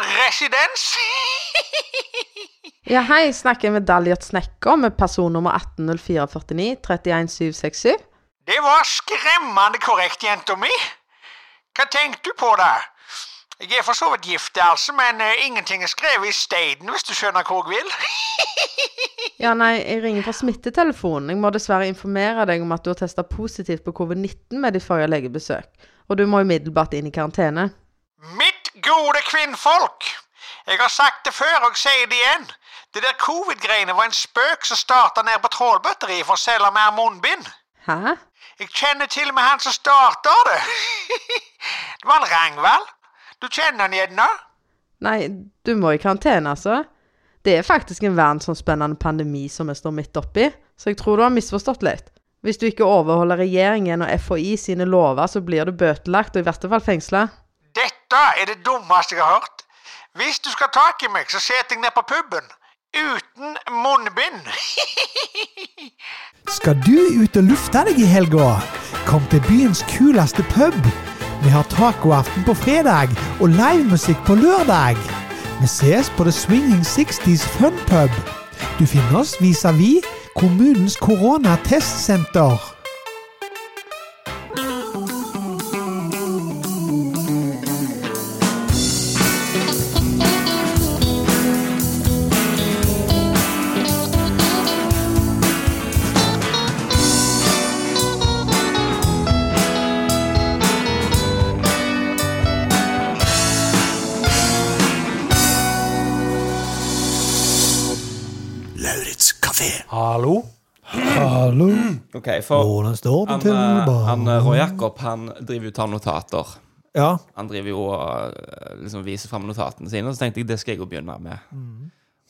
presidents! Ja, hei, snakker jeg med Daljot Snekker med personnummer 180449 31767. Det var skremmende korrekt, jenta mi. Hva tenkte du på, da? Jeg er for så vidt gift, altså, men eh, ingenting er skrevet i steinen, hvis du skjønner hvor jeg vil. Ja, nei, jeg ringer fra smittetelefonen. Jeg må dessverre informere deg om at du har testa positivt på covid-19 med ditt forrige legebesøk, og du må umiddelbart inn i karantene. Mitt gode kvinnfolk! Jeg har sagt det før, og jeg sier det igjen. Det der covid-greiene var en spøk som starta ned på trålbøtteriet for å selge mer munnbind. Hæ? Jeg kjenner til og med han som starta det. Det var en Rangvald. Du kjenner han gjerne? Nei, du må i karantene, altså. Det er faktisk en verdensomspennende pandemi som vi står midt oppi, så jeg tror du har misforstått litt. Hvis du ikke overholder regjeringen og FHI sine lover, så blir du bøtelagt og i verste fall fengsla. Dette er det dummeste jeg har hørt. Hvis du skal ha tak i meg, så setter jeg ned på puben. Uten munnbind. Skal du ut og lufte deg i helga? Kom til byens kuleste pub. Vi har tacoaften på fredag og livemusikk på lørdag. Vi ses på The Swinging Sixties Fun Pub. Du finner oss vis-à-vis kommunens koronatestsenter. Lauritz kafé. Hallo? Hallo, Ok, for hvordan står det han, til? eh, barn? han eh, Roy Jakob han driver jo og tar notater. Ja, Han driver jo og eh, liksom viser fram notatene sine, og så tenkte jeg det skal jeg jo begynne med.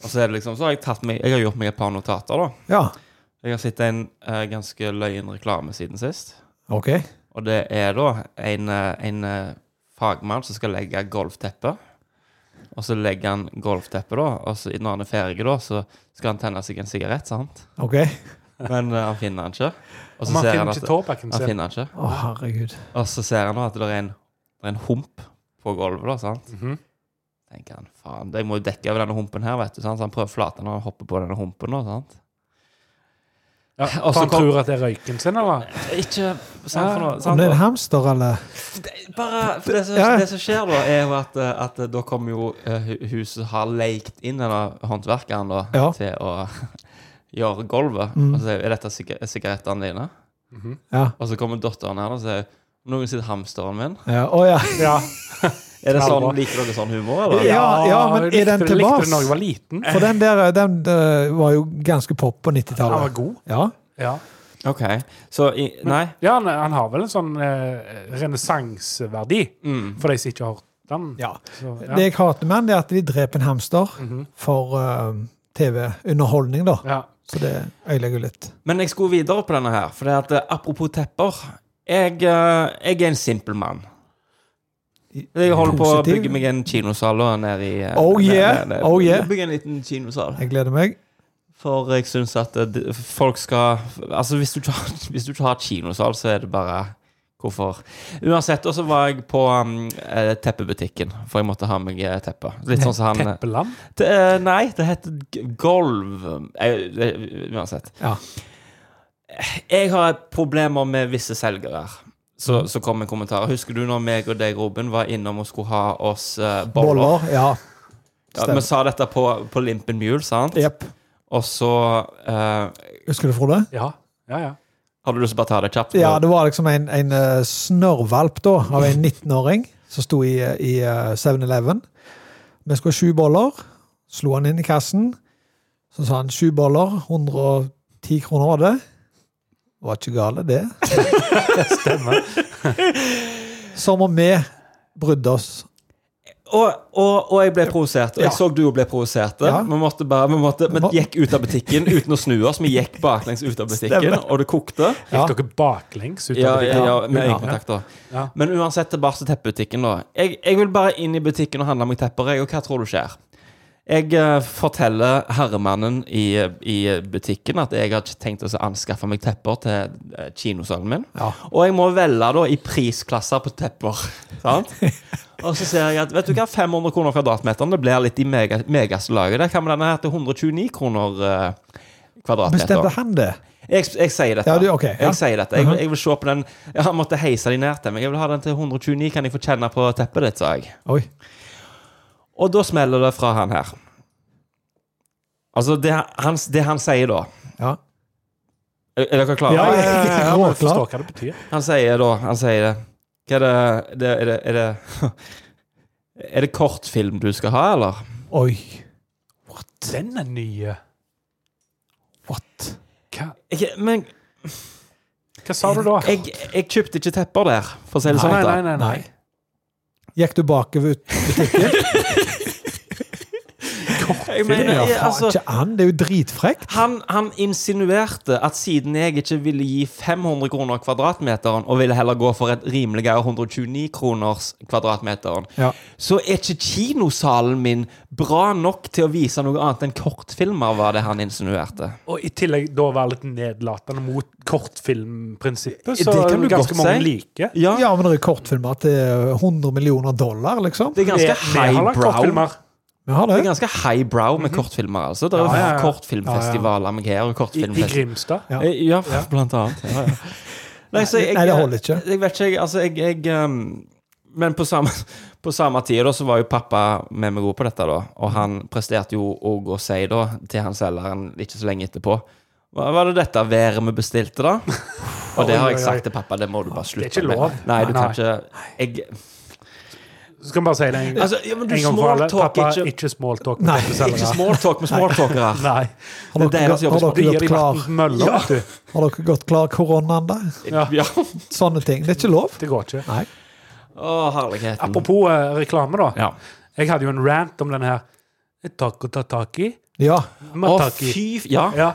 Og så er det liksom, så har jeg tatt meg, jeg har gjort meg et par notater, da. ja. Jeg har sett en eh, ganske løyen reklame siden sist. Ok. Og det er da en, eh, en eh, fagmann som skal legge golfteppe. Og så legger han golfteppet, da, og så når han er ferdig, da, så skal han tenne seg en sigarett, sant? ok. Men eh, han finner han ikke. Og Om så han ser finner han ikke at tobakken han sin. finner han ikke. Å, herregud. Og så ser han da at det er en, det er en hump på gulvet, da, sant? Mhm. tenker han, faen, jeg må jo dekke over denne humpen her, vet du, sant? så han prøver å flate når han hopper på denne humpen nå, sant? Ja, Og for så han kom- tror at det er røyken sin, eller? Ikke sant, for noe, Om sant? det er en hamster eller Det- Bare, for det, som, Ja. det som skjer da, er jo at, eh, at da kommer jo eh, hu- huset har leikt inn denne håndverkeren da, Ja. til å gjøre gulvet, Mm. Mhm. og så sier jeg, er dette siga- sigarettene dine? Ja. Og så kommer dotteren her og sier, noen sitter hamsteren min. ja. Å ja. Ja. Er det sånn, Knallbra. liker dere sånn humor, eller? Ja, ja, men jeg er den likte- Likte tilbake? den da jeg var liten. For den der den, eh, var jo ganske pop på Han var 90-tallet. god. Ja. Ja, Ok, så, i, nei. ja han, han har vel en sånn eh, renessanseverdi, Mm. for de som ikke har hørt den. ja. Så, ja. Det jeg hater med han, det er at de dreper en hamster Mhm. for eh, TV-underholdning, da. ja. Så det ødelegger jo litt. Men jeg skulle videre på denne her, for det at, eh, apropos tepper jeg, eh, jeg er en simpel mann. Jeg holder på å Positiv. bygge meg en kinosal da, nede i eh, Oh yeah, nede- nede- oh yeah. Bygge en liten kinosal. Jeg gleder meg. For jeg syns at eh, de- folk skal Altså, hvis du ikke har, hvis du ikke har kinosal, så er det bare Hvorfor? Uansett, og så var jeg på um, eh, teppebutikken, for jeg måtte ha meg eh, teppe. Litt sånn som han eh, Teppeland? det, eh, nei, det heter g- golv Eh, eh, Uansett. Ja. Jeg har problemer med visse selgere. Så, så kom en kommentar. Husker du når meg og deg, Robin, var innom og skulle ha oss eh, boller? Boller. Ja. Ja, vi sa dette på, på Limpen Mule, sant? Jepp. Og så eh, Husker du, Frode? Ja. Ja, ja. Har du lyst til å bare ta det kjapt? Ja, det var liksom en, en eh, snørrvalp da, av en 19-åring som sto i, i eh, 7-Eleven. Vi skulle ha sju boller. Slo han inn i kassen. Så sa han sju boller, 110 kroner var det. Var ikke gale, det. Stemmer. Som om vi brydde oss. Og, og, og jeg ble provosert. Og jeg Ja. så du jo ble provosert. Ja. Vi måtte bare, vi måtte, vi Må- gikk ut av butikken uten å snu oss. Vi gikk baklengs ut av butikken, Stemmer. og det kokte. Ja. Gikk dere baklengs ut av Ja, butikken? ja, ja, med Ja. øyekontakt, da. Ja. Men uansett tilbake til teppebutikken, da. Jeg, jeg vil bare inn i butikken og handle meg tepper, jeg, og hva tror du skjer? Jeg eh, forteller herremannen i, i butikken at jeg har tenkt å anskaffe meg tepper til eh, kinosalen min. Ja. Og jeg må velge da i prisklasser på tepper. Sant? Og så ser jeg at vet du hva, 500 kroner kvadratmeteren det blir litt i mega, megaslaget. Der kan vi denne her til 129 kroner eh, kvadratmeter. Bestemte han det? Jeg, jeg sier dette. Ja, du- ok, ja. Jeg sier dette. Jeg, jeg vil se på den Jeg har måttet heise de ned til meg. Jeg vil ha den til 129. Kan jeg få kjenne på teppet ditt, sa jeg. Oi. Og da smeller det fra han her. Altså, det han, det han sier da Ja. Er er dere klare? Ja, ja, ja, ja, ja, men jeg Råklar. forstår hva det betyr. Han sier da Han sier det. Hva er det, det, er, det, er, det er det kortfilm du skal ha, eller? Oi. Den er nye. What? Hva, Jeg, men hva sa du da? jeg, jeg kjøpte ikke tepper der, for å si det sånn. nei, da. nei, nei, nei. Nei. Gikk du bakover ut butikken? Jeg mener, Ja, jeg, faen altså, ikke an. Det er jo dritfrekt. han, han insinuerte at siden jeg ikke ville gi 500 kroner kvadratmeteren, og ville heller gå for et rimeligere 129 kroners kvadratmeteren, Ja. så er ikke kinosalen min bra nok til å vise noe annet enn kortfilmer, var det han insinuerte. Og i tillegg da være litt nedlatende mot kortfilmprinsippet, Det så det kan du ganske godt mange si. liker. Ja, Ja, men det er kortfilmer til 100 millioner dollar, liksom. det er Vi- ganske vi har lagt highbrow. kortfilmer. Vi har Det er det. ganske highbrow med kortfilmer, altså. Det er Mhm. Ja, ja, ja. kortfilmfestivaler med greier. og I, I kortfilmfest- Grimstad. Ja. Eh, Ja, blant annet. Ja, ja. Nei, så jeg, Nei, det holder ikke. Jeg vet ikke, jeg, altså jeg, jeg um, Men på samme, på samme tid da, så var jo pappa med meg god på dette, da. Og han presterte jo òg å si da, til han selgeren ikke så lenge etterpå Hva var det dette været vi bestilte, da? Og det har jeg Oi, oi, oi. sagt til pappa, det må du bare slutte ikke lov. med. Nei, du Nei, kan ikke jeg, Så skal vi bare si det en, Altså, ja, men du en gang for alle. smalltalker Pappa, ikke- ikke smalltalk Nei, med Ikke kortselgere. smalltalk med smalltalkere. Nei. Har Det er dere, deres jobb å har De dere gir gått de klar, vann møller, Ja. vet du. har dere gått klar koronaen der? Ja. Ja. Sånne ting. Det er ikke lov. Det går ikke. Nei. Å, herligheten. Apropos eh, reklame, da. Ja. Jeg hadde jo en rant om den her. Et tak å ta tak i. Ja. Å, Mataki. fy f- Ja, Ja.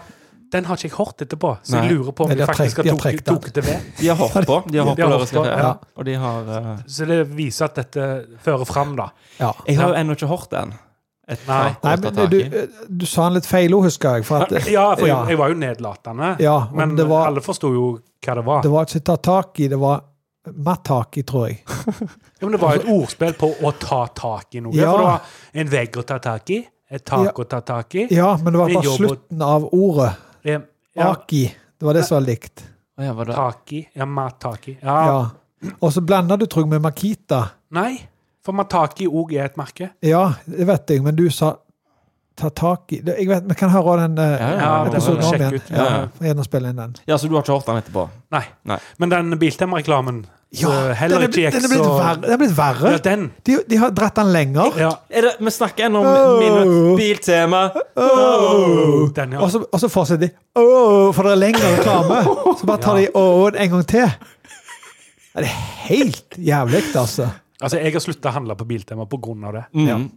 Den har ikke jeg hørt etterpå, så Nei. jeg lurer på om Nei, de de har faktisk trekt- har de har tok, trekt den. tok det ved. de har holdt på. De har holdt De på har holdt på, lørdagscafé. ja. Ja. Og de har eh, Så det viser at dette fører fram, da. ja. Jeg har jo ennå ikke hørt den. Et Nei. tak å Nei, ta men tak du, i. du sa han litt feil òg, husker jeg. For at, Ja, for jeg, Ja. jeg var jo nedlatende, Ja, om men det var- alle forsto jo hva det var. det var ikke ta tak i, det var matt-tak i, tror jeg. Ja, men det var et ordspill på å ta tak i noe. Altså- Ja. For det var en vegg å ta tak i, et tak å ta tak i. Ja, men det var Det er bare jobb å- slutten av ordet. Ja. Ja, Aki. Det var det som var likt. Å, ja, var det? tak i. Ja, mataki. Ja. Ja. Og så blanda du, tror jeg, med Makita. Nei, for mataki òg er et merke. Ja, det vet jeg, men du sa ta tak i det, Jeg vet, Vi kan høre den eh, Ja, Ja, det det var får episoden du det. om sjekke igjen. ut. Ja, Ja, ja. Gjerne spille inn den. ja, så du har ikke hørt den etterpå? Nei. Nei. Men den Biltema-reklamen Ja, så den heller er, blitt- ikke den er gikk blitt så verre. Den er blitt verre. Ja, den. De, de har dratt den lenger. Ja. Er det, vi snakker ennå om Åh. minutt, biltema Den, ja. Og så, og så fortsetter de åh, for det er lengre reklame. Så bare tar de åh en gang til. Ja, Det er helt jævlig, altså. Altså, jeg har slutta å handle på Biltema pga. det. Mm.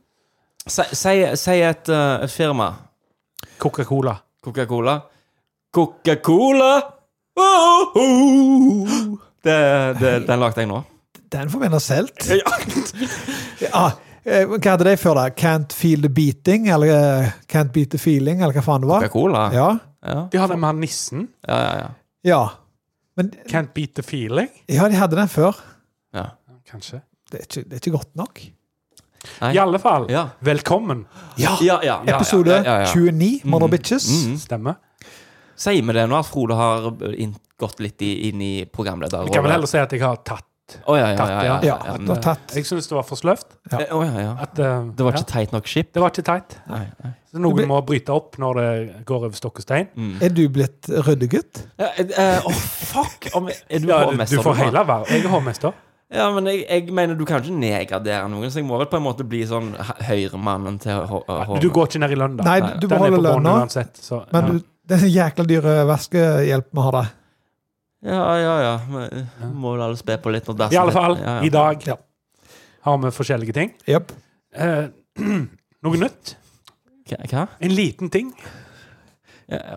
Si, si, si et eh, firma. Coca-Cola. Coca-Cola. Coca-Cola! Åh, åh. Det, det, den lagde jeg nå. Den får vi nå solgt. Ja. Ja, eh, hva hadde de før, da? Can't feel the beating? Eller eh, Can't beat the feeling? Eller hva faen det var? Coca-Cola? Ja. Ja. Ja, De har den med han nissen. ja, ja. ja. Men Can't beat the feeling. ja, de hadde den før. ja. Kanskje. Det er ikke, det er ikke godt nok. Nei. I alle fall, Ja. velkommen. Ja! ja, ja, ja, Episode ja, ja, ja. 29, Mother Bitches. Mm. Stemmer. Sier vi det nå, at Frode har inn- gått litt i, inn i programlederrollen? Vi kan vel heller si at jeg har tatt. Å, ja, ja, ja, ja, Tatt, Ja, ja, at du men- har tatt Eh, Jeg syns det var for sløvt. Ja. Eh, å, ja, ja. At, eh, Det var ikke ja, teit nok skip? det var ikke teit. Nei, nei. Så noen Det ble- må bryte opp når det går over stokk og stein. mm. Er du blitt ryddegutt? Ja, eh, Å, fuck! Om, er du Ja, du, hovmester? du får da? hele verden. Jeg er hovmester. Ja, men jeg, jeg mener du kan ikke nedgradere noen, så jeg må vel på en måte bli sånn h- høyremannen til h- h- Du går ikke ned i lønn, da. Nei, nei, du Den er på beholder bånn lønna, uansett, så- men ja. du, det er en jækla dyre vaskehjelp vi har der. Ja, ja, ja. Men, eh, må vel alle spe på litt når dassen I alle fall, litt- ja, ja. i dag Ja. har vi forskjellige ting. Jep. Eh, noe nytt. Hva? Hva? En liten ting.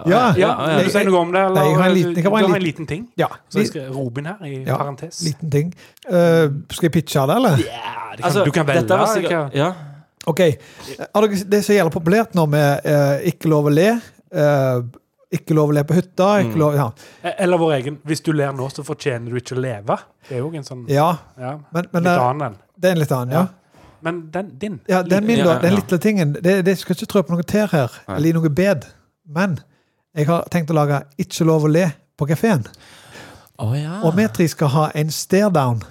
Ja. Ja, Vil du si noe om det? Eller? Nei, jeg har en liten- jeg du har bare en har en liten ting. Ja, Så jeg li- skrev Robin her, i Ja, parentes. liten ting. Eh, skal jeg pitche det, eller? Ja, det kan, Altså, du kan velge. dette var jeg kan- sikkert, ja. OK. Har dere- Det som gjelder populært nå med eh, ikke lov å le eh, Ikke lov å le på hytta ikke Mm. lov, ja. Eller vår egen. Hvis du ler nå, så fortjener du ikke å leve. Det er jo en sånn ja, ja, men, men litt eh, annen enn. Det er en litt annen, ja. Men den, din Ja, Den min, Ja, da. ja, Den ja. lille tingen. Det, det skal ikke trå på noe ter her, Nei. eller i noe bed. Men jeg har tenkt å lage Ikke lov å le på kafeen. Å ja. Og vi tre skal ha en stare-down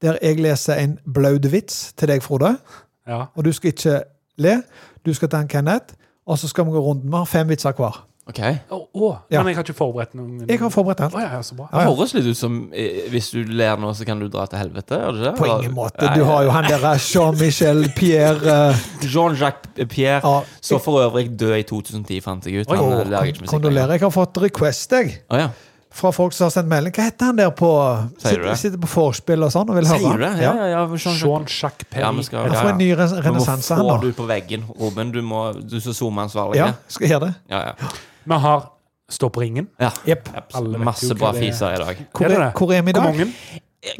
der jeg leser en blaud vits til deg, Frode. Ja. Og du skal ikke le. Du skal ta en Kenneth. Og så skal vi gå runden. Vi har fem vitser hver. OK. Å, å, Ja. Men jeg har ikke forberedt noen Jeg har forberedt alt. Å, ja, ja, så bra. Ja, Det ja. høres litt ut som eh, hvis du ler nå, så kan du dra til helvete? Er det ikke det? På ingen måte. Du har jo han derre Jean-Michel Pierre eh, Jean-Jacques Pierre, ja, så for øvrig død i 2010, fant jeg ut. Oi, Han eh, lager ikke musikk lenger. Kondolerer. Jeg har fått request jeg, Å ja. fra folk som har sendt melding. Hva heter han der på Sier du Sitter, det? sitter på vorspiel og sånn og vil høre. Sier du det? Ja. Ja, ja, ja. Jean-Jacques Jean-Jacques Perry. Ja, vi skal- Han får en ny ren- renessanse, Du han må få da. det ut på veggen, Robin. Du, må, du er så SoMe-ansvarlig. Ja, skal jeg gjøre det? Ja, ja. Vi har Stå på ringen. ja. Jepp. Japs. Alle vet jo Masse hva bra det er. fiser i dag. Hvor, Er det er- det? hvor er vi i Hvor dag? mange?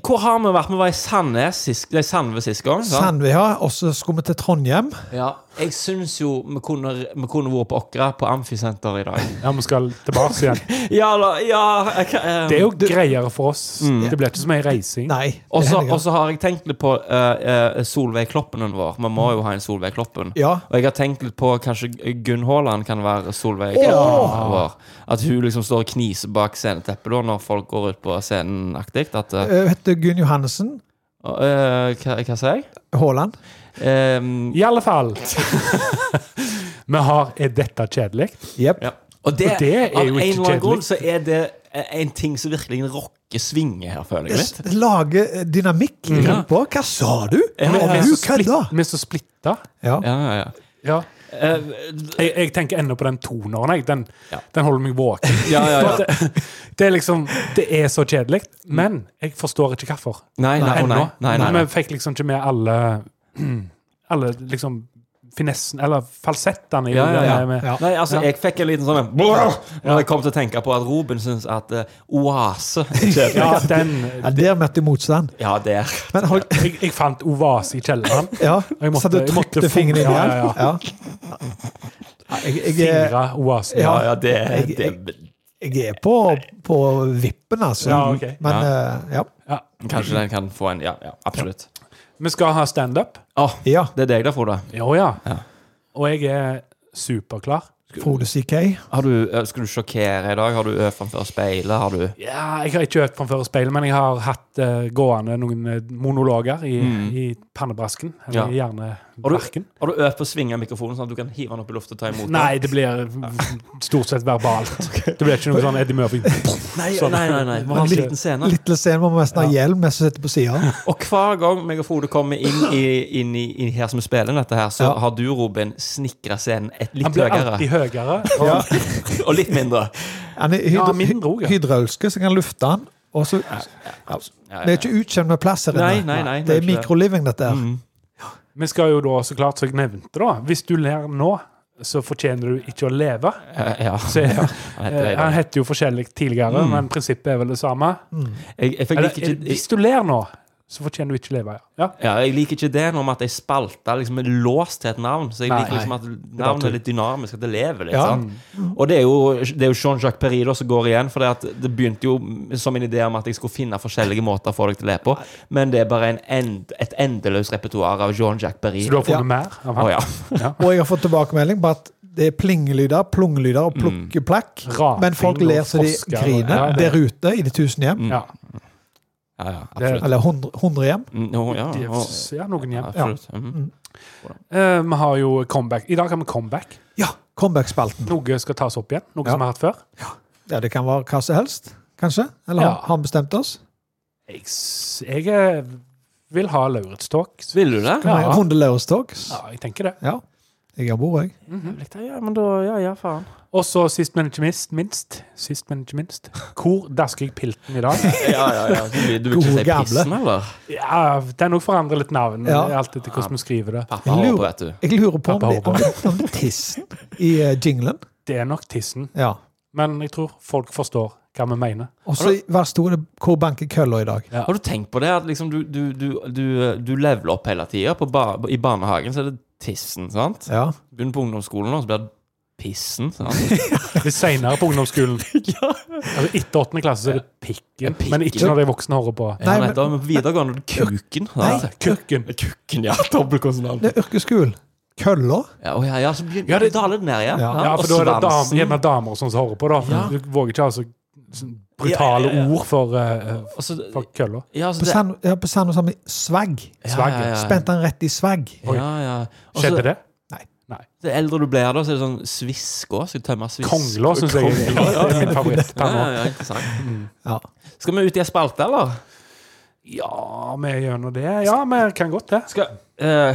Hvor har vi vært? Vi var i Sandnes sist, nei, Sandve sist gang. sant? Sandvi har, og så skulle vi til Trondheim. Ja. Jeg syns jo vi kunne, vi kunne vært på Åkra, på Amfisenter i dag. Ja, vi skal tilbake igjen. Ja, la, ja jeg, kan- eh, Det er jo greiere for oss. Mm. Det blir ikke så mye reising. Nei. det Og så hender ikke. og så har jeg tenkt litt på eh, eh, Solveig Kloppenen vår. Vi må jo ha en Solveig Kloppen. Ja. Og jeg har tenkt litt på kanskje Gunn Haaland kan være Solveig Kloppen vår. At hun liksom står og kniser bak sceneteppet da, når folk går ut på scenen aktig. At eh, Eh, Heter Gunn Johannessen. eh, hva, hva sier jeg? Haaland. Ehm, I alle fall. Vi har Er dette kjedelig? Jepp. ja. Og det, Og det er av jo en ikke eller annen grunn kjedelig. så er det en ting som virkelig rocker svinget her, føler jeg litt. Mm. Lage eh, dynamikk i gruppa. Hva sa du? Ja, Og Vi vi er så kødda! splitt- vi er så splitta. Ja. Ja, ja, ja. Ja. Eh, Jeg, jeg tenker ennå på den toneren. Jeg. Den, Ja. den holder meg våken. ja, ja, ja. Det, det er liksom Det er så kjedelig, men jeg forstår ikke hvorfor. Nei, nei, Mm. å, nei, Ennå. nei, nei, nei. Vi fikk liksom ikke med alle Alle liksom finessen Eller falsettene i Ja, ja, ja. det med- Ja. Nei, altså, jeg fikk en liten sånn en brrr, Når jeg kom til å tenke på at Robin syns at eh, Oase er kjedelig. Ja, den ja, Der møtte jeg motstand. Ja, der. Men hold, jeg, jeg fant Ovase i kjelleren. ja, Jeg måtte- så du jeg måtte trykte få- fingeren inn Ja, igjen? ja, ja. Ja, Jeg, jeg, er- Fingra Oasen. Ja, Ja. ja, det, Jeg- det jeg er på, på vippen, altså. Ja, ok. Men eh, ja. Kanskje den kan få en Ja, ja absolutt. Vi skal ha standup. Å, Ah, ja. det er deg da, Frode. Jo ja. Ja. Og jeg er superklar. Frode CK. Har du, eh, skal du sjokkere i dag? Har du øvd framfor speilet? Har du Ja, jeg har ikke øvd framfor speilet, men jeg har hatt eh, gående noen eh, monologer i, i pannebrasken. Mm. Ja. Eller Har du- hjernebarken. Har du øvd på å svinge mikrofonen sånn at du kan hive den opp i lufta og ta imot den? Nei, det blir stort sett verbalt. Det blir ikke noe sånn Eddie Murphy. nei, sånn. nei, nei, nei. Vi har en Litt- liten scene. Little Sen må vi nesten ha hjelm mens vi sitter på sida. Og hver gang meg og Frode kommer inn, i, inn, i, inn her som vi spiller dette her, så Ja. har du, Robin, snikra scenen et Han litt blir høyere. alltid høyere. Og, Ja. Og litt mindre. Han er Ja, hydro, mindre også, ja. hydraulske, så jeg kan lufte han. Og så, Ja, det er ikke utkjent med plass her inne. Nei, nei, nei, det det er er ikke det. Mm, mikroliving, dette her. Vi skal jo da, så klart som jeg nevnte, da Hvis du ler nå, så fortjener du ikke å leve. Eh, Ja. Så, ja. Han heter eh, Reidar. Han hette jo forskjellig tidligere, men prinsippet er vel det samme. Jeg, jeg, fikk Eller, Mm. liker ikke, jeg, hvis du ler nå, så fortjener du ikke å leve. Ja. Ja. ja, jeg liker ikke det noe med at jeg spalter liksom, er låst til et navn. Så jeg Nei, liker liksom at tull. navnet er litt dynamisk, at det lever litt. Ja. sant? Og det er jo, det er jo Jean-Jacques Perry da som går igjen, for det, at det begynte jo som en idé om at jeg skulle finne forskjellige måter å få deg til å le på, men det er bare en end, et endeløst repertoar av Jean-Jacques Perry. Så du har Ja. funnet mer av Å, han? ja. Og jeg har fått tilbakemelding på at det er plingelyder, plungelyder Mm. og plukkeplakk. Raping Men folk ler så de og frosker og- griner Ja, ja. der ute i de tusen hjem. Ja. Ja, ja, Det- absolutt. Eller hundre, hundre hjem. Mm, å, ja, De å, ja, noen hjem. absolutt. Mhm. Eh, vi har jo comeback. I dag har vi comeback. Ja, comeback-spalten. Noe skal tas opp igjen. Noe Ja. som vi har hatt før. Ja, det kan være hva som helst, kanskje? Eller Ja. har- har han bestemt oss? Jeg, s- jeg eh, vil ha Lauritz Talks. Vil du det? Ja. Ja. Runde Laurstalks? Ja, jeg tenker det. Ja. Jeg har bord, jeg. Ja, men da Ja, ja, faen. Og så sist, men ikke minst, minst Sist, men ikke minst. Hvor dasker jeg pilten i dag? Ja, ja, ja. Du, du vil Gode ikke si gamle. pissen, eller? Ja, Den òg forandrer litt navn. Ja. Alt etter hvordan vi skriver det. Pappa har Lur. på, vet du. Jeg lurer på om Pappa det, om det, om det er tissen i eh, jinglen. Det er nok tissen, Ja. men jeg tror folk forstår hva vi mener. Og så hva sto det 'Hvor banker kølla' i dag? Ja. Har du tenkt på det? At liksom du, du, du, du, du leveler opp hele tida. Ba I barnehagen så er det tissen, sant? Ja. Begynner på ungdomsskolen, nå, så blir det pissen. sant? Det er senere på ungdomsskolen. altså Etter åttende klasse så er det pikken. Pikken. Men ikke når de voksne hører på. Altså, Ja, Nei, nei, da er vi på videregående. Kuken. Nei. da. Kukken. Kuken, ja. Dobbeltkonsonant. Det er yrkesskolen. Køller. Ja, å ja, ja, så begynner Ja, det det- å dale ned, ja. Ja. Ja, for da er det dam, gjerne damer og sånn som hører på, da. Ja. Du våger ikke ha så sånn brutale Ja, ja, ja. ord for, eh, Og så- for kølla. ja, så På det- Sand- ja, på Sand og Sammen. Svagg. Svagg. Ja, ja, ja. Spente han rett i svagg. Oi. Ja, ja. Og så Skjedde det? det eldre du blir, da, så er det sånn svisk også, Skal du tømme svisk? Kongla, syns jeg er er min Ja, ja, favorittterm. ja, interessant. Ja. Skal vi ut i en spalte, eller? Ja, vi er gjennom det. Ja, vi kan godt det. Skal, eh,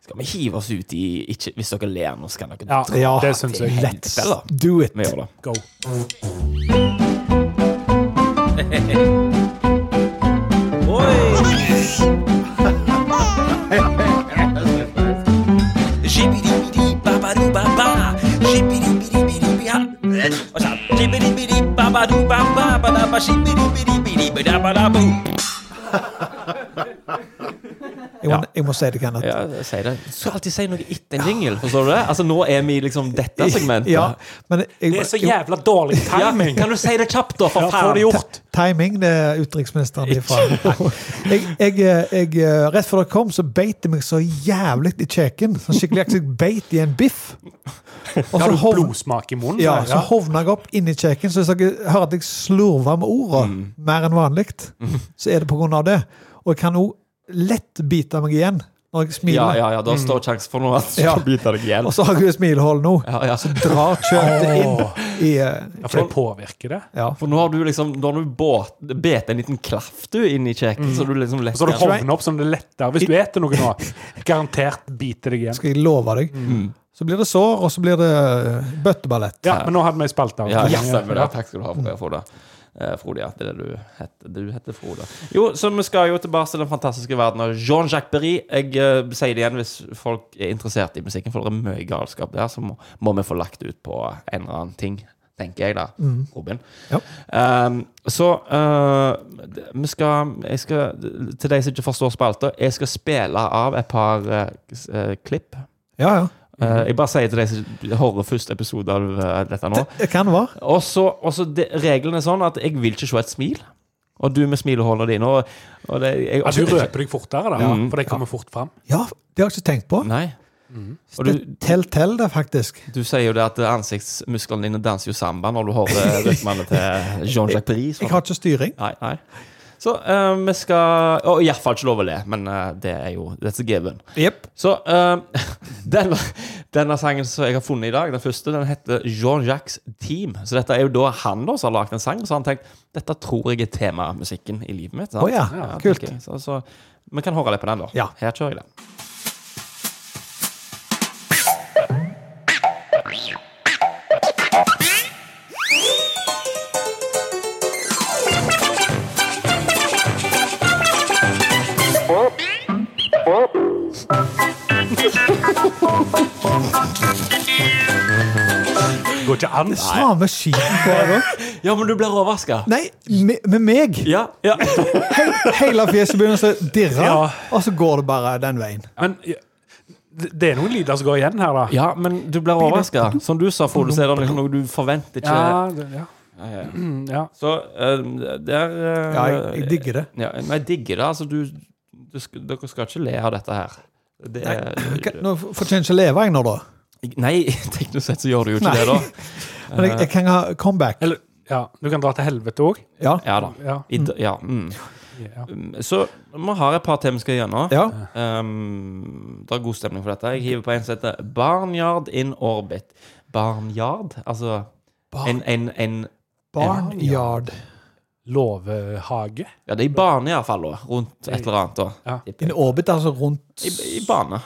skal vi hive oss ut i ikke, Hvis dere ler nå, så kan dere Ja, Ja. det syns jeg. Let's do it. Vi gjør det. Go. Jeg må, jeg må si det, Kenneth. Ja, si det. Du skal alltid si noe etter en jingle, forstår du det? Altså, nå er vi i liksom dette segmentet. Ja, men jeg, Det er så jeg- jævla dårlig Ja, timing! kan du si det kjapt, da, for Ja, få det faen? gjort. Timing, det er utenriksministeren ifra. Jeg, jeg, eh, jeg, rett før dere kom, så beit det meg så jævlig i kjeken. Sånn skikkelig aktivt beit i en biff. Og Har så, du hov, blodsmak i munnen? ja, Ja. så hovna jeg opp inni kjeken, så hvis dere hører at jeg slurver med ordene Mm. mer enn vanlig, så er det på grunn av det. Og jeg kan òg lett bite meg igjen når jeg Ja, smiler. ja, ja, da står sjansen for noe at du Ja. skal bite deg igjen. Og så har jeg jo et smilehull nå. Ja, ja, så Drar kjøttet inn i eh, Ja, for det påvirker det. Ja. For nå har du liksom Nå har du båt, bet en liten klaff du inn i kjeken, så du liksom lett Mm. Så du kan- hovner opp som det er lettere. Hvis du eter noe nå, garantert biter deg igjen. Skal jeg love deg. Mm. Så blir det sår, og så blir det eh, bøtteballett. Ja, men nå hadde vi en spalte. Ja, ja, stemmer det. Takk skal du ha for det, Frode. Eh, Frode, ja. Det er det du heter. Du heter Frode. Jo, så vi skal jo tilbake til den fantastiske verden av Jean-Jacques Berry. Jeg eh, sier det igjen hvis folk er interessert i musikken, for det er mye galskap der, så må, må vi få lagt ut på en eller annen ting, tenker jeg da, Robin. Ja. Ehm, så eh, det- vi skal, jeg skal Til de som ikke forstår spalta, jeg skal spille av et par eh, s- eh, klipp. Ja, ja. Eh, jeg bare sier til de som hører første episode av eh, dette nå. Det, det kan være. Og så, og så det, reglene er sånn at jeg vil ikke se et smil. Og du med smilehullene dine og, og det, jeg, Ja, du røper deg fortere, da. Ja. For det kommer fort fram. Ja, det har jeg ikke tenkt på. Nei. Og du, Tell, tell det, faktisk. du sier jo det at ansiktsmusklene dine danser jo samba når du hører rytmene til Jean-Jacques Paris. Jeg har ikke styring. Nei, nei. Så eh, vi skal Og iallfall ikke lov å le, men eh, det er jo That's a given. Jepp. Så eh, denne, denne sangen som jeg har funnet i dag, den første, den heter Jean-Jacques Team. Så dette er jo da han da som har lagd en sang, så han tenkt dette tror jeg er temamusikken i livet mitt. sant? Å ja, kult. tenker jeg. Så, så vi kan høre litt på den, da. Ja. Her kjører jeg den. Går ikke an. Samme skiten på her òg. Ja, men du blir overraska. Nei, med, med meg. Ja, ja. Hele fjeset begynner å dirre, Ja. og så går det bare den veien. Men ja, det det er noen lyder som går igjen her, da. ja, men du blir overraska. Som du sa, Frode, så er det liksom noe du forventer ikke. Ja, det, ja. Ja, ja. Mm, ja. Så eh, der eh, Ja, jeg, jeg digger det. Ja, men jeg digger det. Altså, du, du skal, dere skal ikke le av dette her. Det er, Hva- Nå fortjener jeg ikke leve, jeg nå, da. Nei, teknisk sett så gjør du jo ikke Nei. det, da. Men jeg, jeg kan ha comeback. Eller ja, du kan dra til helvete òg. Ja. Ja da. Ja. I, d- ja, mm. ja. Så vi har et par til vi skal gjennom. ja. Um, det er god stemning for dette. Jeg hiver på en som heter Barnyard in Orbit. Barnyard? Altså Ah. en, en, en Barnyard. Låvehage. Ja, det er i bane, iallfall. Rundt et eller annet. Da. Ja. En orbit altså rundt I, I bane.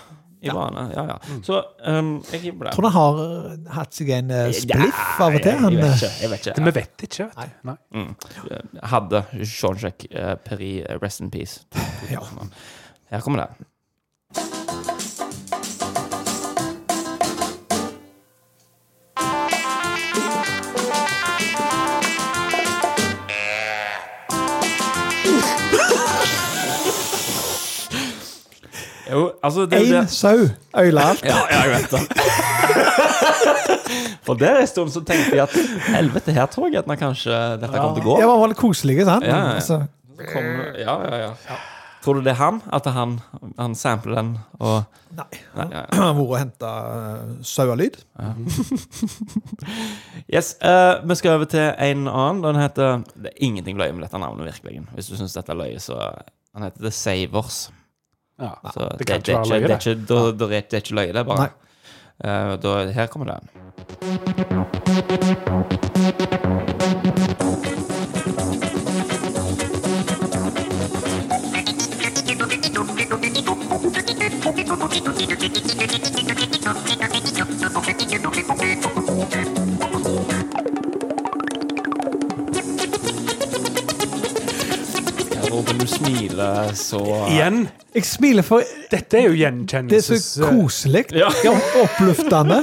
I bane, ja, ja. Så um, jeg hiver på den. Tror han har eh, hatt seg en eh, spliff av og til. Han, Jeg eh, vet ikke. Jeg vet ikke. Vi vet ikke. Vet du. Nei. hadde Jean-Jacques eh, Perry eh, Rest in Peace. Ja. Her kommer det. Jo, altså det, Én det sau øyla alt. eh, ja, ja, jeg vet det. For der en stund så tenkte jeg at helvete, her tror jeg at man kanskje dette kommer til å gå. Det var veldig koselig, sant? Ja, ja. Altså, Så kommer- ja, ja, ja. Tror du det er han? At han, han sampler den? Og, nei. nei, ja, ja. Han har vært og eh, henta sauelyd. Yes, eh, Vi skal over til en annen. Den heter Det er ingenting løye med dette navnet. virkelig Hvis du syns dette er løye, så Han heter The Savers. Ja. Så det kan ikke er være ikke- løye, det. er ikke- Da da er det ikke løye, det er bare Nei. Eh, da, Her kommer det. Ja, Robin, du smiler så Igjen! Jeg smiler, for Dette er jo det er gjenkjennelses... så koselig. eh, Ja. Ja, Oppløftende.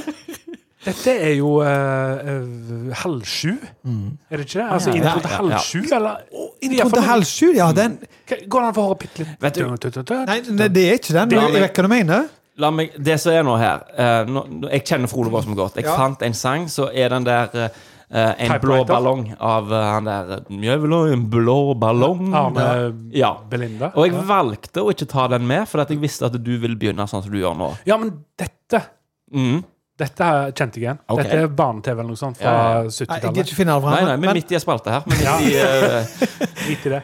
Dette er jo eh, eh, halv sju, er det ikke det? Altså intro til Ja, halv ja. sju, eller? Ja, for Trodde halv sju? Ja, den Kan- Går det an for å høre bitte litt? Vet du- Nei, nei, det er ikke den. Det- men Jeg vet hva du mener. La meg, det som er nå her eh, nå, nå- Jeg kjenner Frode Baasum godt. Jeg Ja. fant en sang så er den der eh, eh, En blå Typewriter. ballong av eh, han der eh, Jeg vil ha en blå ballong. Arne Ja. eh, Belinda? Og jeg valgte å ikke ta den med, for at jeg visste at du ville begynne sånn som du gjør nå. Ja, men dette Mm. Dette her kjente jeg igjen. Ok. Dette er barne-TV eller noe sånt fra Ja, Nei, jeg gidder 70-tallet. ikke finne det Nei, nei, fram. vi er midt i en spalte her. Men Ja. i, eh, Drit i det.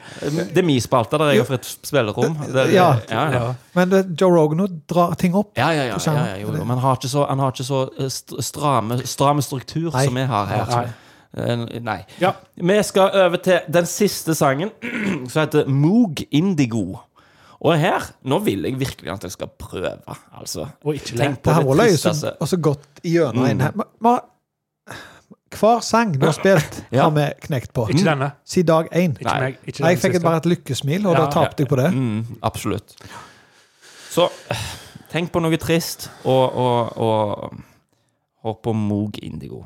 det er min spalte der jeg har fritt spillerom. Der, Ja. Ja, ja. Ja. Men det, Joe Rogan nå drar ting opp. Ja, ja, ja, På ja, skjermen. ja jo, jo. Men han har ikke så, han har ikke så eh, st- stramme, stramme struktur Nei. som vi har her. Nei. Eh, Nei. Ja. Vi skal over til den siste sangen, som heter Moog Indigo. Og her Nå vil jeg virkelig at jeg skal prøve, altså. Og ikke le. Tenk på Det her det altså. var løye som tristeste. også gått igjennom en her. Ma- ma- Hver sang du har spilt, har Ja. vi knekt på. Ikke denne. Siden dag én. Ikke Nei. meg. Ikke Nei, Jeg den fikk siste. bare et lykkesmil, og da Ja. tapte jeg på det. Mm, absolutt. Så eh, tenk på noe trist, og, og, og hør på Moog Indigo.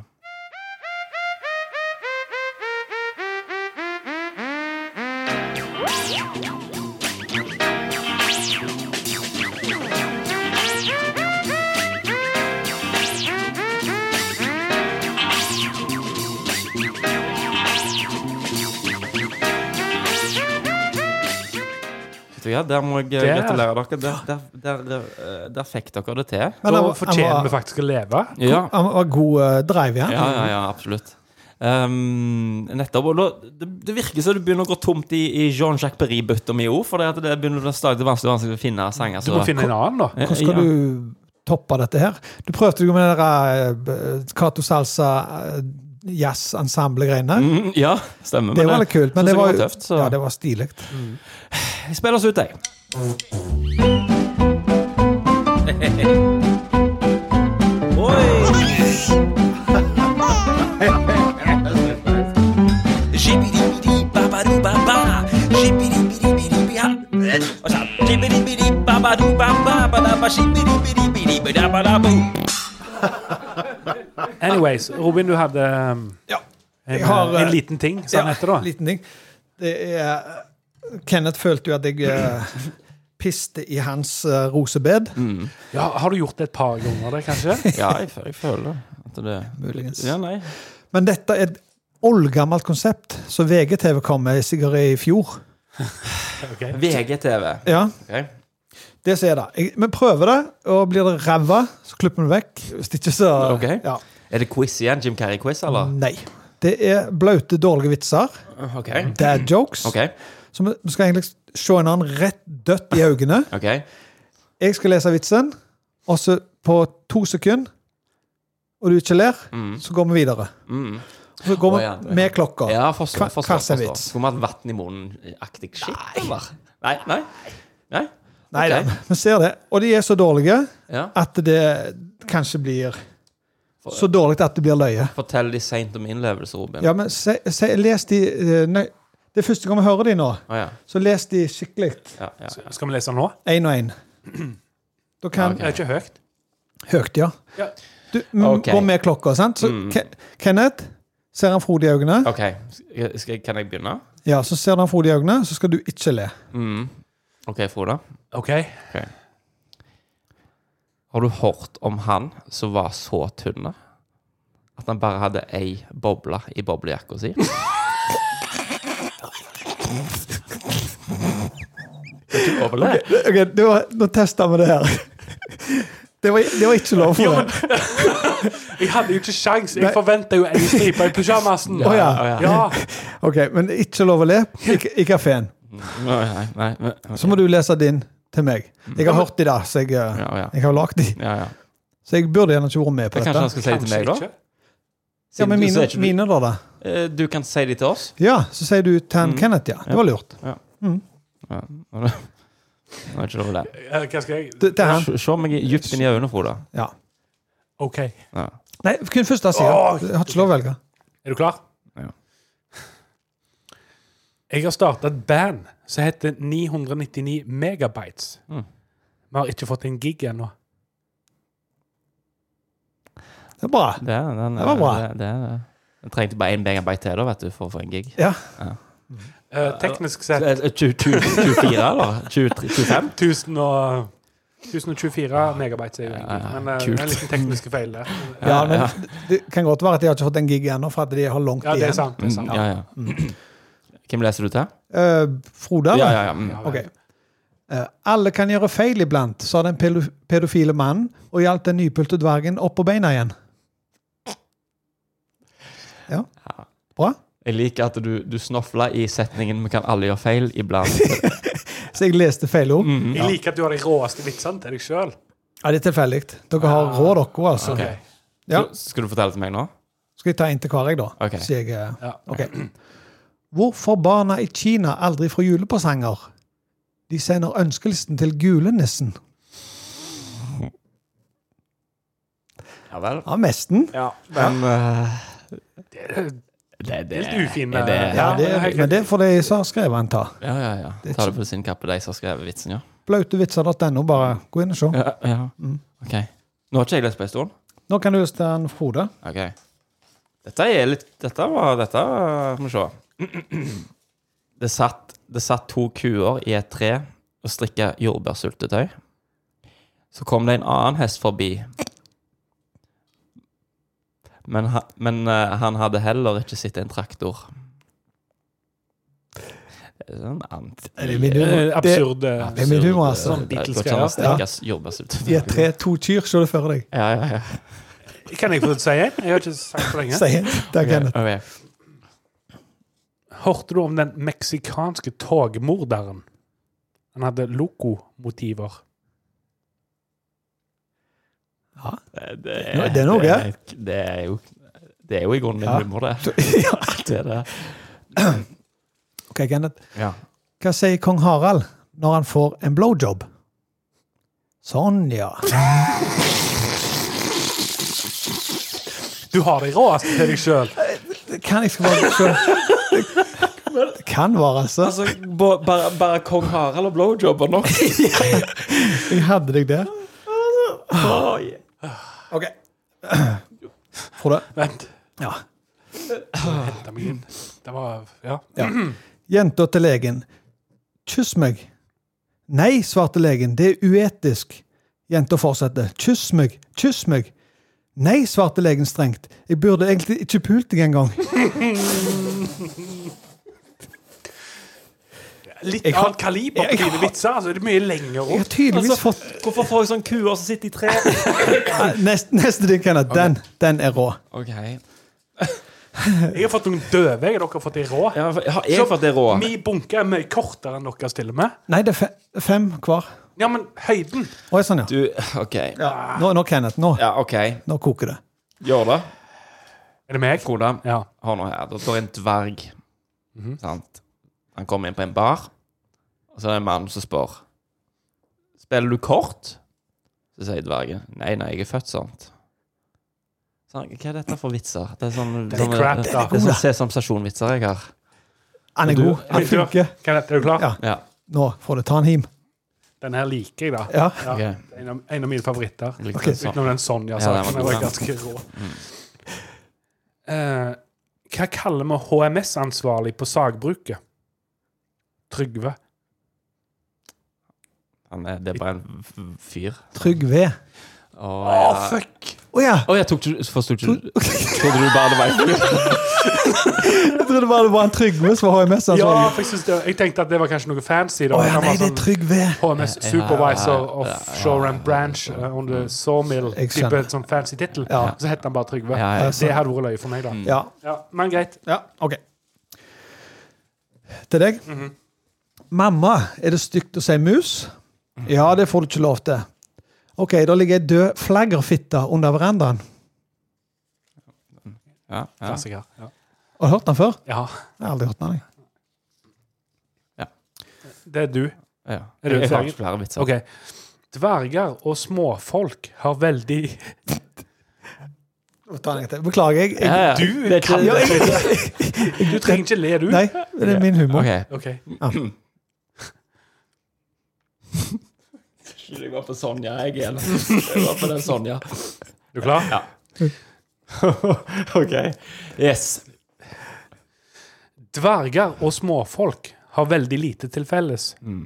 Vet du hva, der må jeg eh, Der. gratulere dere. Der, der, der, eh, der fikk dere det til. Men Da han var- fortjener han vi var, faktisk å leve. Ja, han var god eh, drive, ja. ja, ja, ja absolutt. Ehm, nettopp. Og da, det, det virker som det begynner å gå tomt i, i Jean-Jacques Berry-bøtta mi òg. For det, at det begynner å bli stadig vanskelig, vanskelig å finne sanger. Du må finne en annen, da. Hvordan skal du toppe dette her? Du prøvde jo med det der eh, Cato Salsa eh, jazz-ensemble-greiene. Mm, ja, stemmer. Det men var litt kult, men synes det jeg var, var jo- tøft, så- ja, det var stilig. Jeg spiller oss ut, jeg. Oi! Shibidi-bidi-babaru-baba. Shibidi-bidi-bidi-bidi-ha. Og så Shibidi-bidi-babaru-baba-badaba. Shibidi-bidi-bidi-badabadabu. Anyways, Robin, du hadde um, Ja. en, uh, Jeg har, eh, en liten ting som Ja, han heter, da. Liten ting. Det er Kenneth følte jo at jeg eh, piste i hans eh, rosebed. Mm. Ja, har du gjort det et par ganger, det, kanskje? Ja, jeg, fø- jeg føler det. At det Muligens. Ja, nei. Men dette er et oldgammelt konsept som VGTV kom med sikkert i fjor. Ok. VGTV. Ja, ok. det som er det. Jeg- Vi prøver det, og blir det ræva, så klipper vi det vekk. Hvis ikke, så Ok. ja. Er det quiz igjen? Jim Carrey-quiz, eller? Nei. Det er blaute, dårlige vitser. Mm, OK. Dad jokes. OK. Så vi vi skal egentlig se en annen rett dødt i øynene. ok Jeg skal lese vitsen, og så på to sekunder, og du ikke ler, så går vi videre. Mm. Og så går Å, vi ja. med klokka. Ja, forstå. Hva- forstå, hva som er forstå. vits? Skulle vi hatt vann i munnen-aktig shit, eller? Nei. Nei. nei. Nei Ok. da, vi ser det. Og de er så dårlige Ja. at det kanskje blir så dårlig at det blir løye. Fortell de seint om innlevelse, Robin. Ja, men se, se, les de eh, Nei, det er første gang vi hører de nå. Å, ja. Så les de skikkelig, Ja, ja. Skal vi lese den nå? én og én. Da kan Det er ikke høyt. Høyt, ja. Ja. Du mm, Ok. Mm. går med klokka, sant? Så Ke- Kenneth ser han Frode i øynene. OK. Skal, skal- kan jeg begynne? Ja, så ser han Frode i øynene, så skal du ikke le. Mm. OK, Frode. OK. Har du hørt om han som var så tynne? at han bare hadde ei boble i boblejakka si. Ikke boble. Ok, nå, nå tester vi det her. Det var, det var ikke lov for det. Jeg hadde jo ikke sjans. Nei. Jeg forventa jo en stripe i pysjamasen. Å ja. Ja. Ok, Men ikke lov å le i, i kafeen. Nei, nei, nei. Så må du lese din til meg. Jeg har hørt de der, så jeg, eh, Ja, ja. jeg har lagd de. ja, ja. Så jeg burde gjerne ikke vært med på Det kanskje han dette. skal si det til meg, da? ikke. Ja, Siden men du- så mine, er ikke du- mine da, da. Eh, Du kan si det til oss. Ja, så sier du Tan Kenneth, ja. Det var lurt. Ja. Nå er ikke lov å le. Eh, Hva skal jeg Til han. Se se meg i- dypt inn i øynene, Frode. Ja. OK. Er Ja. Nei, kun første side. Åh. Jeg har ikke lov å velge. du klar? Ja. Jeg har starta et band som heter 999 Megabytes. Mm. Vi har ikke fått en gig ennå. Det er bra. Det, er- den, eh, Det var bra. Det, det, er- den trengte bare én megabyte til da, vet du, for å få en gig. Ja. Eh, teknisk sett Eh, eh, tju- tju- 24, eller? 23, 25? 1000 og 1024 megabytes er jo en gig, Ja, men eh, det er en kult. liten teknisk feil der. ja, men det kan godt være at de har ikke fått en gig ennå, for at de har langt Ja, det er igjen. sant. Det er sant. Mm, Ja, ja. Hvem leser du til? Eh, Frode? Ja, eller? ja, ja. mm. Ja, Ok. Eh, alle kan gjøre feil iblant, sa den pedo- pedofile mannen og hjalp den nypulte dvergen opp på beina igjen. Ja. Bra. Jeg liker at du, du snofla i setningen 'Vi kan alle gjøre feil iblant'. Så jeg leste feil ord. mm. Jeg liker at du har de råeste vitsene til deg sjøl. Ja, det er tilfeldig. Dere har rå dere, altså. Okay. Ja. Så- Skal du fortelle til meg nå? Skal jeg ta en til hver, jeg, da? Ok. Så jeg, eh, Ja. ok. Hvorfor barna i Kina aldri får julepresanger? De sender ønskelisten til julenissen. Ja vel. Ja, mesten. Ja. Men eh, Helt ufine. er det- Ja, det, er- men det er for de som har skrevet den, ta. Ja, ja, ja. Ta det på sin kappe, de som har skrevet vitsen, ja. Blautevitser.no, bare gå inn og se. ja, ja. Mm. Ok. Nå har ikke jeg lest på en stol. Nå kan du lese den, Frode. Ok. Dette er litt Dette var Dette Skal vi se. Det satt, det satt to kuer i et tre og strikka jordbærsyltetøy. Så kom det en annen hest forbi. Men, ha, men eh, han hadde heller ikke sett en traktor. Det er sånn ant... Er det min humor? Eh, Absurd. eh, Det er min humor, altså. Sånn Det går Beatles-greier. ikke an å Ja. strikke jordbærsyltetøy. I et tre, to kyr, så du for deg. Ja, ja, ja. Kan jeg få si en? Jeg har ikke sagt det lenge. Sier der, Kenneth. Ok. Hørte du om den meksikanske togmorderen? Han hadde lokomotiver. Eh, Det Nå- det er noe. Det er, det er jo Det er jo i grunnen min Ja. humor, det. Ja. Det er det. Ok, Kenneth. Ja. Hva sier kong Harald når han får en blowjob? Sånn, ja. Du har de råeste til deg sjøl. Det kan jeg skal bare se. Det kan være, altså. Altså, bo- bare, bare kong Harald og blowjobber nok. Jeg hadde deg der. Ah. Åh, Ok. Frode. Vent. Ja. henta meg inn. Det var Ja. Jenta til legen. Kyss meg. Nei, svarte legen, det er uetisk. Jenta fortsatte. Kyss meg, kyss meg. Nei, svarte legen strengt. Jeg burde egentlig ikke pult deg engang. Litt Jeg har- annet kaliber på Jeg har- dine vitser. Altså, det er mye Altså, lengre Jeg ord. har tydeligvis fått Hvorfor får jeg sånn kuer som sitter i tre? Neste, neste din, Kenneth. Den, den er rå. Ok. Jeg har fått noen døve. jeg, Dere har fått de rå. Ja, har jeg fått det rå? Min bunke er mye kortere enn deres, til og med. Nei, det er fe fem hver. Ja, men høyden Å, ja, sånn, ja. Du, OK. ja. Nå, nå, Kenneth. Nå, Ja, OK. nå koker det. Gjør det. Er det meg? Frode, Ja. hør nå her. Det står en dverg. Mhm. Sant? Han kommer inn på en bar, og så er det en mann som spør Spiller du kort? Så sier dvergen Nei, nei, jeg er født sånt. Så han, Hva er dette for vitser? Det er sånn, Det er crap, det, da. det er sånn Sesam Stasjon-vitser jeg har. Han er Du- god. Han funker. Kenneth, er du klar? Ja. Ja, Nå får du ta han hjem. Den her liker jeg, da. Ja. Ja. ok. En, av, en av mine favoritter. Jeg likte Ok. den sånn. Utenom den Sonja-saken. Ja, den var den var god, ganske rå. Eh, hva kaller vi HMS-ansvarlig på sagbruket? Trygve. Han er, det er bare en f- fyr. Trygg ved. Å, Å, ja. fuck! Å ja. Å, jeg tok du Forsto ikke du Trodde du bare det var Jeg trodde bare det var en Trygve som var HMS-ansvarlig. Ja, for jeg, synes det, jeg tenkte at det var kanskje noe fancy. da. Altså, Å ja, Han var nei, det er sånn Trygve. HMS Ja, ja, Supervisor ja, of ja, ja. Shore and Branch uh, on the Sawmill. Jeg Type skjønner. et sånn fancy tittel. Ja. Og Så heter han bare Trygve. Ja, ja. Mm. Det hadde vært løye for meg, da. Ja. Ja, men greit. ja, OK. Til deg. Mamma, er det stygt å si mus? Ja, det får du ikke lov til. OK, da ligger ei død flaggerfitte under verandaen. ja, ja. Klassiker. Ja. Har du hørt den før? ja, Jeg har aldri hørt den. jeg. det er du. ja. Er du Jeg har ferdig? ikke flere vitser. OK. Dverger og småfolk har veldig Må ta den en gang til. Beklager, jeg. jeg Ja, ja. Du Det er kan ikke- Du trenger ikke le, du. nei, det er min humor. OK. OK. Jeg var på Sonja, jeg igjen. Jeg var på den Sonja. Er du klar? Ja. OK. Yes. Dverger og småfolk har veldig lite til felles. Mm.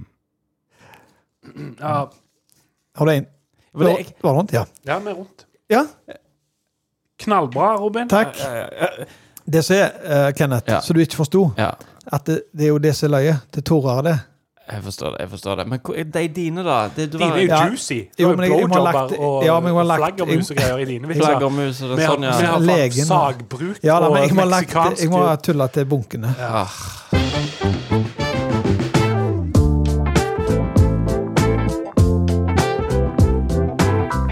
Ja, Har du en? Men det- Var det rundt? Ja. ja, vi er rundt. ja, Knallbra, Robin. Eh, takk. Det som er, eh, Kenneth, Ja. som du ikke forsto, Ja, at det, det er jo det som er løye. Det er tårer av det. jeg forstår det. jeg forstår det Men hvor er de dine, da? Det, du Dine er jo Ja. juicy. Jo, Det er men jeg- jeg må ha blowjobber lagt- og ja, men jeg må ha lagt- flaggermus og greier i dine vitser. Flaggermus og Vi den sånn, har, Sonja. vi har fått Legen, da. sagbruk Ja, da, og men jeg må ha lagt- meksikansk jeg må ha tulla til bunkene.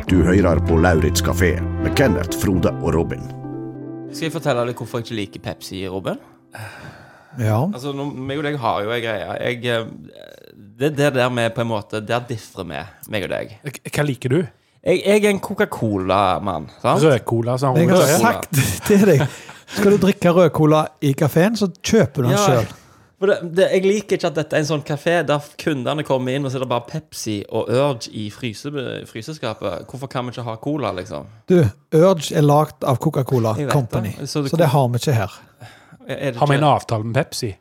Du hører på Lauritz kafé med Kenneth, Frode og Robin. Skal jeg fortelle deg hvorfor jeg ikke liker Pepsi, Robin? Ja. Altså, nå, meg og deg har jo ei greie. Jeg, eh, det er det der vi på en måte Der differ vi, meg og deg. Hva liker du? Jeg, jeg er en Coca-Cola-mann. sant? Rødcola, sa Jeg hun. har Rød cola. sagt til deg Skal du drikke rød cola i kafeen, så kjøper du den Ja. sjøl. For det, det, jeg liker ikke at dette er en sånn kafé der kundene kommer inn, og så er det bare Pepsi og Urge i fryse, fryseskapet. Hvorfor kan vi ikke ha cola, liksom? Du, Urge er lagd av Coca-Cola Jeg vet Company, det. Så så det- det har vi ikke her. Er det Har vi en ikke- avtale med Pepsi?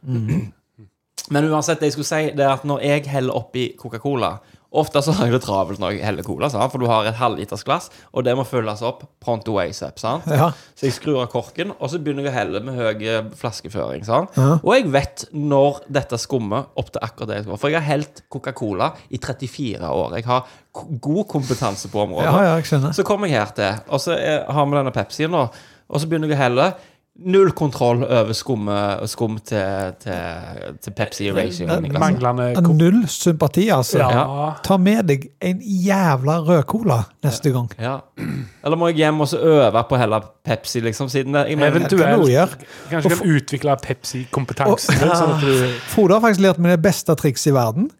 Men uansett, det jeg skulle si, det er at når jeg heller oppi Coca-Cola Ofte så har jeg det travelt når jeg heller cola, sant? for du har et halvliters glass, og det må fylles opp pronto asap. sant? Ja. Så jeg skrur av korken, og så begynner jeg å helle med høy eh, flaskeføring. sant? Og jeg vet når dette skummer opp til akkurat det jeg skal. For jeg har helt Coca-Cola i 34 år. Jeg har ko- god kompetanse på området. ja, ja, jeg skjønner. Så kommer jeg her til, og så eh, har vi denne Pepsien nå, og så begynner jeg å helle. Null kontroll over skum, eh, skum til, til, til Pepsi Ratio. Manglende ko- Null sympati, altså. Ja. Ta med deg en jævla rød cola neste gang. Ja. Eller må jeg hjem og så øve på å helle Pepsi, liksom? Siden det, jeg mener, Det kan du Eventuelt. gjøre. Kanskje du kan utvikle Pepsi-kompetansen din, sånn at du Frode har faktisk lært meg det beste trikset i verden.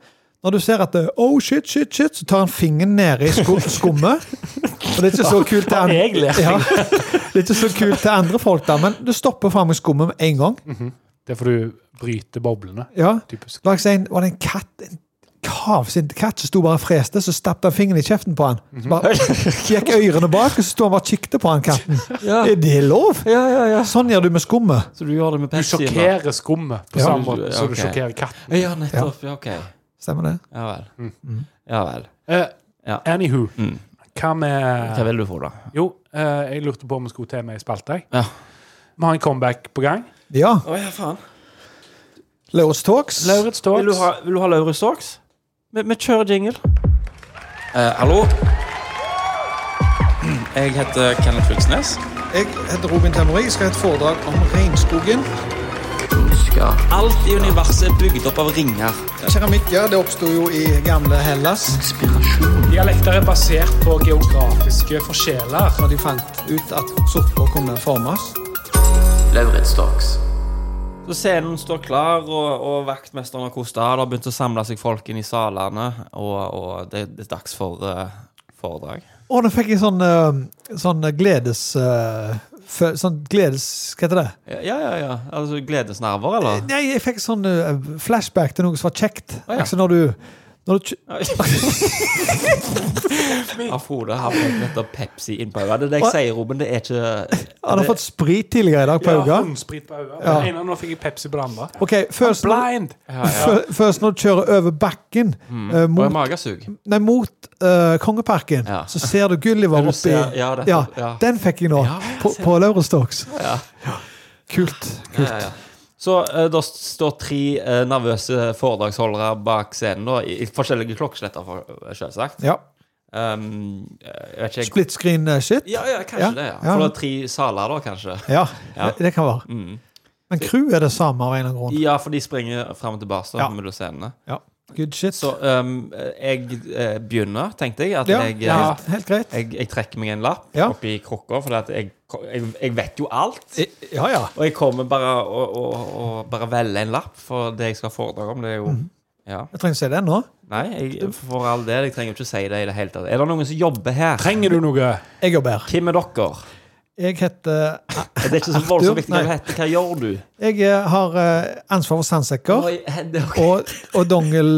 Når du ser at det, oh shit, shit, shit, så tar han fingeren nede i sko skummet. Og det er ikke så kult til andre, jeg lært ja, det er ikke så kult til andre folk, da, men du stopper faen meg skummet med en gang. Det får du bryte boblene. Ja. Typisk. Laks en, var det en katt En kavsint katt som sto bare og freste, så stappet han fingeren i kjeften på han. Så bare gikk ørene bak, og så sto han bare og kikket på han katten. Ja. Er det lov? Sånn gjør du med skummet. Så du gjør det med Du Pepsi? sjokkerer skummet på Ja. samme måte som du Ok. sjokkerer katten. Ja, nettopp. Ja, Mm. OK. Stemmer det? Ja vel. Ja vel. Eh, Ja. Anywho, Mm. hva Hva med vil du få, da? Jo, eh, jeg lurte på om vi skulle til med i spalta. jeg. Ja. Vi har en comeback på gang. Ja. Å ja, faen. Laurits Talks. Lauritz Vil du Talks. ha, vil du ha Lauritz Talks? Vi, vi kjører jingle. Eh, hallo? Jeg heter Kenneth Fylkesnes. Jeg heter Robin Temori. Jeg skal ha et foredrag om regnskogen. Alt i universet er bygd opp av ringer. Keramikk ja, det oppsto jo i gamle Hellas. Dialekter er basert på geografiske forskjeller. Når de fant ut at sopper kunne formes. Så scenen står klar, og, og vaktmesteren og Kostad har begynt å samle seg folk inn i salene, og, og det, det er dags for eh, foredrag. Og nå fikk jeg sånn, eh, sånn gledes... eh, fø- sånn gledes... Hva heter det? Ja, ja, ja. ja. Altså gledesnerver, eller? Nei, jeg fikk sånn eh, flashback til noe som var kjekt. ja. Altså når du... Når du, kjø- Av hodet har fått nettopp Pepsi inn på øyet. Det er det jeg sier, Robin. Det er ikke han har fått sprit tidligere i dag på Ja, øynene. håndsprit på øyet. Ja. Det ene, Nå fikk jeg Pepsi på det andre. OK, først når, Blind! fø- først når du kjører over bakken eh, Og mot, magesug. nei, mot eh, Kongeparken, Ja. så ser du Gulliver Du oppi ser- ja, det- Ja, ja. den fikk jeg nå, Ja, jeg på, ser på Lauristox. Ja. Kult. Ja, ja. Så uh, da st- står tre eh, nervøse foredragsholdere bak scenen, da, i, i forskjellige klokkesletter, for, selvsagt. Ja. Um, jeg vet ikke jeg- Split screen eh, shit. Ja, ja, kanskje Ja, det. ja. ja. For det er tre saler, da, kanskje. Ja, Ja. Det, det kan være. Mm. Men crew er det samme av en eller annen grunn. Ja, for de springer fram og tilbake da, Ja. mellom scenene. Good shit. Så um, jeg eh, begynner, tenkte jeg. At ja, jeg, eh, ja, helt greit. jeg, jeg trekker meg en lapp Ja. oppi krukka, for at jeg, jeg, jeg vet jo alt. Ja, ja. Og jeg kommer bare og, og, og bare velger en lapp for det jeg skal ha foredrag om. Det er jo Mhm. Ja. Jeg trenger ikke si det nå. Nei, jeg, for all del. Jeg trenger jo ikke si det i det hele tatt. Er det noen som jobber her? Trenger du noe? Jeg jobber her. Hvem er dere? Jeg heter Det er ikke så voldsomt Arthur, viktig hva du nei. heter. Hva gjør du? Jeg eh, har eh, ansvar for sandsekker Oi, det er ok. og, og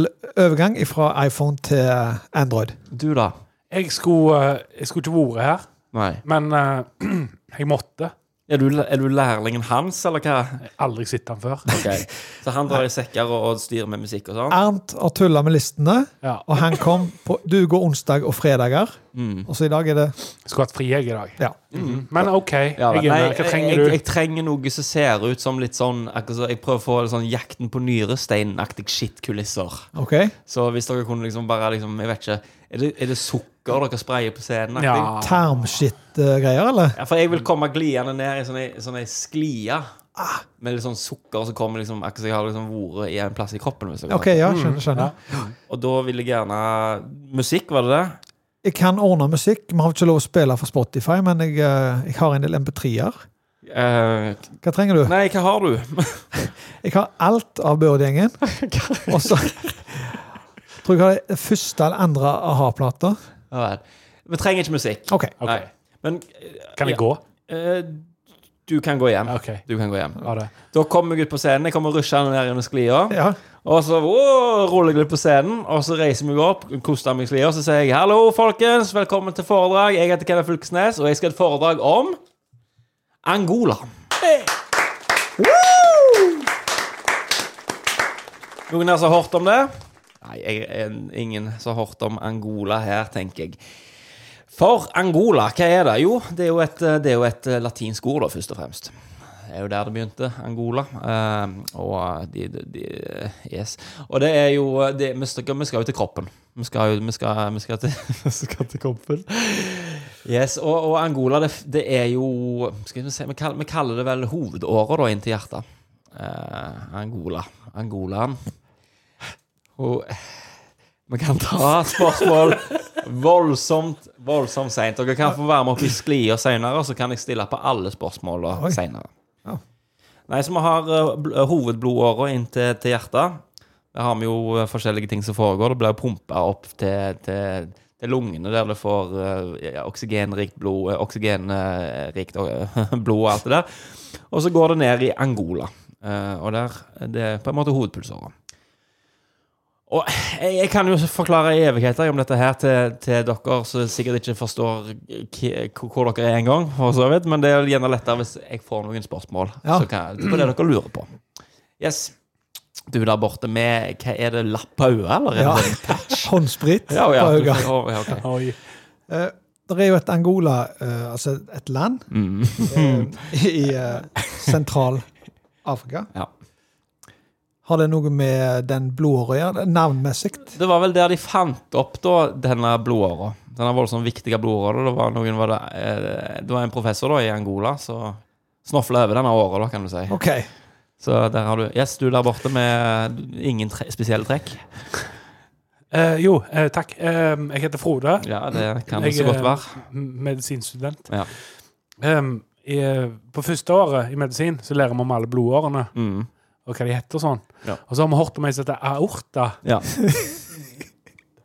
dongelovergang fra iPhone til Android. Du, da? Jeg skulle, eh, jeg skulle ikke vært her, Nei. men eh, jeg måtte. Er du, er du lærlingen hans, eller hva? Jeg har Aldri sett han før. Ok. Så han drar i sekker og, og styrer med musikk og sånn? Arnt har tulla med listene, Ja. og han kom på Du går onsdag og fredager, Mm. og så i dag er det Jeg Skulle hatt fri jeg i dag. Ja. Mhm. Men OK, Ja, jeg er nei, med. Hva trenger jeg, jeg, du? jeg trenger noe som ser ut som litt sånn akkurat så Jeg prøver å få litt sånn Jakten på nyresteinaktig shitkulisser. OK? Så hvis dere kunne liksom bare liksom Jeg vet ikke. Er det, er det sukker dere sprayer på scenen? Ja. aktig? Tarmshit-greier, eller? Ja, for jeg vil komme glidende ned i sånne, sånne sklia Ah. med litt sånn sukker som kommer liksom, akkurat som jeg har liksom vært i en plass i kroppen. Hvis dere OK, ja, Mm, skjønner. skjønner. skjønner. Og da vil jeg gjerne Musikk, var det det? Jeg kan ordne musikk. Vi har ikke lov å spille for Spotify, men jeg, eh, jeg har en del MP3-er. Eh, Hva trenger du? nei, hva har du? Jeg har alt av Børd-gjengen. Og så tror jeg jeg har det første eller andre a-ha-plata. Ja vel. Vi trenger ikke musikk. OK. Ok. Nei. Men Kan jeg Ja. gå? eh, du kan gå hjem. OK. Du kan gå hjem. Ha det. Da kommer jeg ut på scenen. Jeg kommer rushende ned under sklia. Ja. Og så «Åh», ruller jeg litt på scenen, og så reiser jeg meg opp, koster meg i slia, og så sier jeg 'Hallo, folkens, velkommen til foredrag. Jeg heter Kenneth Fylkesnes, og jeg skal ha et foredrag om Angola'. Noen her som har hørt om det? Nei, jeg, en- ingen som har hørt om Angola her, tenker jeg. For Angola, hva er det? Jo, det er jo et, eh, det er jo et latinsk ord, da, først og fremst. Det er jo der det begynte, Angola. Ehm, og de, de, de Yes. Og det er jo eh, det, vi, skal, vi skal jo til kroppen. Vi skal, jo- vi skal, vi skal, til, vi skal til kroppen. Yes, og, og Angola, det, f- det er jo skal vi, se, vi, kaller, vi kaller det vel hovedåra da, inn til hjertet. Eh, Angola. Angolaen. Og vi kan ta spørsmål voldsomt voldsomt seint. Dere kan få være med opp i sklia seinere, så kan jeg stille på alle Oi. spørsmåla seinere. Ja. Nei, så vi har eh, bl- eh, hovedblodåra inn til, til hjertet. Der har vi jo eh, forskjellige ting som foregår. Det blir pumpa opp til, til, til lungene, der du får eh, ja, oksygenrikt blod eh, Oksygenrikt eh, blod og alt det der. Og så går det ned i Angola. Eh, og der Det er på en måte hovedpulsåra. Og jeg, jeg kan jo forklare i evigheter om dette her til, til dere som sikkert ikke forstår k- k- hvor dere er engang, for så vidt, men det er gjerne lettere hvis jeg får noen spørsmål Ja. så kan, på det dere lurer på. Yes. Du der borte med Hva er det, lapp på øyet, eller? ja. Er det- Håndsprit ja, ja, på du- øyet. å, ja, ok. Oi. Eh, Det er jo et Angola, eh, altså et land, Mm. eh, i eh, Sentral-Afrika. Ja. Har det noe med den blodåra å gjøre? Det er Navnmessig? Det var vel der de fant opp da, denne blodåra. Denne voldsomt viktige blodåra. Det var, noen, var det, eh, det var en professor da, i Angola som snofla over denne åra, da, kan du si. OK. Så der har du Yes, du der borte med ingen tre spesielle trekk. Eh, jo, eh, takk. Eh, jeg heter Frode. Ja, det kan Jeg eh, så godt er- være. m- medisinstudent. Ja. Ehm, i, på første året i medisin så lærer vi om alle blodårene Mm. og hva de heter. og sånn. Ja. Og så har vi hørt om ei som heter aorta. Ja.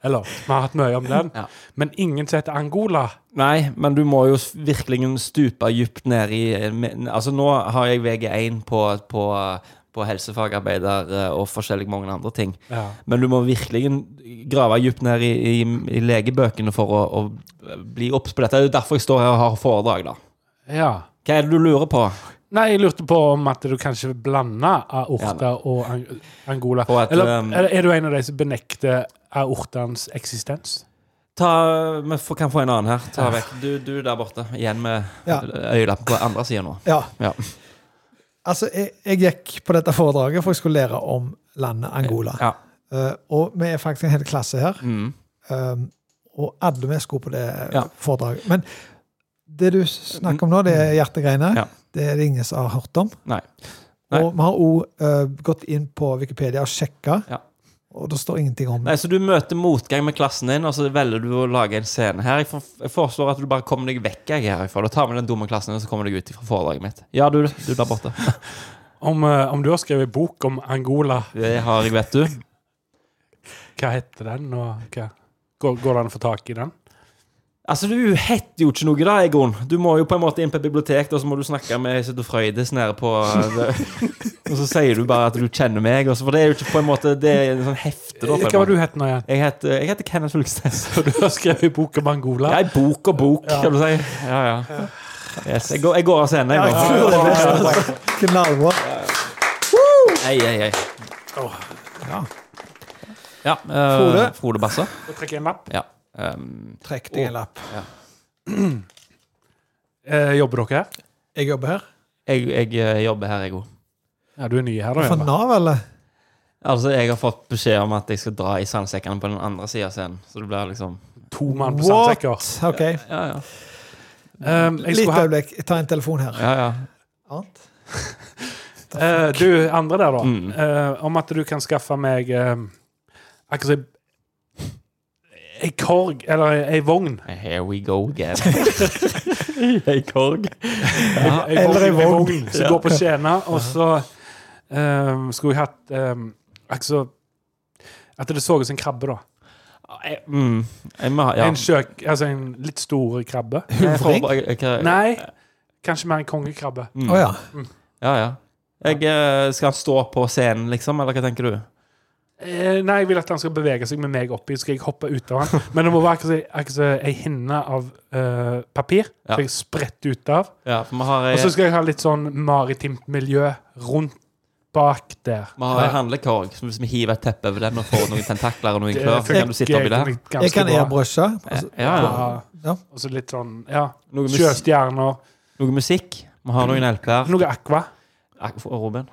Eller, vi har hatt mye om den. Ja. Men ingen som heter Angola. Nei, men du må jo s- eh, virkelig stupe dypt ned i men- Altså, nå har jeg VG1 på, på, på på helsefagarbeider eh, og forskjellig mange andre ting. Ja. Men du må virkelig grave dypt ned i, i, i legebøkene for å, å eh, bli obs på dette. Det er jo derfor jeg står her og har foredrag, da. ja. Hva er det du lurer på? Nei, jeg lurte på om at du kanskje blander aorta og ang Angola. På at, Eller um, er, er du en av de som benekter aortans eksistens? Ta, vi får, kan få en annen her. Ta vekk. Du, du der borte. Igjen med Ja. øyelappen på andre sida nå. Ja. Ja. Altså, jeg, jeg gikk på dette foredraget for jeg skulle lære om landet Angola. Ja. Eh, og vi er faktisk en hel klasse her. Mm. Um, og alle vi skulle på det eh, Ja. foredraget. Men det du snakker om nå, det er hjertegreiene. Mm. Ja. Det er det ingen som har hørt om. Nei. Nei. Og vi har òg gått inn på Wikipedia og sjekka, Ja. og det står ingenting om Nei, Så du møter motgang med klassen din, og så velger du å lage en scene her. Jeg, for, jeg foreslår at du bare kommer deg vekk jeg, herifra. Da tar vi den dumme klassen din, og så kommer du ut fra foredraget mitt. Ja, du, du der borte. Om, eh, om du har skrevet bok om Angola, Det har jeg, vet du. hva heter den? Og hva? Går, går det an å få tak i den? Altså, du heter jo ikke noe da, Egon. Du må jo på en måte inn på biblioteket, og så må du snakke med Isidor Frøydes nede på eh, Og så sier du bare at du kjenner meg, og så, for det er jo ikke på en måte Det er en sånn hefte, da. på en Hva var måte. du het nå igjen? Jeg heter, jeg heter Kenneth Ulsnes. Så du har skrevet bok om Angola? Jeg er bok og bok, kan du si. Ja, ja. Yes, jeg, går, jeg går av scenen, jeg. nå. Det er best. Knallbra. Hei, hei, hei. Ja. Ja, eh, Frode. Frode Bassa. Få trekke en lapp. Ja. ehm, Trekk deg en lapp. Eh, jobber dere her? Jeg jobber her. jeg, jeg eh, jobber her, jeg òg. Ja, du er ny her, da. For Eva. Nav, eller? Altså, jeg har fått beskjed om at jeg skal dra i sandsekkene på den andre sida av scenen. Så det blir liksom To mann på What? sandsekker. OK. Ja, ja. Um, jeg Litt skulle ha, øyeblikk. Jeg tar en telefon her. ja, ja. Annet? Eh, du, andre der, da. Mm. Eh, om at du kan skaffe meg eh, akkurat som ei korg, eller ei vogn. Here we go again. Ei korg. Ja, ei eller ei vogn, ei vogn. vogn som går på skjena, og så eh, skulle jeg hatt um, akkurat som at det så ut som en krabbe, da. Mm. Jeg må ha ja. En sjøk, altså en litt stor krabbe. Eh, Jeg får bare- jeg- jeg- Nei, kanskje mer en kongekrabbe. Mm. Å ja. Ja, ja. Jeg eh, skal stå på scenen, liksom, eller hva tenker du? Eh, nei, jeg vil at han skal bevege seg med meg oppi, så skal jeg hoppe ut av han. Men det må være akkurat som- akkurat som ei hinne av eh, papir, Ja. som jeg spretter ut av. Ja, for vi har ei, Og så skal jeg ha litt sånn maritimt miljø rundt bak der. vi har ei handlekorg, så hvis vi hiver et teppe over den og får noen tentakler og noen Det klør, så kan du funker sitte oppi der. ganske Jeg kan bra. airbrushe. Altså, Ja, ja. Ja. Ja. Og så litt sånn, ja. Noe, mus Sjøstjerner. noe musikk. Vi har noen LP-er. Noe aqua. Ak- for- Robin?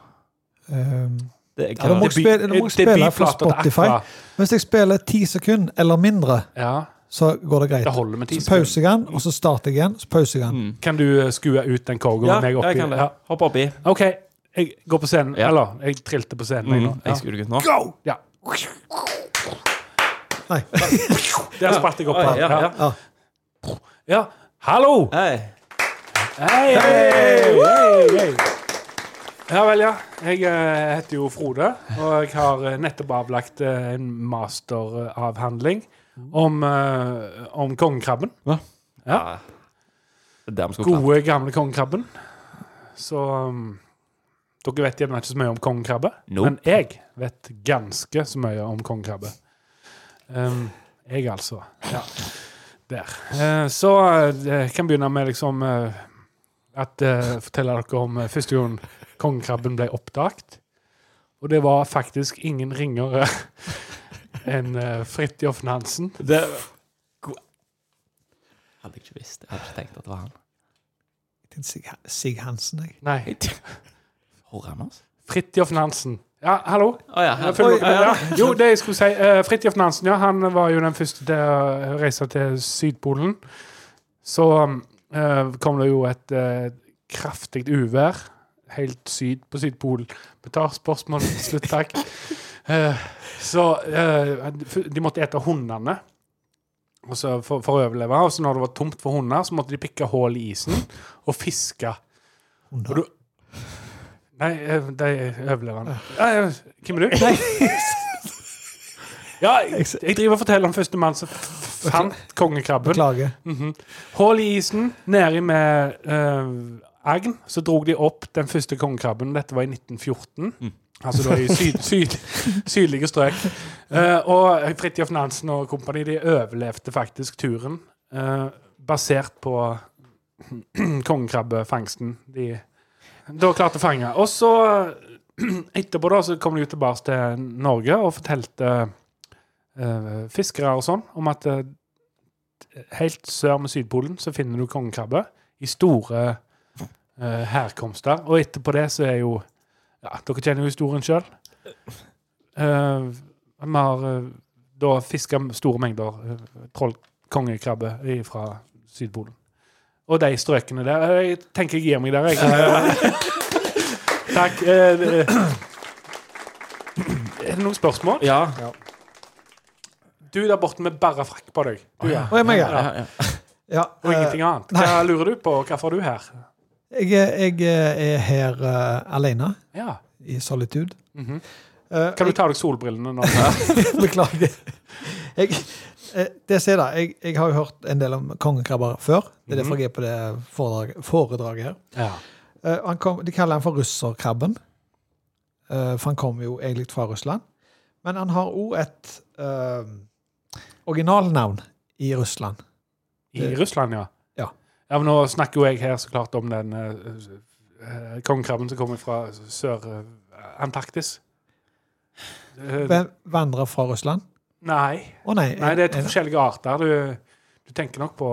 um, Det, Ja, da må jeg Debut- spille, da må jeg spille fra debutplater eh, til Spotify. Aqua. Hvis jeg spiller ti sekunder eller mindre, Ja, så går det greit. det holder med ti Så pauser jeg den, og så starter jeg igjen. Så pauser jeg den. Mm. Kan du eh, skue ut den korgen ja, med meg oppi? jeg kan det. Ja. Hopp oppi. OK, jeg går på scenen. Ja. Eller, jeg trilte på scenen. jeg Mm. nå. Ja. Jeg skulle ikke nå. Go! Ja. Nei. Der spratt jeg opp. Oi, ja, ja. Ja. ja. Hallo! Hei. Hei, hei, hei, hei. Ja vel, ja. Jeg eh, heter jo Frode, og jeg har eh, nettopp avlagt eh, en masteravhandling om, eh, om kongekrabben. Ja. Det er der vi skulle klare. Gode, gamle kongekrabben. Så um, Dere vet gjerne ikke så mye om kongekrabbe, Nope. men jeg vet ganske så mye om kongekrabbe. Um, jeg, altså. Ja. Der. Eh, så eh, jeg kan begynne med liksom eh, at eh, fortelle dere om eh, første gang kongekrabben ble oppdaget. Og det var faktisk ingen ringere enn eh, Fridtjof Nansen. Det hadde jeg ikke visst. Jeg hadde ikke tenkt at det var han. Det er Sig, Sig Hansen, jeg. Nei, Hvor er han, altså? Fridtjof Nansen. Ja, hallo? Å ja. Ja, her. følg Oi, opp med det, da. Jo, det jeg skulle si uh, Fridtjof Nansen, ja, han var jo den første til å reise til Sydpolen. Så eh, kom det jo et eh, kraftig uvær helt syd på Sydpolen. Vi tar spørsmålet til slutt, takk. Eh, så eh, de måtte ete hundene og så for, for å overleve. Og så når det var tomt for hunder, så måtte de pikke hull i isen og fiske. Hunder. Og du, nei, eh, de overlevende. Ja, ja, Hvem er du? Ja, jeg, jeg driver og forteller om førstemann som f- fant kongekrabben. Beklager. Hull i isen, nedi med eh, agn, så drog de opp den første kongekrabben. Dette var i 1914. Altså da i syd, syd, sydlige strøk. Eh, og Fridtjof Nansen og kompani de overlevde faktisk turen eh, basert på kongekrabbefangsten de da klarte å fange. Og så etterpå da, så kom de jo tilbake til Norge og fortalte eh, fiskere og sånn om at eh, helt sør med Sydpolen så finner du kongekrabbe i store eh, herkomster. Og etterpå det så er jo ja, Dere kjenner jo historien sjøl. vi har eh, da fiska store mengder eh, troll, kongekrabbe fra Sydpolen. Og de strøkene der. eh, Jeg tenker jeg gir meg der, jeg. Eh, Takk. eh, eh. er det noen spørsmål? Ja. Du der borte med bare frakk på deg. Du, ja. Og jeg, meg, ja. ja, ja. Ja, Og ingenting annet. Hva lurer du på? Hvorfor er du her? eh, jeg, jeg eh, er her eh, alene, Ja. i solitude. Mhm. Eh, Kan du ta av deg solbrillene nå? Beklager. Jeg, eh, det ser jeg, da. jeg, jeg har jo hørt en del om kongekrabber før. Det Mhm. er derfor jeg er på det foredrag, foredraget her. Ja. Eh, han kom, de kaller han for russerkrabben, eh, for han kommer jo egentlig fra Russland. Men han har òg et eh, originalnavn i Russland. I Russland, ja. Ja. Ja, men Nå snakker jo jeg her så klart om den uh, kongekrabben som kommer fra Sør-Antarktis. Eh, Hvem vandrer fra Russland? nei. Å nei. nei, det er to en- forskjellige arter du, du tenker nok på.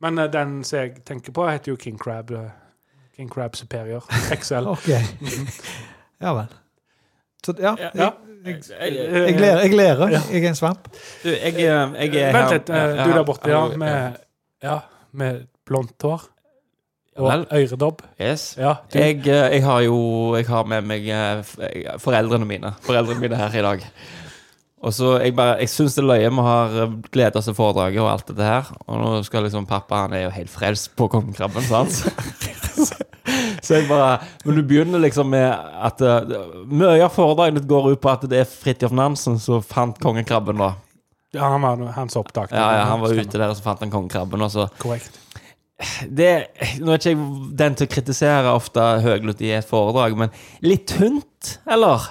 Men eh, den som jeg tenker på, heter jo king crab. eh, King crab superior. XL. OK. Ja vel. Så ja, jeg, Ja. jeg, Jeg, jeg, ler, jeg ler. Jeg er en svamp. du, jeg, jeg er Vent litt, eh, du der borte, ja, hallo, med, ja, med blondt hår Ja vel. og øredobb. Yes. Ja, du, Jeg, eh, jeg har jo Jeg har med meg eh, f- eh, foreldrene mine. Foreldrene mine her i dag. Og så Jeg bare, jeg syns det er løye. Vi har eh, gledet oss til foredraget og alt dette her. Og nå skal liksom pappa Han er jo helt frelst på kongekrabben, sant? Så- Så jeg bare Men du begynner liksom med at eh, Mye av foredraget ditt går ut på at det er Fridtjof Nansen som fant kongekrabben, da. ja, han var no- hans opptak. Ja, ja, Han var ute der, og så fant han kongekrabben. Og så Korrekt. det, Nå er ikke jeg den til å kritisere ofte høglytt i et foredrag, men litt tynt, eller?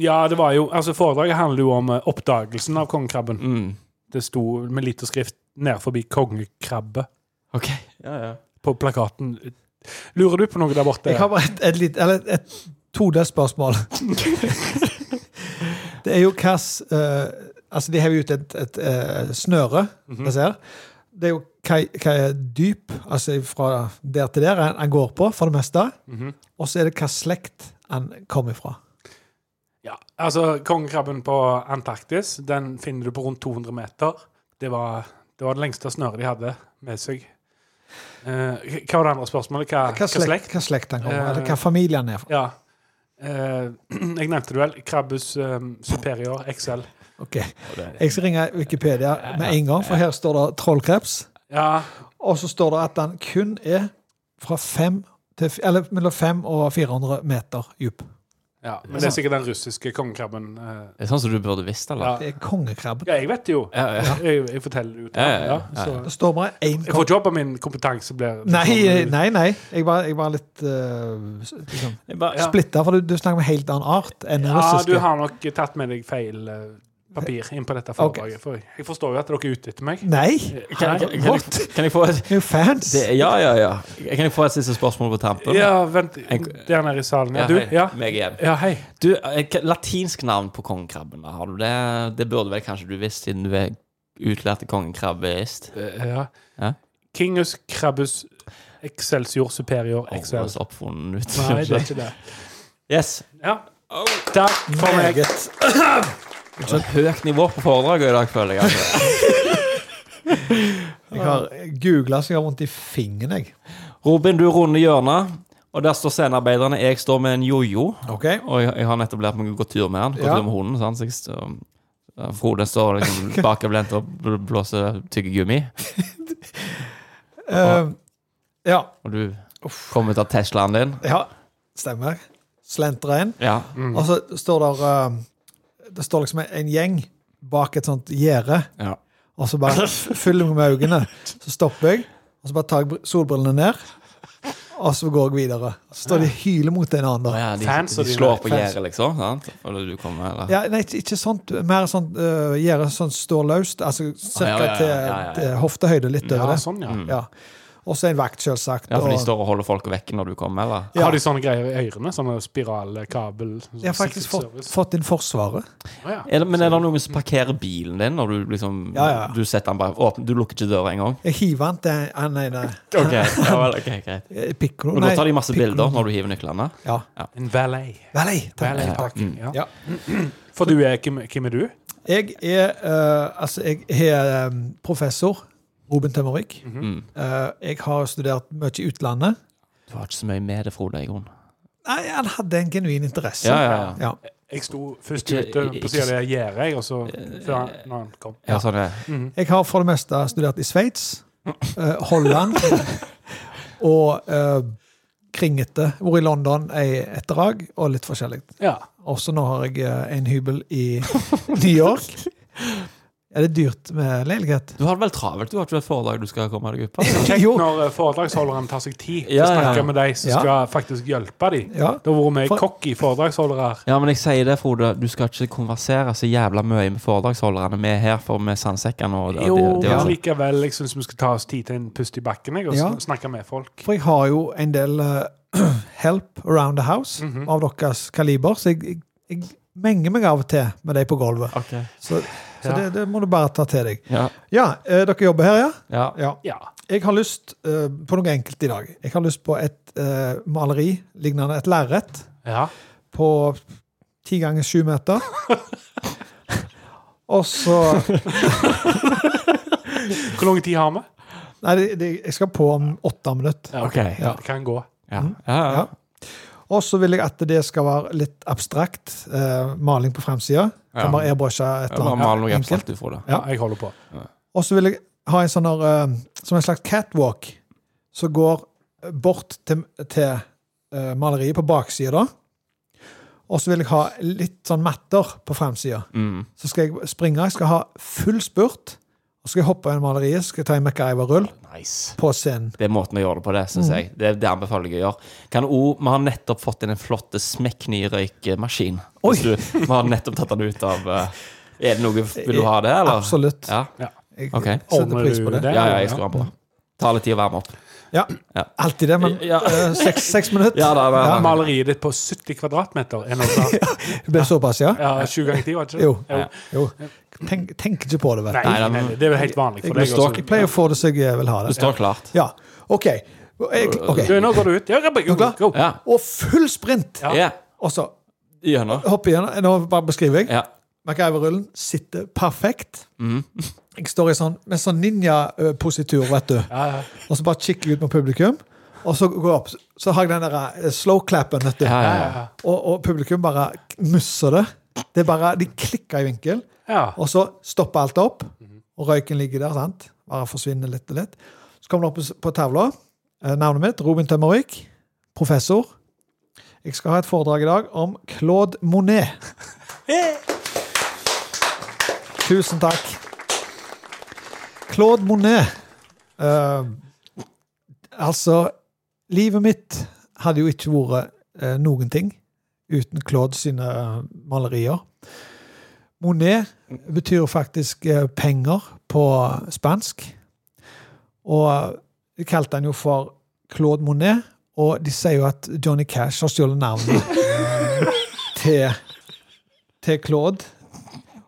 Ja, det var jo, altså Foredraget handler jo om eh, oppdagelsen av kongekrabben. Mm. Det sto med lite skrift ned forbi 'kongekrabbe' Ok. Ja, ja. på plakaten. Lurer du på noe der borte? Jeg har bare et, et, litt- eller et, et todelt spørsmål. det er jo hva s- eh, Altså, de hever ut et, et, eh, snøre. Mhm. disse her. Det er jo hva, hva er dyp, altså fra der til der, han, han går på, for det meste. Mhm. Og så er det hva slekt han kommer ifra. Ja, altså Kongekrabben på Antarktis den finner du på rundt 200 meter. Det var det, var det lengste snøret de hadde med seg. Eh, hva var det andre spørsmålet? Hva, Hva slekt, hva slekt han kommer Eh, eller hva familie han er fra. Ja. Eh, jeg nevnte det vel. Krabbus eh, superior XL. Ok, Jeg skal ringe Wikipedia med en gang, for her står det trollkreps. Ja, Og så står det at han kun er fra fem til, eller mellom 5 og 400 meter dyp. ja, men det er sikkert den russiske kongekrabben. eh, Det er sånn som du burde visst, eller? ja. Det er kongekrabben. ja, jeg vet det jo. Ja, ja. Jeg, jeg forteller det jo til Ja, deg. ja, ja. Ja, så- Det står bare én Jeg får kong... ikke håpe min kompetanse blir Nei, nei, nei. Jeg var, jeg var litt uh, liksom, Jeg bare, Ja. splitta, for du, du snakker om en helt annen art enn den Ja, du russiske. har nok tatt med deg feil eh, papir inn på dette Ok. foredraget. For jeg- jeg forstår jo at dere er ute etter meg. Nei! Kan, kan, kan, What? jeg, kan jeg få et Vi er jo fans. det, Ja, ja, ja. Kan jeg få et siste spørsmål på tampen? Ja, vent. Jeg- Der nede i salen. Ja, du? hei. Ja, Meg igjen. ja hei. Du, eh, hva- latinsk navn på kongekrabben, da? Har du det? Det burde vel kanskje du visst, siden du er utlært kongekrabbeist? Eh, Ja. Ja. Kingus krabbus excelsior superior excel. Høres oppfunnet ut. Nei, det er ikke det. Yes. Ja. Takk for meg. Meget. Så høyt nivå på foredraget i dag, føler jeg. altså. Jeg har googla så jeg har vondt i fingeren, jeg. Robin, du runder hjørnet, og der står scenearbeiderne. Jeg står med en jojo, OK? og jeg, jeg har nettopp lært meg å gå tur med han. Gå Ja. tur med hunden, sant? Så jeg står, ja, Frode står liksom bakoverlent og bl- blåser tyggegummi, Eh, ja. og du kommer ut av Teslaen din. ja. Stemmer. Slentra inn. Ja. Og så står der eh, Det står liksom en gjeng bak et sånt gjerde. ja. Og så bare fyller jeg med øynene. Så stopper jeg, og så bare tar jeg solbrillene ned. Og så går jeg videre. Så står de og hyler mot en annen. Å da. ja, de, Fans og de de slår der, på fans. gjerdet, liksom? Sant? Eller du kommer, eller Ja, nei, ikke- ikke sånt. Mer sånn uh, gjøre sånn står løst, altså ca. ja, ja, til, ja, ja. Mm. til hoftehøyde, litt Ja, over det. sånn, ja. Ja. Og så en vakt, selvsagt. Ja, for de og- står og holder folk vekke når du kommer, eller? Ja. Har de sånne greier i ørene? Sånne spiralkabel? sånn Jeg har faktisk Secret fått, Service? fått inn Forsvaret. Å, ja. Er det, men er det noen som parkerer bilen din når du liksom Ja, ja. Du setter den bare åpen, du lukker ikke døra engang? Jeg hiver han til han ene Ok, ja, vel, ok, greit. eh, Piccolo. Men da Nei, tar de masse Piccolo. bilder når du hiver nøklene? Ja. En valet. Valet, takk. Valet, takk. Mm. Ja. Ja. For du er Hvem, hvem er du? Jeg er eh, altså, jeg er em, professor. Ruben Tømmervik. Mm. Eh, jeg har studert mye i utlandet. Du har ikke så mye med det, Frode, i grunnen. Nei, han hadde en genuin interesse. Ja, ja, ja. Ja. Jeg sto først Ikke- Eh, ute på sida av det gjerdet, jeg, og så før han, når han kom. Ja, sånn er. Jeg har for det meste studert i Sveits, eh, Holland og eh, kringete. Vært i London ei- et drag, og litt forskjellig. Ja. Også nå har jeg eh, en hybel i New York. Er det dyrt med leilighet? Du har det vel travelt? Du har ikke et foredrag du skal komme deg ut på? Kjekt Jo. når eh, foredragsholderen tar seg tid til Ja, å ja, snakke ja. med de som Ja. skal faktisk hjelpe dem. Ja. Det har vært mye For- cocky foredragsholdere. Ja, men jeg sier det, Frode. Du skal ikke konversere så jævla mye med foredragsholderne. Vi er her for med sandsekkene og Jo, og- men og- likevel, jeg syns vi skal ta oss tid til en pust i bakken jeg, og Ja. sn- snakke med folk. For jeg har jo en del eh, help around the house av deres kaliber, så jeg, jeg, jeg menger meg av og til med de på gulvet. Ok. Så, så Ja. det, det må du bare ta til deg. Ja. Ja, eh, dere jobber her, ja? ja. Ja. Ja. Jeg har lyst eh, på noe enkelt i dag. Jeg har lyst på et eh, maleri lignende et lerret ja. på ti ganger sju meter. Og så Hvor lang tid har vi? Nei, det, det, jeg skal på om åtte minutter. Ja, Ok. Ja. Det kan gå. Ja. Mm. Ja. Ja. Og så vil jeg at det skal være litt abstrakt eh, maling på fremsida. Kan Ja. bare airbrushe et Bare eller mal annet. noe enkelt. abstrakt, du, Frode. Ja, jeg holder på. Og så vil jeg ha en sånn her, eh, som en slags catwalk som går eh, bort til, til eh, maleriet på baksida. Og så vil jeg ha litt sånn matter på fremsida. Mm. Så skal jeg springe, jeg skal ha full spurt. Og så skal jeg hoppe gjennom maleriet, så skal jeg ta en MacGyver-rull Nice. på scenen. Det er måten å gjøre det på, det, syns jeg. Det, det anbefaler jeg å gjøre. Kan o, Vi har nettopp fått inn en flott smekkny røykemaskin. Oi. Hvis du- Vi har nettopp tatt den ut av eh, Er det noe Vil du ha det, eller? Absolutt. Ja, Jeg Ok. setter Ordner pris du på det. det? ja, ja jeg skrur den på. Tar litt tid å varme opp. Ja, Ja. Alltid det, men Ja. eh, seks, seks minutter. Ja, da, da, da. Maleriet ditt på 70 kvadratmeter er noe sånt. Det ble såpass, ja? Ja, 20 ganger 10, var det ikke? Jo. jo. Tenk, tenk ikke på det, vet Nei, du. Nei, nei, det er vel helt vanlig for Jeg, deg. jeg pleier å få det så jeg eh, vil ha Det det. står klart. Ja, OK. Jeg, ok. Øh, Du, nå går du ut. Ja, Rebbe, go, klar? go. Ja. Og full sprint! Ja. ja. Og så Gjennom. hoppe igjennom. Nå bare beskriver jeg. Ja. MacGyver-rullen sitter perfekt. Mhm. Jeg står i sånn, med sånn ninja-positur, vet du. Ja, Og så bare kikker jeg ut mot publikum. Og så går jeg opp. Så har jeg den der eh, slow-clappen, vet du. Ja, ja, ja. Og, og publikum bare musser det. Det er bare, De klikker i vinkel. ja. Og så stopper alt opp, og røyken ligger der. sant? Bare forsvinner litt og litt. Så kommer det opp på tavla. eh, Navnet mitt, Robin Tømmervik. Professor. Jeg skal ha et foredrag i dag om Claude Monet. Tusen takk. Claude Monet. Eh, altså, livet mitt hadde jo ikke vært eh, noen ting uten Claude sine eh, malerier. Monet betyr faktisk eh, penger på spansk. Og de kalte han jo for Claude Monet, og de sier jo at Johnny Cash har stjålet navnet til, til Claude.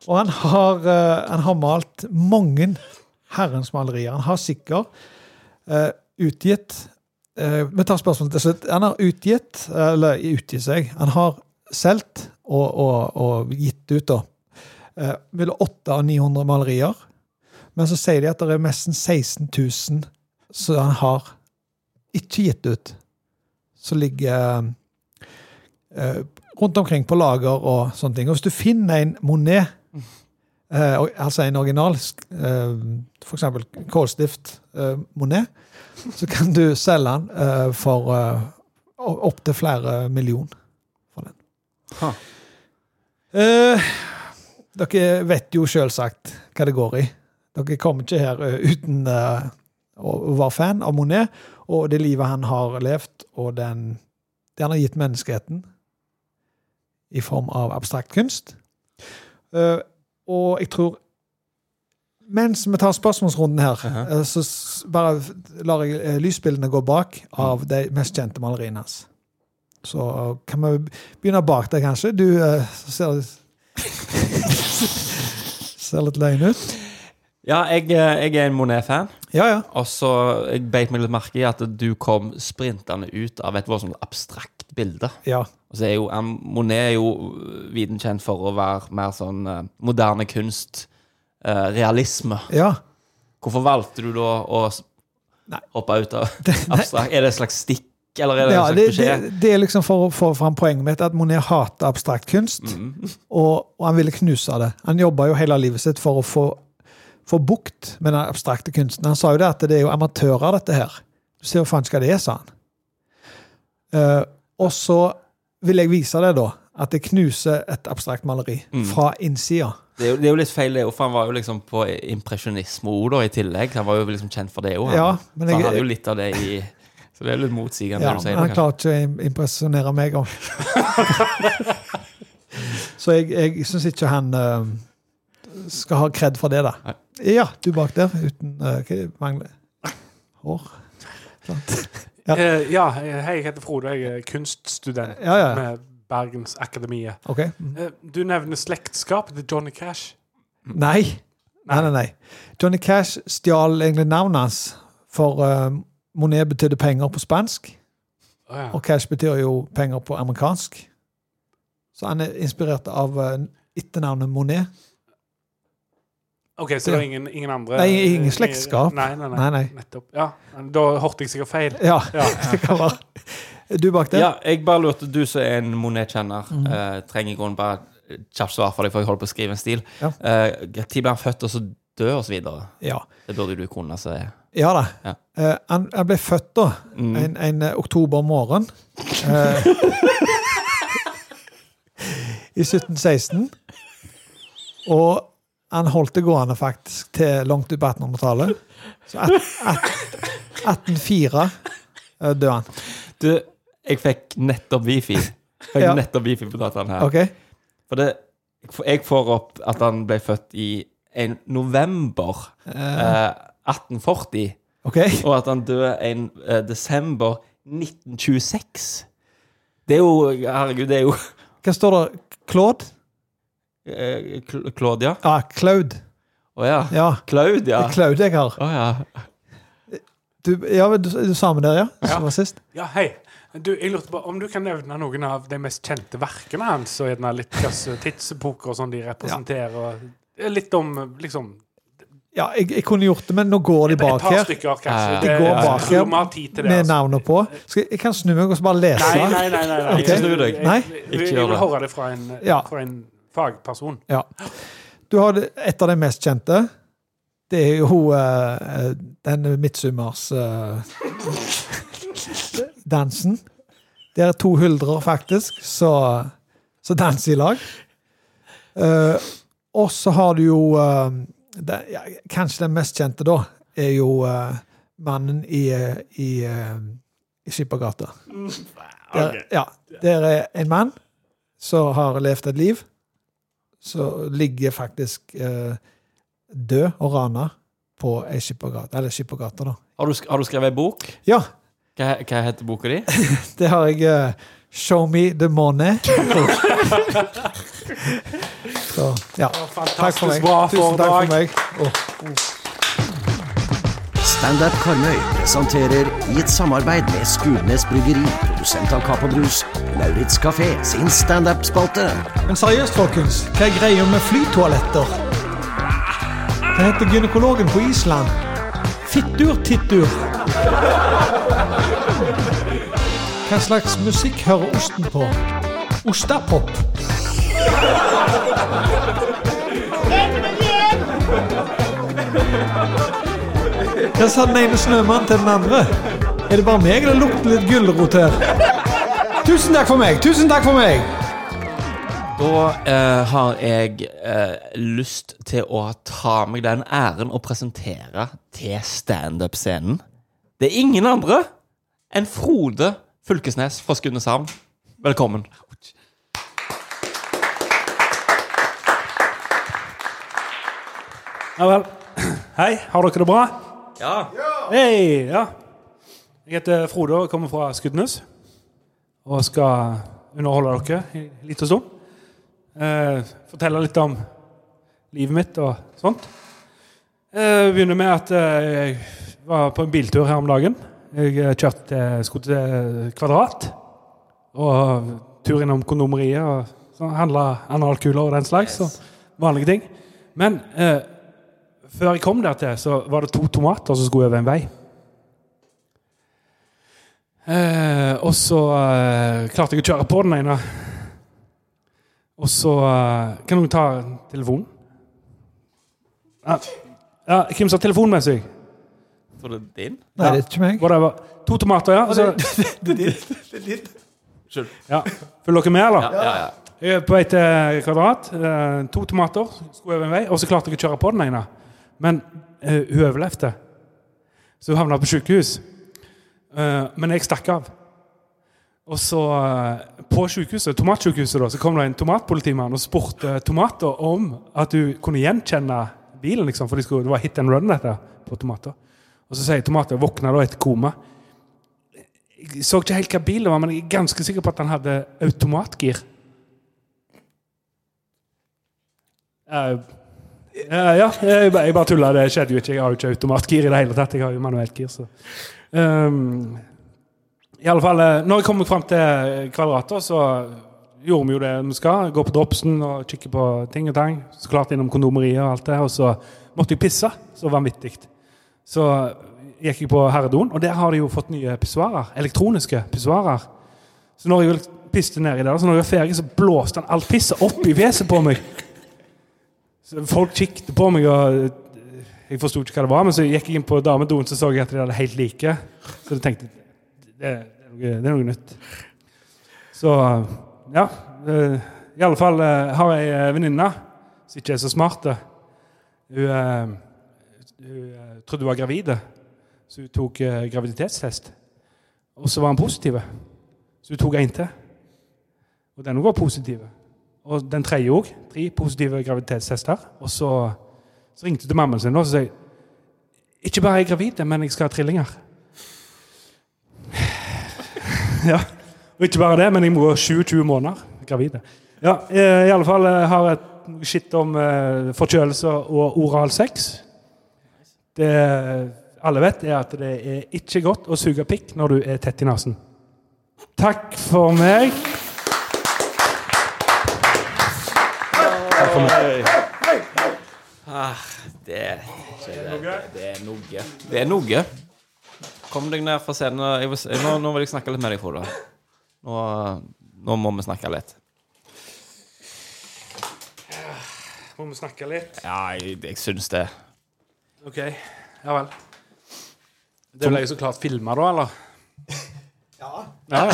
Og han har, eh, han har malt mange herrens malerier. Han har sikkert eh, utgitt eh, Vi tar spørsmålet til slutt. Han har utgitt, eller utgitt seg, han har solgt og, og, og gitt ut, da eh, mellom 800 og 900 malerier. Men så sier de at det er nesten 16 000 som han har ikke gitt ut. Som ligger eh, rundt omkring på lager og sånne ting. Og hvis du finner en Monet, eh, og- altså en original, sk- eh, for eksempel kålstift eh, Monet, så kan du selge den eh, for eh, opptil flere millioner for den. Ha. Eh, dere vet jo selvsagt hva det går i. Dere kommer ikke her eh, uten eh, å å være fan av Monet. og det livet han har levd, og den, det han har gitt menneskeheten i form av abstrakt kunst. Eh, og jeg tror Mens vi tar spørsmålsrunden her, Mhm. eh, så s- bare f- lar jeg eh, lysbildene gå bak av de mest kjente maleriene hans. Så eh, kan vi begynne bak der, kanskje. Du eh, ser, ser litt løgn ut. Ja, jeg, eh, jeg er en Monet-fan, Ja, ja. og så jeg beit meg litt merke i at du kom sprintende ut av et voldsomt abstrakt bilde. ja. Og så er jo, eh, Monet er jo eh, viden kjent for å være mer sånn eh, moderne kunst, eh, realisme. ja. Hvorfor valgte du da å s- Nei. hoppe ut av abstrakt? Er det et slags stikk, eller er altså det ja en det, slags beskjed? det, det er liksom for å få fram poenget mitt at Monet hater abstrakt kunst, Mhm. og, og han ville knuse det. Han jobba jo hele livet sitt for å få, få bukt med den abstrakte kunsten. Han sa jo det at det er jo amatører, dette her. Du ser jo faen hva det er, sa han. Eh, og så vil jeg vise deg, da, at jeg knuser et abstrakt maleri Mhm. fra innsida. Det, er jo, det er jo litt feil, det er jo, for han var jo liksom på impresjonisme også, da, i tillegg. Han var jo liksom kjent for det òg. Ja, men Så han jeg- hadde jo litt av det i Så det er litt motsigende, Ja, det du men sier. han Det, klarer ikke å im- impressionere meg om. Så jeg, jeg syns ikke han eh, skal ha kred for det, da. Ja, du bak der uten eh, Hva er det mangler hår? Sant? Ja. Eh, ja, hei, jeg heter Frode. Jeg er kunststudent Ja, ja. ja. med Bergens Akademiet. OK. Mm. Eh, du nevner slektskapet til Johnny Cash. Nei. Nei, nei, nei. Johnny Cash stjal egentlig navnet hans, for eh, Monet betydde penger på spansk, Å, ja. og Cash betyr jo penger på amerikansk. Så han er inspirert av eh, etternavnet Monet. OK, så det er ingen, ingen andre Eh, Nei, ingen slektskap. Nei, nei, nei. Nei, nei. Nettopp. Ja, da hørte jeg sikkert feil. Ja, Ja. det kan være. Du bak der? ja, jeg bare lurte Du som er en Monet-kjenner, Mhm. eh, trenger i grunnen bare et kjapt svar for deg, for jeg holder på å skrive en stil. Ja. Eh, Når ble han født, og så død, og så videre? Ja. Det burde jo du kunne si. Ja da. Ja. Eh, han, han ble født da, en, en eh, oktobermorgen. eh, I 1716. Og han holdt det gående faktisk til langt ut på 1800-tallet. Så at, at, 1804 eh, døde han. Du, jeg fikk nettopp wifi. Jeg fikk Ja. nettopp wifi på dataen her. Ok? For det, jeg får opp at han ble født i en november eh, 1840, ok? og at han døde en eh, desember 1926. Det er jo Herregud, det er jo Hva står det? Claude? eh, Cl- Claudia? Ja, Claude. Å ja. Ja, Claudia. det er Claude jeg har. Å ja. Du, ja, men du, du sa med der, ja? Som var sist? Ja, hei. Du, jeg lurte på om du kan nevne noen av de mest kjente verkene hans, og gjerne litt hvilke tidsepoker og sånn de representerer. og Litt om liksom Ja, jeg, jeg kunne gjort det, men nå går de Et bak par her. stykker, kanskje. Eh, Det går bak jeg her tror vi har tid til det. med altså. navnet på. Skal, jeg kan snu meg og så bare lese. Nei, nei, nei. nei, nei. Ok. Jeg- Snu deg. Nei. Jeg, Ikke jeg, jeg gjør vil det. høre det fra en, Ja. fra en fagperson. Ja. Du har det- et av de mest kjente. Det er jo eh, eh, den midtsummers eh, dansen. Det er to huldrer, faktisk, så, så danser i lag. Eh, og så har du jo eh, det, ja, Kanskje den mest kjente, da, er jo eh, mannen i, eh, i, eh, i Skippergata. Der, ja, der er en mann som har levd et liv så ligger faktisk eh, død og rana på ei skippergate. Eller skippergate, da. Har, du, sk- har du skrevet ei bok? Ja, Hva, hva heter boka di? det har jeg. eh, Show me the money. så, ja. Takk for meg. Fantastisk bra Tusen takk foredrag. for meg. Og Standup Karmøy presenterer i et samarbeid med Skudenes Bryggeri, produsent av Kapobrus, Lauritz Café sin standup-spalte. Men seriøst, folkens. Hva er greia med flytoaletter? Hva heter gynekologen på Island? Fittur tittur. Hva slags musikk hører osten på? Ostapop. Hva sa den ene snømannen til den andre? Er det bare meg, eller lukter litt gulrot her? Tusen takk for meg! Tusen takk for meg! Da eh, har jeg eh, lyst til å ta meg den æren å presentere til standup-scenen. Det er ingen andre en Frode Fylkesnes fra Skudeneshavn. Velkommen. Ja vel. Hei, har dere det bra? Ja. Hei, ja. Jeg heter Frode og kommer fra Skudenes. Og skal underholde dere i en liten stund. Eh, fortelle litt om livet mitt og sånt. Eh, begynner med at eh, jeg var på en biltur her om dagen. Jeg eh, kjørte til, skulle til eh, Kvadrat. Og tur innom kondomeriet og sånn, handla analkuler og den slags. Og vanlige ting. Men eh, før jeg kom der til, så var det to tomater som skulle over en vei. Eh, og så eh, klarte jeg å kjøre på den ene. Og så eh, Kan noen ta telefonen? Ja, ja, hvem som har telefonen med seg? Var det din? Nei, det er ikke meg. Whatever. To tomater, ja. Så, Unnskyld. ja. Følger dere med, eller? Ja, ja, ja. Jeg er på vei til Kvadrat. Eh, To tomater skulle over en vei, og så klarte jeg å kjøre på den ene. Men eh, hun overlevde. Så hun havna på sykehus. Eh, men jeg stakk av. Og så, eh, på sykehuset, tomatsykehuset, da, så kom det en tomatpolitimann og spurte tomater om at hun kunne gjenkjenne bilen, liksom, for de skulle, det var hit and run dette på tomater. Og så sier tomater våkna da etter koma. Jeg så ikke helt hva bil det var, men jeg er ganske sikker på at han hadde automatgir. Eh, eh, ja, jeg, ba- jeg bare tulla. Det skjedde jo ikke. Jeg har jo ikke automatgir i det hele tatt. Jeg har jo manuelt gir. Så. Ehm, I alle fall, eh, når jeg kom fram til kvadrater, så gjorde vi jo det vi skal. Gå på dropsen og kikke på ting og tang. Så klart innom kondomeriet og alt det. Og så måtte jeg pisse så vanvittig. Så gikk jeg på herredoen, og der har de jo fått nye pissoarer. Elektroniske pissoarer. Så når jeg piste nedi der, så når jeg var ferdig, så blåste han alt pisset opp i fjeset på meg. Så Folk kikket på meg, og eh, jeg forsto ikke hva det var. Men så gikk jeg inn på damedoen, så så jeg at de hadde helt like. Så jeg tenkte det, det, er, noe, det er noe nytt. Så ja. eh, I alle fall eh, har jeg ei venninne som ikke er så smart. eh. Hun, eh, hun eh, trodde hun var gravid, så hun tok eh, graviditetstest. Og så var han positiv, så hun tok en til. Og denne var positiv. Og den tredje òg. Tre positive graviditetstester. Og så, så ringte hun til mammaen sin og sa jeg, ikke bare er jeg gravid, men jeg skal ha trillinger. ja. Og ikke bare det, men jeg må gå 20-20 måneder gravid. Ja, eh, i alle fall eh, har jeg et skitt om eh, forkjølelse og oral sex. Det alle vet, er at det er ikke godt å suge pikk når du er tett i nesen. Takk for meg. Det, det, det, det er noe. Det er noe. Kom deg ned fra scenen. Jeg vil, s- nå, nå vil jeg snakke litt med deg, Frode. Nå, nå må vi snakke litt. Må vi snakke litt? Ja, jeg, jeg syns det. Ok, ja vel. Det ble jeg så klart filma, da, eller? Ja.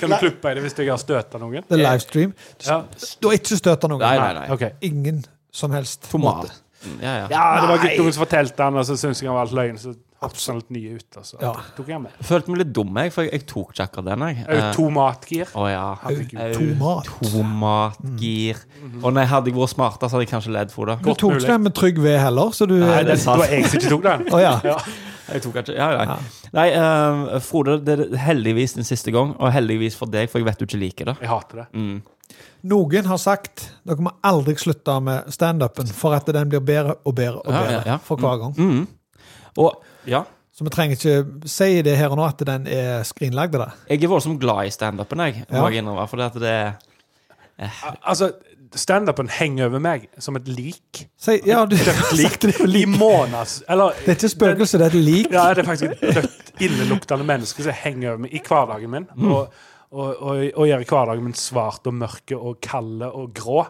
kan du pluppe i det hvis jeg har støta noen? Det er livestream. Ja. Du har ikke støta noen. Nei, nei, nei. Ok. Ingen som helst. Tomat. Ja, ja. Ja, det var guttungen som fortalte han, og så syntes jeg han var alt løgn. Så hoppet han litt nye ut, og så Ja. tok jeg han med. Jeg følte meg litt dum, jeg, for jeg, jeg tok ikke akkurat den. jeg. Eh, Automatgir. Å ja. Herregud. Tomat. Tomatgir. Å nei, hadde jeg vært smartere, så hadde jeg kanskje ledd, Frode. Du tok mulig. ikke den med trygg ved heller, så du Nei, det er Det sant. var jeg som ikke tok den. Å ja. Jeg tok ikke, ja, ja. Nei, eh, Frode, det er heldigvis din siste gang, og heldigvis for deg, for jeg vet du ikke liker det. Jeg hater det. Noen har sagt dere må aldri slutte med standupen, for at den blir bedre og bedre og Ja, bedre ja, ja. Mm. for hver gang. Og ja, Så vi trenger ikke si det her og nå at den er skrinlagd. det der. jeg er voldsomt glad i standupen, jeg. Må jeg innrømme, for det at det er Al- Altså, standupen henger over meg som et lik. Si, ja, du, sagt det, er I lik. måneds... Eller det er ikke spøkelse, det er et lik. Ja, det er faktisk et dødt, illeluktende menneske som henger over meg i hverdagen min. Mm. Og, og, og, og gjør hverdagen min svart og mørk og kald og grå.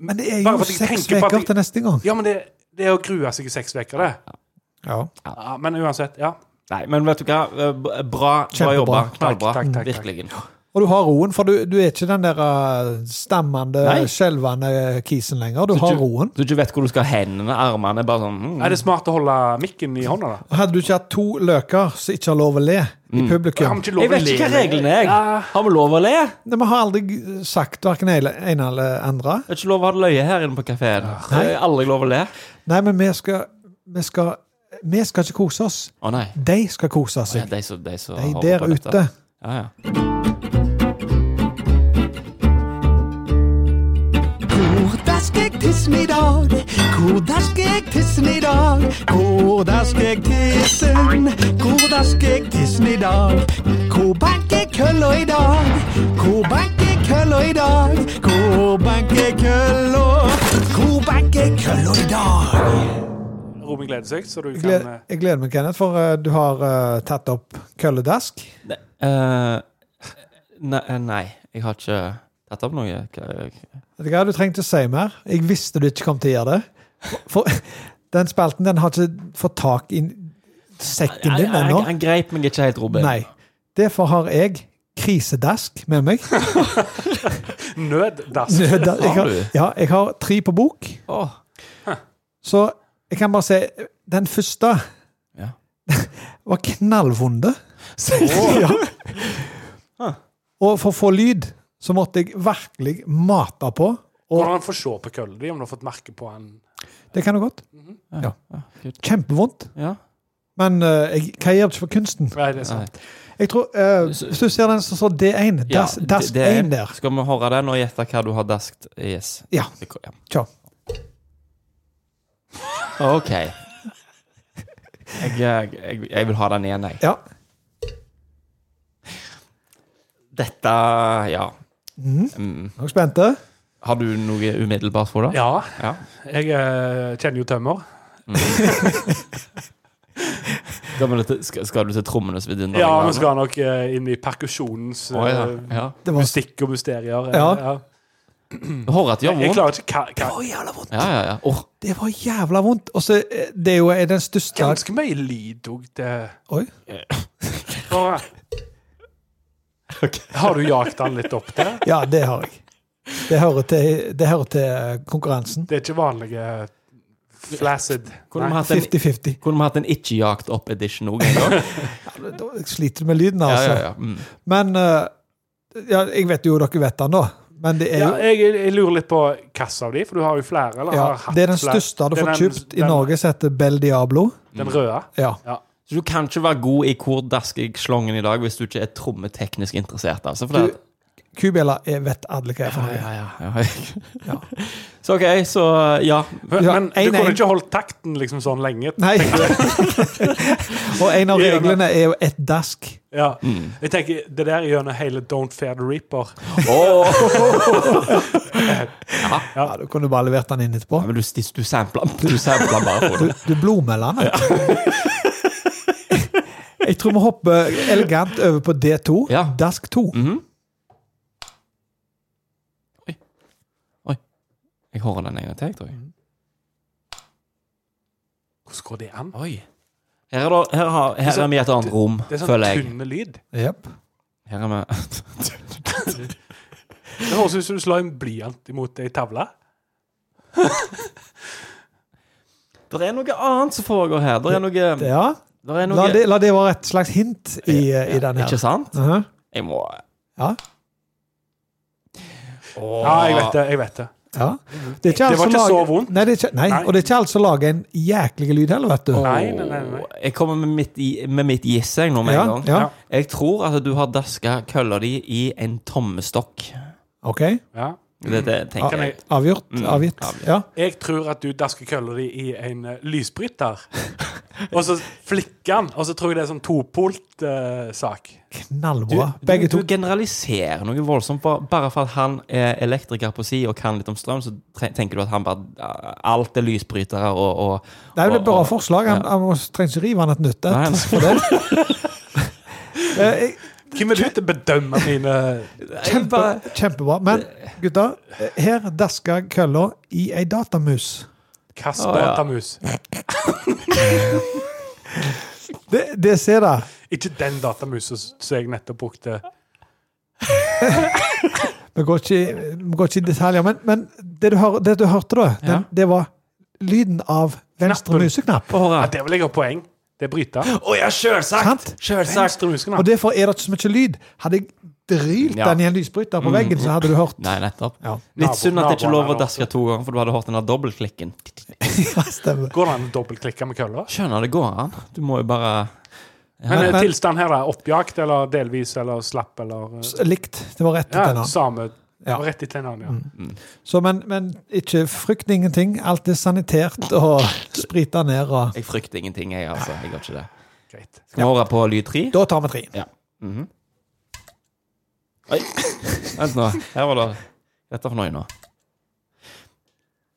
Men det er Bare jo fordi jeg seks tenker på at uker jeg- til neste gang. Ja, men det, det er å grue seg i seks uker, det. Ja. Ja, men uansett, ja. Nei, men vet du hva? Eh, b- Bra, bra Kjempebra. jobba. Takk, Knallbra. takk, takk, takk. Virkelig. Og du har roen, for du, du er ikke den der eh, stammende, Nei. skjelvende kisen lenger. Du Så har du- roen. Du ikke vet hvor du skal ha hendene, armene bare sånn mm. Er det smart å holde mikken i hånda, da? Hadde du ikke hatt to løker som ikke har lov å le Mm. i Har publikum vi ikke lov Jeg å vet ikke hva le? reglene er. Ja. Har vi lov å le? Jeg Nei, Vi har aldri sagt verken ene ene eller andre. har ikke lov å ha løye her inne på kafeen. Nei. Aldri lov å le. Nei, men vi skal, vi skal, vi skal ikke kose oss. Å nei. De skal kose Ja, seg. de som de som De holder der på dette. ute. Ja, ja. Hvordan skal jeg tisse i dag? Hvordan skal jeg tisse i dag? Hvordan skal jeg tisse? Hvordan skal jeg tisse i dag? Hvor banker kølla i dag? Hvor banker kølla i dag? Hvor banker kølla? Hvor banker kølla i dag? Robin gleder seg, så du Jeg kan gleder, eh, jeg gleder meg, Kenneth, for eh, du har eh, tatt opp kølledask. Ne- eh, ne- eh, nei, jeg har ikke tatt opp noe. Hva- Vet du hva, du trengte å si mer. Jeg visste du ikke kom til å gjøre det. For, for den spalten den har ikke fått tak i sekken din Han- ennå. Han han greip meg ikke helt, Robin. Nei. Derfor har jeg krisedask med meg. Nøddass. Jeg har, du? ja, jeg har tre på bok. Åh. Så jeg kan bare si Den første Ja. var knallvonde. Ja. Og for å få lyd så måtte jeg virkelig mate på. Hvordan han får se på kølla di, om du har fått merke på han Det kan du godt. Ja. Kjempevondt. Ja. Men eh, jeg, hva gjør det ikke for kunsten? Nei, det er sant. Jeg tror, eh, Hvis du ser den som står D1, Ja, das, det- Dask det er- 1 der Skal vi høre den og gjette hva du har daskt? Yes. Ja, Det ko- ja. kjør. OK. Jeg, jeg, jeg vil ha den igjen, jeg. Ja. Dette Ja. Mhm. Mm. Er eh? dere spente? Har du noe umiddelbart for det? Ja, Ja. jeg eh, kjenner jo tømmer. Skal, vi til, skal, skal du til trommenes vidunder? Ja, vi skal nok eh, inn i perkusjonens Å, ja. eh, ja. Det var mystikk og mysterier. eh, Ja. Håret gjør Mm. Jeg vondt. klarer ikke hva, hva jævla vondt. Ja, ja, ja. Åh, Det var jævla vondt. Og så eh, det er jo eh, den største Ganske mye lyd òg, det. Oi. Bare- Har du jagt den litt opp der? Ja, det har jeg. Det hører til, det hører til eh, konkurransen. Det er ikke vanlige flaccid. Kunne vi Nei. hatt en, 50-50. kunne vi hatt en ikke-jakt opp edition òg en gang? Da- Jeg sliter med lyden, Ja, altså. ja, ja. Mm. Men eh, ja, jeg vet jo dere vet den, da. Men det er Ja, jo jeg, jeg lurer litt på kassa di, for du har jo flere. Eller ja, har hatt Det er den flere. største du Det er får den- kjøpt i den- Norge, som heter Bel Diablo. Den røde. Ja. Så du kan ikke være god i hvor dask jeg slangen i dag hvis du ikke er trommeteknisk interessert. Altså, for Du- det, Kubjella jeg vet alle hva er for ja, noe. ja, ja, ja. Så OK, så ja. Men, Ja, men du en- kunne en- ikke holdt takten liksom sånn lenge. Nei. Og en av Ja, men- reglene er jo ett dask. Ja. Mm. Jeg tenker, Det der gjennom hele Don't Fear the Reaper. Ja, Du kunne bare levert den inn etterpå. Ja, men du, du sampler du sampler bare på Du, det. du blodmelder den. Jeg tror vi hopper elegant over på D2. Ja. Dask 2. Jeg hører den en gang til, jeg tror jeg. Hvordan går det an? Her er, det, her har, her er vi i et annet rom, Det er sånn føler jeg. tynn lyd. Jep. Her er vi Det høres ut som du slår en blyant imot ei tavle. Det er noe annet som foregår her. Det er noe, Ja. der er La noe det, la det være et slags hint i, i den her. Ikke sant? Mhm. Jeg må Ja. Ja, jeg vet det. jeg vet Det ja. Det, er ikke alt Det var som ikke så lager- vondt. Nei, det er ikke, nei, Nei. og det er ikke alt som lager en jæklig lyd heller, vet du. Nei, nei, nei, nei. Jeg kommer med mitt, i- med mitt giss, jeg, nå med Ja, en gang. ja. Ja. Jeg tror at du har daska kølla di i en tommestokk. OK. Ja. Det, det tenker jeg. Avgjort. Mm, Avgitt. avgitt. Ja. Jeg tror at du dasker kølla di i en eh, lysbryter, og så flikker den. Og så tror jeg det er sånn topolt eh, sak. Knallbra. Begge du, to. du generaliserer noe voldsomt. Bare, bare for at han er elektriker på si og kan litt om strøm, så tre- tenker du at han bare eh, Alt er lysbrytere og, og, og Det er jo et bra og- forslag. Han, han må- trenger ikke rive han et nytt Nei, et. nei. For det. Eh, jeg- Hvem er du til å bedømme mine Jeg Kjempe, bare- kjempebra. Men gutta, her daska kølla i ei datamus. Kasper Å, ja. Datamus? Det, det ser det. Ikke den datamusen som jeg nettopp brukte. Vi går ikke, vi går ikke i detaljer, men, men det, du hør, det du hørte da, den, Ja. det var lyden av venstre Knappen. museknapp. Få høre. Ja, det vil jeg ha poeng. Det er bryter. Å ja, Sant? sjølsagt! Sjølsagt. Venstre muskelen. Og derfor er det ikke så mye lyd. Hadde jeg drylt Ja. den i en lysbryter på veggen, så hadde du hørt. Nei, nettopp. Ja, Litt synd at det ikke er lov å Naboen er daske to ganger, for du hadde hørt den der dobbeltklikken. ja stemmer. Går det an å dobbeltklikke med kølla? Skjønner det går an. Du må jo bare Men Ja. eh, tilstand her er oppjakt eller delvis eller slapp eller eh, S- Likt. Det var rett ut ja, en annen. Same. Ja. Mm. Rett i tennene, ja. Så, men, men ikke frykt ingenting. Alt er sanitert og sprita ned. Og Jeg frykter ingenting, jeg, altså. Jeg gjør ikke det. Greit. Skal vi over på lyd tre? da tar vi tre. Mhm. Oi. Vent nå. Her var det Dette for noe nå.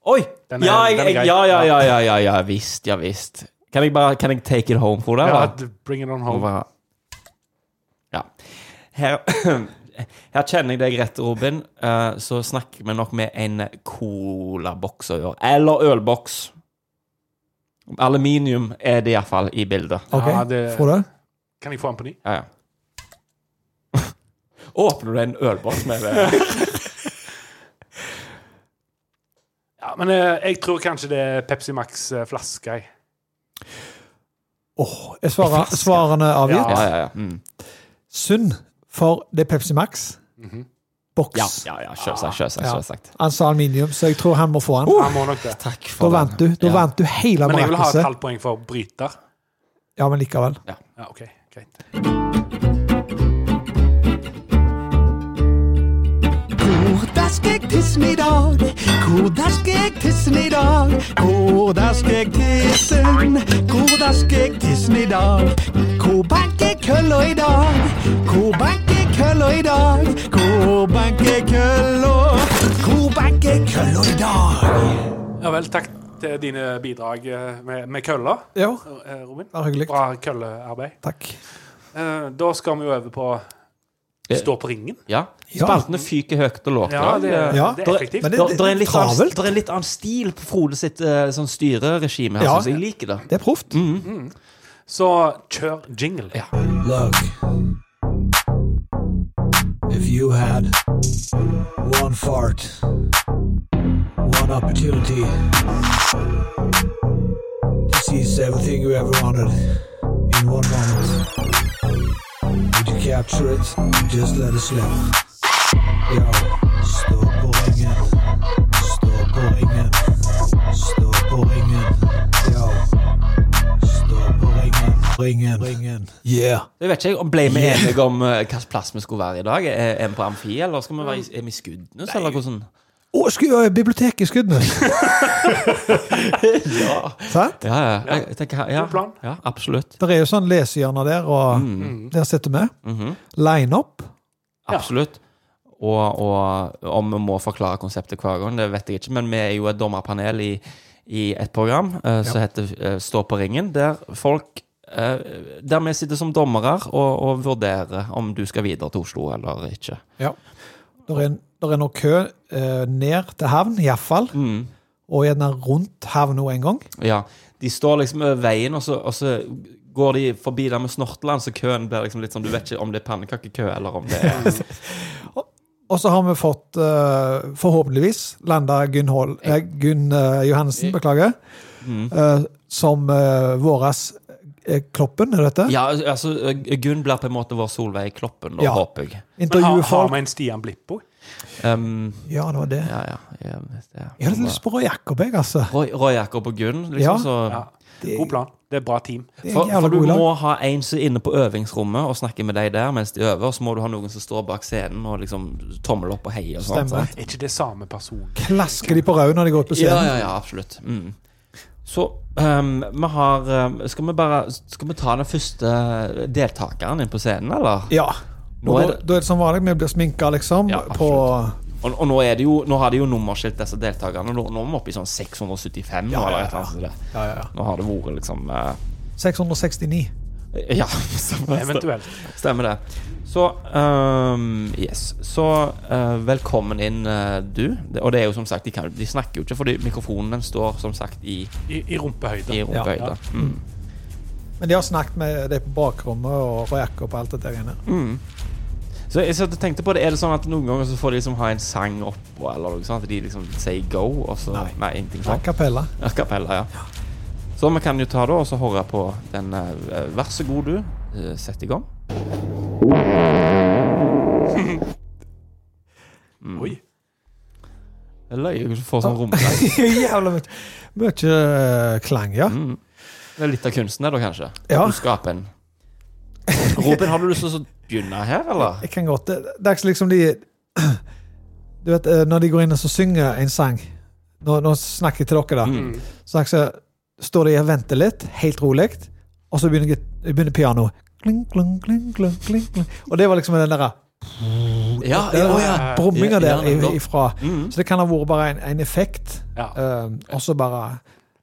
Oi! Den er- Ja, jeg, den er jeg, grei. ja, ja, ja, ja, ja, ja visst. Ja visst. Kan jeg bare Kan jeg take it home for deg? Ja, eller? d- bring it on Og home. bare Ja. Her, her kjenner jeg deg rett, Robin. Eh, så snakker vi nok med en colaboks å gjøre. Eller ølboks. Aluminium er det iallfall i bildet. OK, Ja, det- får du? Kan jeg få den på ny? Ja, ja. Åpner du en ølboks med det? Ja, men eh, jeg tror kanskje det er Pepsi eh, Max-flaske. Åh, er svara, svarene avgitt? Ja, ja, ja. Mm. Synd, for det er Pepsi Max. Mhm. Boks. Ja, ja, ja, selvsagt, selvsagt, Ja. selvsagt. Han sa aluminium, så jeg tror han må få han. Uh, Han må nok det. Takk Da for vant du da Ja. vant du hele Men jeg vil ha et marakuset. halvt poeng for bryter. Ja, men likevel. Ja, ok, greit. Hvordan skal jeg tisse i dag? Hvordan skal jeg tisse i dag? Hvordan skal jeg tisse? Hvordan skal jeg tisse i dag? Hvor banker kølla i dag? Hvor banker kølla i dag? Hvor banker kølla? Hvor banker kølla i dag? Ja vel, takk til dine bidrag eh, med, med kølla, Jo, eh, Robin. det var hyggelig. Bra køllearbeid. Takk. Eh, Da skal vi jo over på Det- Stå på ringen. Ja. Ja. Spaltene fyker høyt og lågt. Ja, da. det, Ja, det der- er effektivt. men det- Der, der er en litt annen, Travelt. der er en litt annen stil på Frode sitt eh, sånn styreregime. her, Ja. synes Jeg Jeg liker det. Det er proft. Så kjør jingle. Ja. Look, if you had one fart, one opportunity to seize everything you ever wanted in one moment, would you capture it? Just let it slip. Yo, stop pulling in, stop pulling in, stop pulling in. Yo, stop pulling in, pulling in, pulling in. Yeah. Jeg vet ikke om ble vi enige om uh, hvilken plass vi skulle være i dag. Er, er vi på Amfi, eller skal vi være i, er vi i Skudenes, eller hvordan? Å, sku, ø, biblioteket i Skudenes! Sant? Ja, ja. Jeg, jeg tenker, ja, God plan. ja absolutt. Der er jo sånn lesehjørne der, og der sitter vi. Mm-hmm. Line up. Absolutt. Og, og om vi må forklare konseptet hver gang, det vet jeg ikke, men vi er jo et dommerpanel i, i et program eh, som heter eh, Stå på ringen, der folk eh, der vi sitter som dommere og, og vurderer om du skal videre til Oslo eller ikke. Der er, der er nå kø ø, ned til havn, iallfall. Mm. Og gjerne rundt havna en gang. Ja, de står liksom over veien, og så, og så går de forbi der med snortland, så køen blir liksom litt sånn Du vet ikke om det er pannekakekø, eller om det er Og så har vi fått, ø, forhåpentligvis, landa Gunn, Hol- eh, Gunn ø, Johansen, beklager, Mm. ø, som uh, våras eh, Kloppen, er dette? Ja, altså, Gunn blir på en måte vår Solveig Kloppen, da, Ja. håper jeg. Men har, Intervjue har folk. vi en Stian Blippo? Um, Ja, det var det. ja, ja. ja, hvis det er- Jeg hadde lyst på Roy Jakob, jeg, altså. Roy, Roy Jakob og Gunn, liksom, Ja. så Ja. Det- God plan. Det er bra team. Det er for, jævla for du god lag. må ha en som er inne på øvingsrommet og snakker med deg der mens de øver, og så må du ha noen som står bak scenen og liksom tommel opp og heier og sånt. Stemmer. sant? Er ikke det samme person? Klasker de på rød når de går ut på Ja, scenen? ja, ja, absolutt. Mm. Så ehm, vi har ehm, Skal vi bare Skal vi ta den første deltakeren inn på scenen, eller? Ja. Nå Og er da, det- da er det som vanlig, vi blir sminka, liksom. Ja, på Og, og nå, er det jo, nå har de jo nummerskilt disse deltakerne. Nå, nå er vi oppe i sånn 675. Ja, eller ja, et eller annet sånt der. ja, ja, ja. Nå har det vært liksom eh, 669. Ja, stemmer det. Eventuelt. Stemmer det. Så ehm, Yes. Så eh, velkommen inn, eh, du. Det- Og det er jo som sagt De, kan, de snakker jo ikke, fordi mikrofonen den står som sagt i, I, i rumpehøyde. i Ja. rumpehøyde. Mm. Mm. Men de har snakket med deg på bakrommet og Roy Jakob og alt det der. inne. Så jeg satt og tenkte på det, Er det sånn at noen ganger så får de liksom ha en sang oppå, eller noe sånt? At de liksom sier go, og så Nei, ingenting A sånt. cappella. A cappella, ja. Så vi kan jo ta det og så høre på den eh, Vær så god, du. eh, Sett i gang. mm. Oi. Jeg løy og får sånn rumling. Jævla mye Mye eh, klang, ja. Mm. Det er litt av kunsten, det, da, kanskje. Ja. Du skaper en Robin, har du lyst til å begynne her, eller? Jeg kan godt Det, det er ikke liksom de Du vet, eh, når de går inn og så synger en sang Nå, nå snakker jeg til dere, da. Mm. Så jeg så står de og venter litt, helt rolig, og så begynner, git- begynner pianoet. Kling, kling, kling, kling, kling, kling. Og det var liksom den derre Ja, ja, ja. brumminga Ja, ja, der nettopp. i- ifra. Mm. Så det kan ha vært bare en, en effekt, Ja. eh, og så bare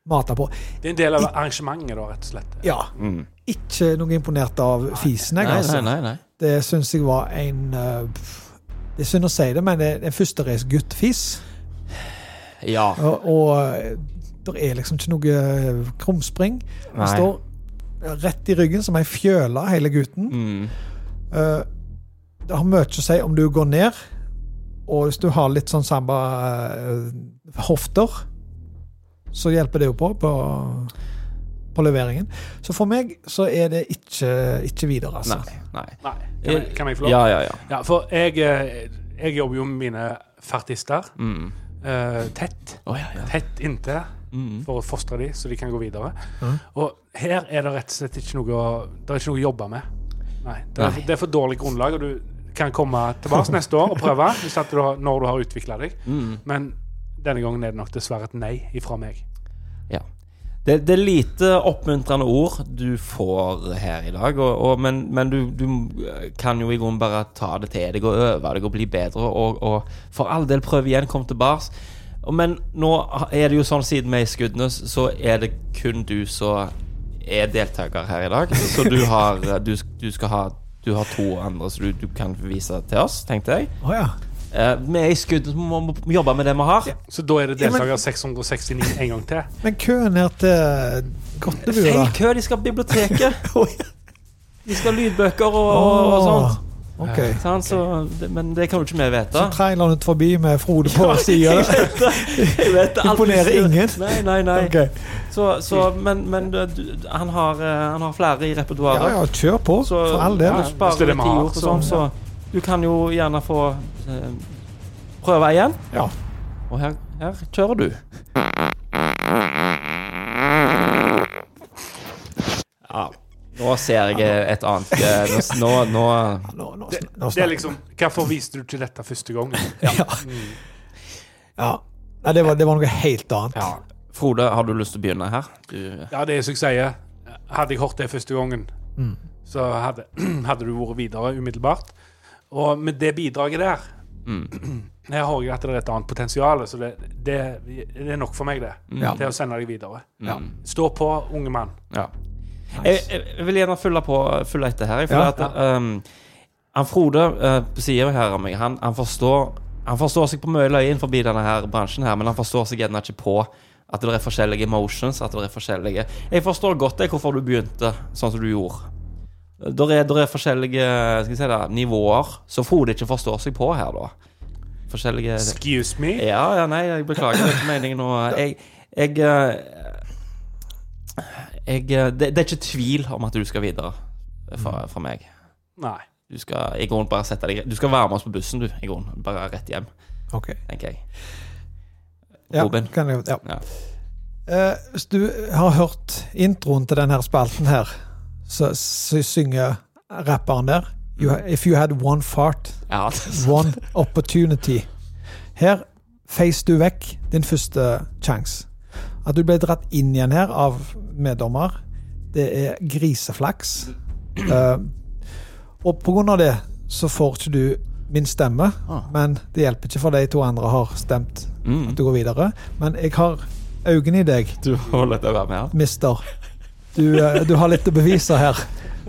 mata på. Det er en del av arrangementet, da, rett og slett. Ja. Mm. Ikke noe imponert av fisen, jeg, Nei, altså. nei, nei, nei. Det syns jeg var en eh, pff, Det er synd å si det, men det er en førstereisgutt-fis. Ja. Og, og det er liksom ikke noe krumspring. Han Nei. står rett i ryggen som ei fjøle, hele gutten. Mm. Eh, det har mye å si om du går ned, og hvis du har litt sånn samba eh, hofter, så hjelper det jo på på, på leveringen. Så for meg så er det ikke, ikke videre, altså. Nei, nei. Nei. Kan jeg, kan jeg få lov? Ja, ja, ja. Ja, for jeg, eh, jeg jobber jo med mine fartister Mm. eh, tett. Å, ja, ja. Tett inntil Mm. for å fostre dem, så de kan gå videre. Mhm. Og her er det rett og slett ikke noe å, det er ikke noe å jobbe med. Nei, det, er, Nei. det er for dårlig grunnlag, og du kan komme tilbake neste år og prøve hvis at du har, når du har utvikla deg. Mm. Men denne gangen er det nok dessverre et nei ifra meg. Det, det er lite oppmuntrende ord du får her i dag, og, og, men, men du, du kan jo i grunnen bare ta det til deg og øve deg og bli bedre, og, og for all del prøv igjen, kom tilbake. Men nå er det jo sånn siden vi er i Skudenes, så er det kun du som er deltaker her i dag. Så du har, du, du skal ha, du har to andre som du, du kan vise til oss, tenkte jeg. Å ja. Eh, vi er i Skudenes, vi må, må jobbe med det vi har. Så da er det Ja, men- deltaker 669 en gang til. Men køen her til Gottebua, da? Feil kø, de skal på biblioteket. De skal ha lydbøker og, og, og Åh, sånt. OK. Sant, så, det- men det kan jo ikke vi vite. Så traileren ut forbi med Frode på sida. Jeg vet alt du Imponerer sier. ingen. Nei, nei, nei. Ok. Så, så, men men du, du- han, har, eh, han har flere i Ja, repertoaret. ja, kjør på. Så For all del. ja, Hvis sparer det er du det vi ti har, ord og så- sånn, så du kan jo gjerne få eh, prøve igjen. Ja. Og her, her kjører du. Ja. Nå ser jeg et annet eh, nå- Nå, nå Nå, nå, sn- nå Det er snakker vi. liksom, Hvorfor viste du ikke dette første gangen? Ja. Mm. ja. Nei, det var, det var noe helt annet. Ja. Frode, har du lyst til å begynne her? Du, eh, Ja, det er som jeg sier. Hadde jeg hørt det første gangen, så hadde, hadde du vært videre umiddelbart. Og med det bidraget der Her har jeg at det er et annet potensial, så det, det, det er nok for meg, det. Ja. Til å sende deg videre. Ja. Stå på, unge mann. Ja. Jeg, jeg, jeg vil gjerne følge på følge etter her. jeg, For Ja. at, ehm, han Frode eh, sier jo her om meg han, han, forstår, han forstår seg på mye løye innenfor denne her bransjen, her, men han forstår seg gjerne ikke på at det er forskjellige emotions. At det er forskjellige Jeg forstår godt jeg, hvorfor du begynte sånn som du gjorde. Der er, der er forskjellige skal jeg si det, nivåer som Frode ikke forstår seg på her, da. Forskjellige Excuse me. ja, ja, nei, jeg beklager. Det er ikke meningen å Jeg, jeg, eh, jeg eh, det, det er ikke tvil om at du skal videre Mm. fra, fra meg. Nei. Du skal i grunnen bare sette deg Du skal være med oss på bussen, du. I grunnen. Bare rett hjem, Ok. tenker jeg. Ja, Robin. kan jeg, ja. Ja. Eh, hvis du har hørt introen til denne spalten her, så, så synger rapperen der you, ha- If you had one fart, Ja, one opportunity. Her feis du vekk din første sjanse. At du ble dratt inn igjen her av meddommer, det er griseflaks. Eh, og på grunn av det så får ikke du min stemme, men det hjelper ikke for de to andre har stemt mm. at du går videre. Men jeg har øynene i deg, Du har lyst til å være med her. mister. Du, eh, du har litt å bevise her.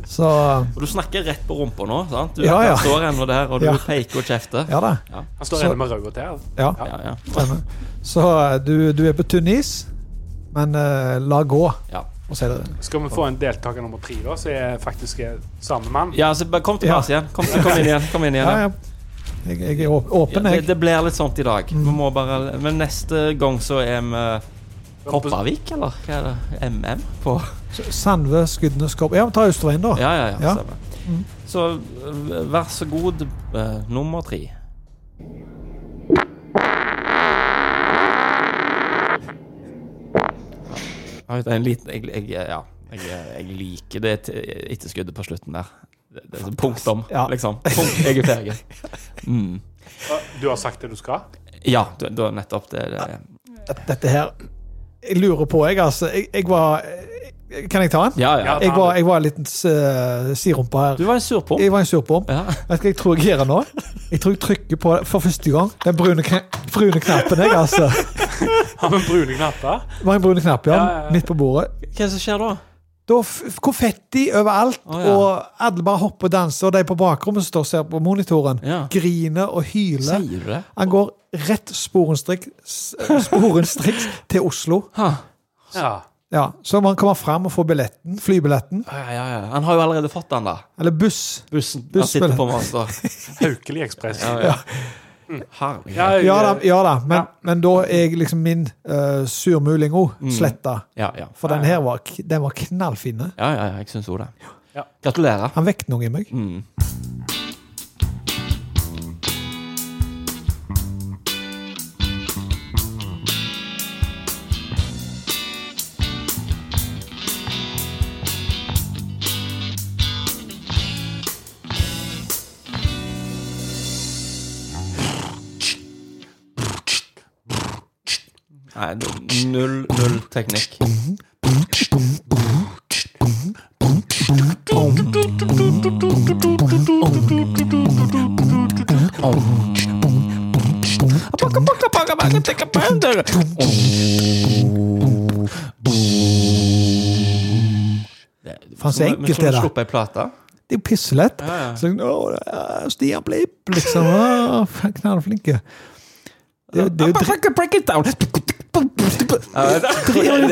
Så Og du snakker rett på rumpa nå. sant? Du Ja, ja. han står ennå der, og du Ja. peker og kjefter. ja da. Han står Så- inne med røda til. Ja. Ja, ja. Stemmer. Så eh, du, du er på tynn is, men eh, la gå. Ja. Og så er det Skal vi få en deltaker nummer tre, da, som er faktisk er samme mann? Ja, altså, bare kom tilbake igjen. Kom, kom inn igjen. Kom inn igjen Ja, ja. ja. Jeg, jeg er åp- åpen, det, jeg. Mm. det blir litt sånt i dag. Vi må bare, men neste gang så er vi Kopervik, eller hva er det? MM? På S- Sandve, Skudenes, Kopp Ja, vi tar Austerveien, da. Ja, ja, ja. Ja. Mm. stemmer. Så eh, vær så god, eh, nummer tre. Ja, det er en liten jeg, jeg, eh, ja, jeg, jeg liker det et- etterskuddet på slutten der. Det, det er sånn punktum, Ja. liksom. Punkt, jeg er ferdig. Mm. Du har sagt det du skal? Ja, du, du har nettopp det. det. Dette- Dette her Jeg lurer på, jeg, altså. Jeg, jeg var jeg- Kan jeg ta den? Ja, ja. Ja. Jeg var, jeg var en liten uh, sirumpe her. Du var en surpomp. Jeg var en surpomp. Ja. Vet du hva jeg tror jeg gjør nå? Jeg tror jeg trykker på for første gang den brune, kn- brune knappen. jeg, altså. Har vi brune knapper? Det var en brune knapp, ja. Ja, ja, ja. Midt på bordet. Hva er det som skjer da? Da f konfetti overalt, Å, ja. og alle bare hopper og danser, og de på bakrommet som står og ser på monitoren, Ja. griner og hyler. Sier du det? Han går rett sporenstrikk- s- sporenstriks til Oslo. Ha. Ja. Ja, Så man kommer fram og får billetten, flybilletten, Ja, ja, ja. Han har jo allerede fått den, da. eller buss. Bussen. Han Bussen. sitter på meg og står. Haukeli eh, Ekspress. Ja, ja. Herlig. Ja, Ja da, ja da men, men da er jeg liksom min uh, surmulingo sletta. ja. Mm. ja. For den her var, k- den var knallfine. Ja, ja, jeg syns òg det. Ja. Gratulerer. Han vekket noe i meg. Mm. Nei, det- null, null teknikk. Faen, så enkelt det da. er. Sluppe ei plate. Det er jo pisselett. Ja, ja. Så, å, det er Stian Blipp, liksom. Å, faen, Knallflinke. Det, er jo- det er jo dritt. Break it down! Det angrer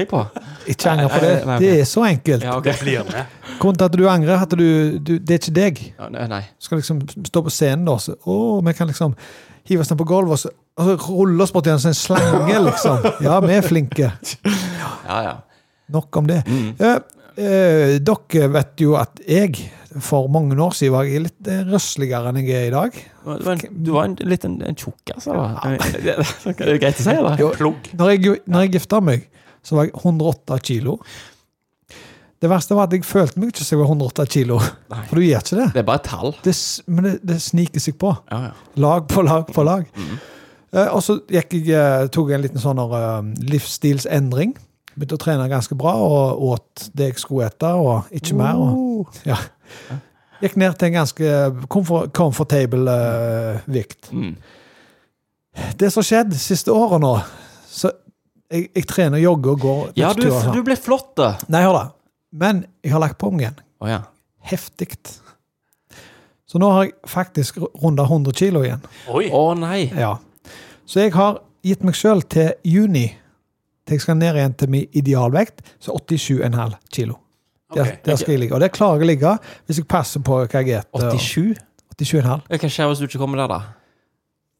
jeg på. Ikke angre på Nei, nei, det. ok. Det er så enkelt. Ja, ok. Det blir med. Grunnen til at du angrer, er at du, du Det er ikke deg. Ja, nei, nei. Du skal liksom stå på scenen, da, og så Å, vi kan liksom hive oss ned på gulvet, og så og så rulle oss borti en sånn slange, liksom. Ja, vi er flinke. Ja, ja. Nok om det. Eh, eh, dere vet jo at jeg for mange år siden var jeg litt eh, røsligere enn jeg er i dag. Du var en, du var en litt en, en tjukkas, eller? Det er det greit å si, eller? Plugg. Når jeg, når jeg gifta meg, så var jeg 108 kilo. Det verste var at jeg følte meg ikke som jeg var 108 kilo. For du gjør ikke det. Det er bare et tall. det s- men det, det sniker seg på. Ja, ja. Lag på lag på lag. Mm. Eh, og så gikk jeg, eh, tok jeg en liten sånn eh, livsstilsendring. Begynte å trene ganske bra og åt det jeg skulle ete, og ikke mer. Oh. Og, ja. Gikk ned til en ganske comfor comfortable eh, vikt. Mm. Det som skjedde siste året nå så jeg, jeg trener, jogger og går. Ja, du, løpeturer og sånn. du ble flott, da. Nei, hør da. Men jeg har lagt på meg igjen. Å ja. Heftig. Så nå har jeg faktisk runda 100 kilo igjen. Oi. Å nei. Ja. Så jeg har gitt meg sjøl til juni, til jeg skal ned igjen til min idealvekt, så 87,5 kilo. Der, Ok. der skal jeg ligge. Og det klarer jeg å ligge hvis jeg passer på hva jeg spiser. 87? 87,5. Hva skjer hvis du ikke kommer der, da?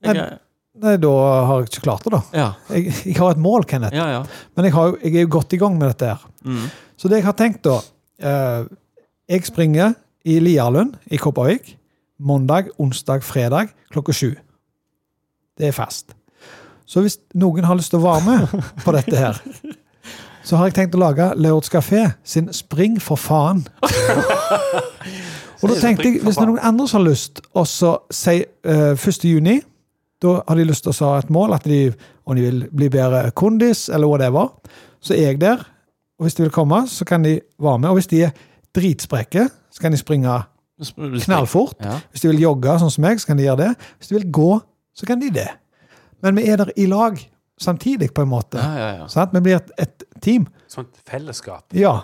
Jeg, Nei, da har jeg ikke klart det, da. ja, Jeg, jeg har et mål, Kenneth, ja, ja. men jeg, har, jo- jeg er jo godt i gang med dette her. Mm. Så det jeg har tenkt, da eh, Jeg springer i Lierlund i Kopervik mandag, onsdag, fredag klokka sju. Det er fast. Så hvis noen har lyst til å være med på dette her, så har jeg tenkt å lage Leords Café sin Spring for faen. Og da tenkte jeg, hvis det er noen andre som har lyst, og så si eh, 1. juni da har de lyst til å ha et mål, at de, om de vil bli bedre kondis, eller whatever, så er jeg der. Og hvis de vil komme, så kan de være med. Og hvis de er dritsprekke, så kan de springe knallfort. Ja. Hvis de vil jogge, sånn som meg, så kan de gjøre det. Hvis de vil gå, så kan de det. Men vi er der i lag samtidig, på en måte. Ja, ja, ja. Sant? Vi blir et, et team. Sånt fellesskap. Ja.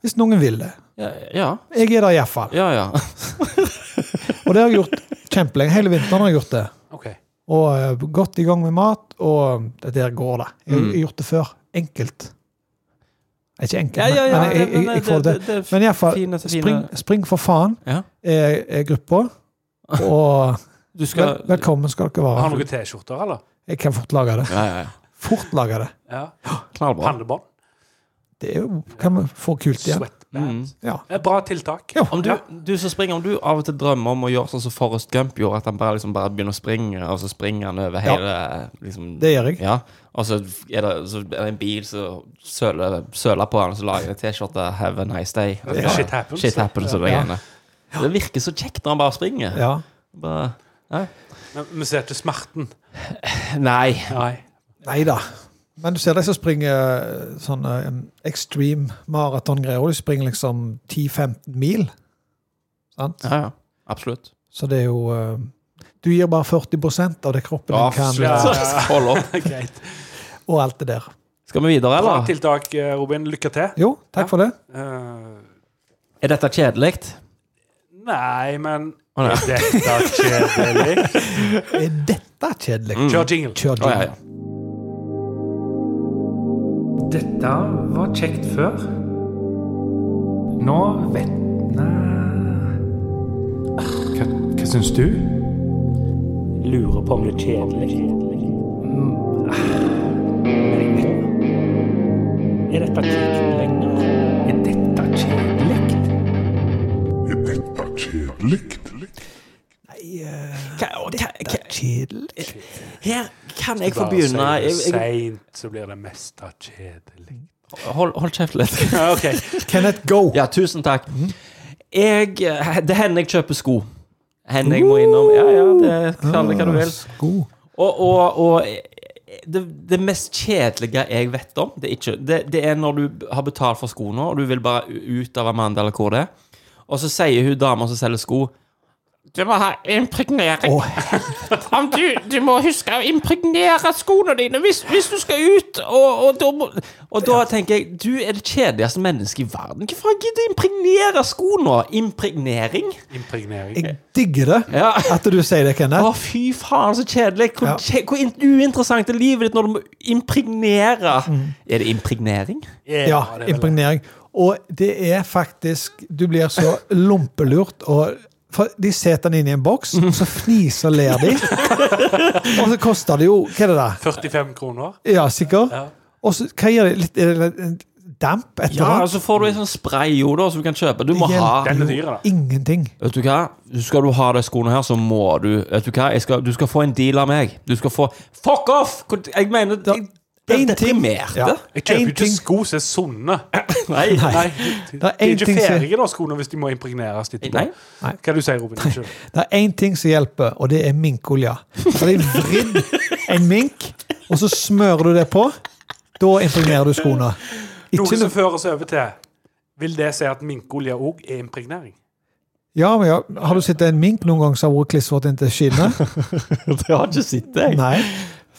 Hvis noen vil det. Ja, ja. Jeg er der iallfall. ja, ja. Og det har jeg gjort kjempelenge. Hele vinteren har jeg gjort det. OK. Og eh, godt um, Mm. i gang med mat, og det der går, da. Jeg har gjort det før. Enkelt. Det er ikke enkelt, Ja, ja, ja. men jeg, jeg, jeg, jeg får det til. Men iallfall, Fine, fine. spring, spring for faen, Ja. er, er gruppa. Og Du skal vel, velkommen skal dere Har du være. noen T-skjorter, eller? Jeg kan fort lage det. Ja, ja, ja. Fort lage det. Ja. Knallbra. Handlebånd? Det er jo, kan vi få kult igjen. Sweatbands? Ja. Det er Bra tiltak. Ja. Om du, du som springer, om du av og til drømmer om å gjøre sånn som Forrest Gump gjorde, at han bare, liksom, bare begynner å springe, og så springer han over hele liksom, Det gjør jeg. Ja, og så er det, så er det en bil som søler, søler på han, og så lager en T-skjorte 'Have a nice day'. Og så Ja. bare- Shit happens. Shit happens og det Ja. greiene. Det virker så kjekt når han bare springer. Ja. Bare, Men vi ser til smerten. nei. Nei. Nei da. Men du ser de som springer eh, sånne em, extreme maratongreier, og de springer liksom 10-15 mil. Sant? Ja, ja. Absolutt. Så det er jo eh, Du gir bare 40 av det kroppen din kan, eh, ja. Absolutt. Hold opp. Greit. og alt det der. Skal vi videre, Bra eller? tiltak, eh, Robin. Lykke til. Jo, takk Ja. for det. Eh, Er dette kjedelig? nei, men Å, nei. Er Dette er kjedelig. Er dette kjedelig? Kjør jingle. Kjør Å, Mm. ja, jingle. ja. Dette var kjekt før. Nå vet Nei Hva, hva syns du? Lurer på om det er kjedelig. Mm, ah, men jeg vet- Er dette kjekt lenger? Er dette kjedelig? Nei, eh, Hva- hva- det er kjedelig. Her kan jeg få Bare begynne. si det Jeg, jeg, Seint så blir det meste kjedelig. hold, hold kjeft litt. Ja, OK. Kenneth, go! Ja, tusen takk. Jeg, det hender jeg kjøper sko. Hender jeg må innom. Ja, ja, det kall det hva du vil. Sko. Og, og, og det, det mest kjedelige jeg vet om, det er, ikke, det, det er når du har betalt for skoene, og du vil bare ut av Amanda eller hvor det er. Og så sier hun dama som selger sko Du må ha impregnering. Å, Om du, du må huske å impregnere skoene dine hvis, hvis du skal ut. Og, og, da, må- og da tenker jeg Du er det kjedeligste mennesket i verden. Hvorfor gidder jeg impregnere sko nå? Impregnering? Impregnering. jeg digger det Ja. at du sier det, Å, Kenneth. fy faen, så kjedelig. Hvor, Ja. kje- hvor in uinteressant er livet ditt når du må impregnere. Er det impregnering? Ja, det er vel- impregnering. Og det er faktisk Du blir så lompelurt og for De setter den inn i en boks, og så fniser og ler de. Og så koster det jo Hva er det der? 45 kroner. Ja, sikkert. Ja. Og så hva gir det? Litt er det en damp? Et Ja, eller og annet? så får du en sånn spray jo da, som du kan kjøpe. Du må ha Den er dyr, da. Ingenting. Vet du hva? Skal du ha de skoene her, så må du Vet du hva? Jeg skal, du skal få en deal av meg. Du skal få Fuck off! Hvor- Jeg mener jeg, jeg en ting. er deprimert. Ja. Jeg kjøper jo En ikke ting. sko som er sunne. Nei. Nei. Det De er er en ikke ting som- ferdige, da, skoene, hvis de må impregneres etterpå. Nei. Nei. Hva du sier Robin? Unnskyld. Det er én ting som hjelper, og det er minkolje. Så de vridd en mink, og så smører du det på. Da impregnerer du skoene. Noe Ikke som noe fører oss over til Vil det si at minkolje òg er impregnering? Ja, men ja, Har du sett en mink noen gang som har vært klissvåt inntil skinnet? Jeg har ikke sett det. Nei.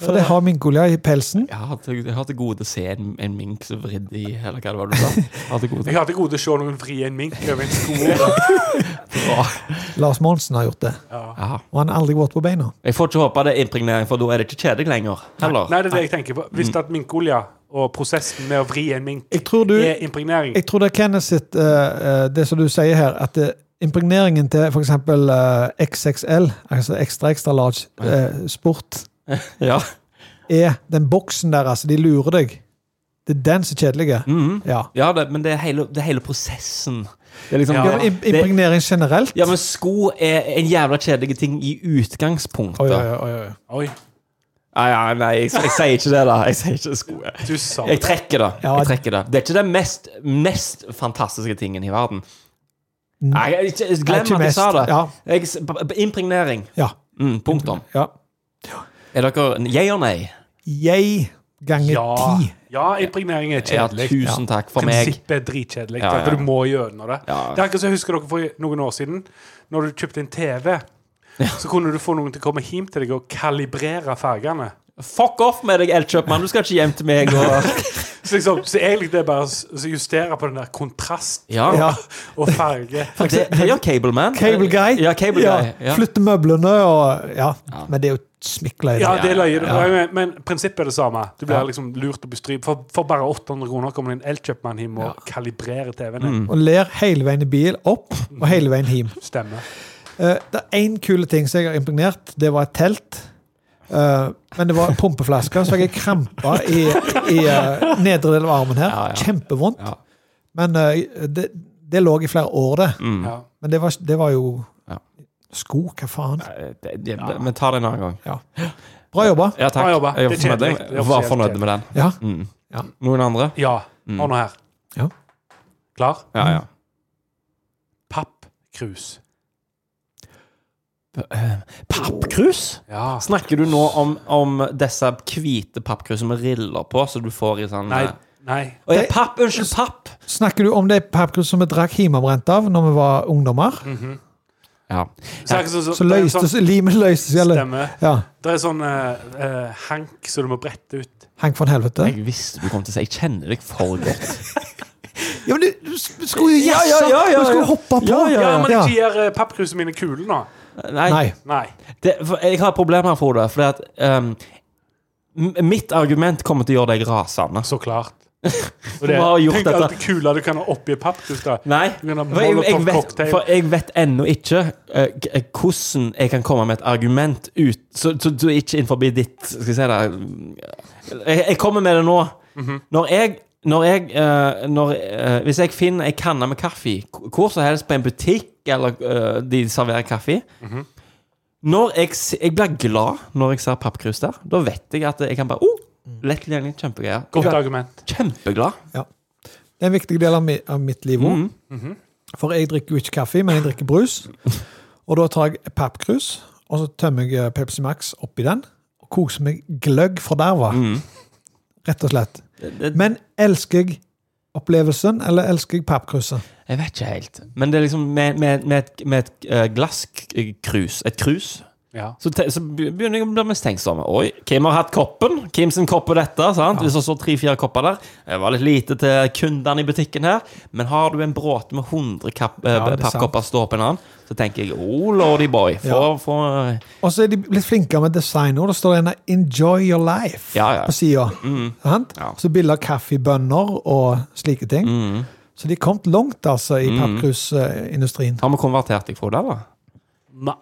For det har minkolje i pelsen. Jeg har til- jeg har til gode å se en, en mink som vridd i Eller hva det var du sa? Jeg har til gode Jeg har til gode å se noen vri en mink over en sko. Lars Monsen har gjort det. ja. Og han har aldri vært på beina. Jeg får ikke håpe det er impregnering, for da er det ikke kjedelig lenger. Heller. Nei, det er det jeg tenker på. Hvis det er at minkolje og prosessen med å vri en mink Mm. Jeg tror, du, er impregnering jeg tror det er Kenneth sitt eh, eh, Det som du sier her, at eh, impregneringen til f.eks. Uh, XXL, altså ekstra extra large eh, sport, Ja. er den boksen der, altså. De lurer deg. Det er den som er kjedelig. Mhm. Ja. ja det, men det er, hele, det er hele prosessen. Det er liksom Ja. Ja, men im- Impregnering generelt. Ja, men sko er en jævla kjedelig ting i utgangspunktet. Oi, oi, oi, oi. Oi, Nei, nei, nei jeg, jeg sier ikke det, da. Jeg sier ikke sko. du sa Jeg trekker det. Ja, Jeg trekker det. det er ikke den mest, mest fantastiske tingen i verden. Nei, jeg- jeg- Nei, glem ikke at jeg mest. sa det. Ja. Jeg, s- b- b- impregnering. ja. Mm, punktum. ja. Er dere jeg og nei? Jeg ganger ja. ti. ja, impregnering er Ja, kjedelig. tusen takk for meg. Prinsippet er dritkjedelig. Ja, ja. for Du må gjennom det. Ja. Det er akkurat som jeg husker dere for noen år siden, når du kjøpte en TV. Så kunne du få noen til å komme hjem til deg og kalibrere fargene. Fuck off med deg, elkjøpmann. Du skal ikke hjem til meg og Så, liksom, så egentlig det er bare å s- å justere på den der kontrast Ja. Ja. og farge. For Det, det gjør Cableman. Cable guy. Ja, Cable Guy. Ja. Flytte møblene og Ja. Men det er jo smikkløye. Ja, det er løye. Ja, ja, Men, men prinsippet er det samme. Du blir liksom lurt og bestrypt. For, for bare 800 kroner kommer det en elkjøpmann hjem og kalibrerer TV-en din. Og ler hele veien i bil opp og hele veien hjem. Mm. Stemmer. Eh, det er én kule ting som jeg har impregnert. Det var et telt. Eh, men det var pumpeflasker, så jeg er krampa i, i eh, nedre del av armen her. Ja, ja. Kjempevondt. Ja. Men eh, det, det lå i flere år, det. Mm. Ja. Men det var, det var jo Ja. Sko, hva faen. Nei, det, det, Men ta det en annen gang. Bra jobba. Ja, takk. Bra jobba. Jeg var Det er fornøyd, kjedelig. Det er jeg var offisielt fornøyd med den. Ja. Mm. Ja. Noen andre? Ja. Mm. Hør nå her. Ja. Klar? Ja, ja. Pappkrus. eh, Pappkrus? Ja. Snakker du nå om, om disse hvite pappkrusene med riller på, som du får i sånn Nei. eh, Nei. Å, ja, papp! Unnskyld, papp! Snakker du om de pappkrus som vi drakk hjemmebrent av når vi var ungdommer? Ja. Så, er det sånn- Så Mm. det er løste sånn, limet løste seg. eller? Stemmer. Ja. Det er sånn eh, eh, hank som du må brette ut. Hank von helvete. Jeg visste du kom til å si Jeg kjenner deg for godt. Ja, men du, du s- skulle jo Ja, jazza! ja, ja, ja, Du skulle ja. hoppa på! Ja, Ja, men Ja. ikke gjør eh, pappkrusene mine kule nå. Nei. Nei. Det, for jeg har problemer, Frode, fordi at ehm, m- Mitt argument kommer til å gjøre deg rasende. Så klart. Og Hva har gjort tenk dette? alt det kule du kan ha oppi pappkrus. da. Nei, Du kan ha for jeg, jeg, vet, Molotov-cocktail. for jeg vet ennå ikke eh, k- eh, hvordan jeg kan komme med et argument ut Så så du er ikke innenfor ditt Skal jeg si det eh, Jeg, jeg kommer med det nå. Når jeg når jeg, eh, når, eh, Hvis jeg finner ei kanne med kaffe k- hvor som helst på en butikk, eller eh, de serverer kaffe Når jeg, se- jeg blir glad når jeg ser pappkrus der, da vet jeg at jeg kan bare oh, Lett tilgjengelig, kjempegreier. Jeg Godt blir argument. Kjempeglad. Det er en viktig del av, mi, av mitt liv òg. Mm. For jeg drikker jo ikke kaffe, men jeg drikker brus. Og da tar jeg pappkrus, og så tømmer jeg eh, Pepsi Max oppi den. Og koser meg gløgg forderva. Mm. Rett og slett. Det, det, Men elsker jeg opplevelsen, eller elsker jeg pappkruset? Jeg vet ikke helt. Men det er liksom med, med, med et, med et eh, glasskrus Et krus. Ja. Så, te, så be- begynner jeg å bli mistenksom. Oi, hvem har hatt koppen? Hvem sin kopp er dette? sant? Hvis det står tre-fire kopper der. Det var litt lite til kundene i butikken her. Men har du en bråte med 100 kapp, eh, Ja, det er sant. pappkopper stå på en annen, så tenker jeg oh, lordy boy. Få, Ja. få, Og så er de blitt flinkere med design. Og det står det en 'Enjoy your life' Ja, ja. på sida. Ja. Mm. Så bilder av kaffebønner og slike ting. Så de er kommet langt altså, i pappkrusindustrien. Har vi konvertert deg, Frode? eller? Nei.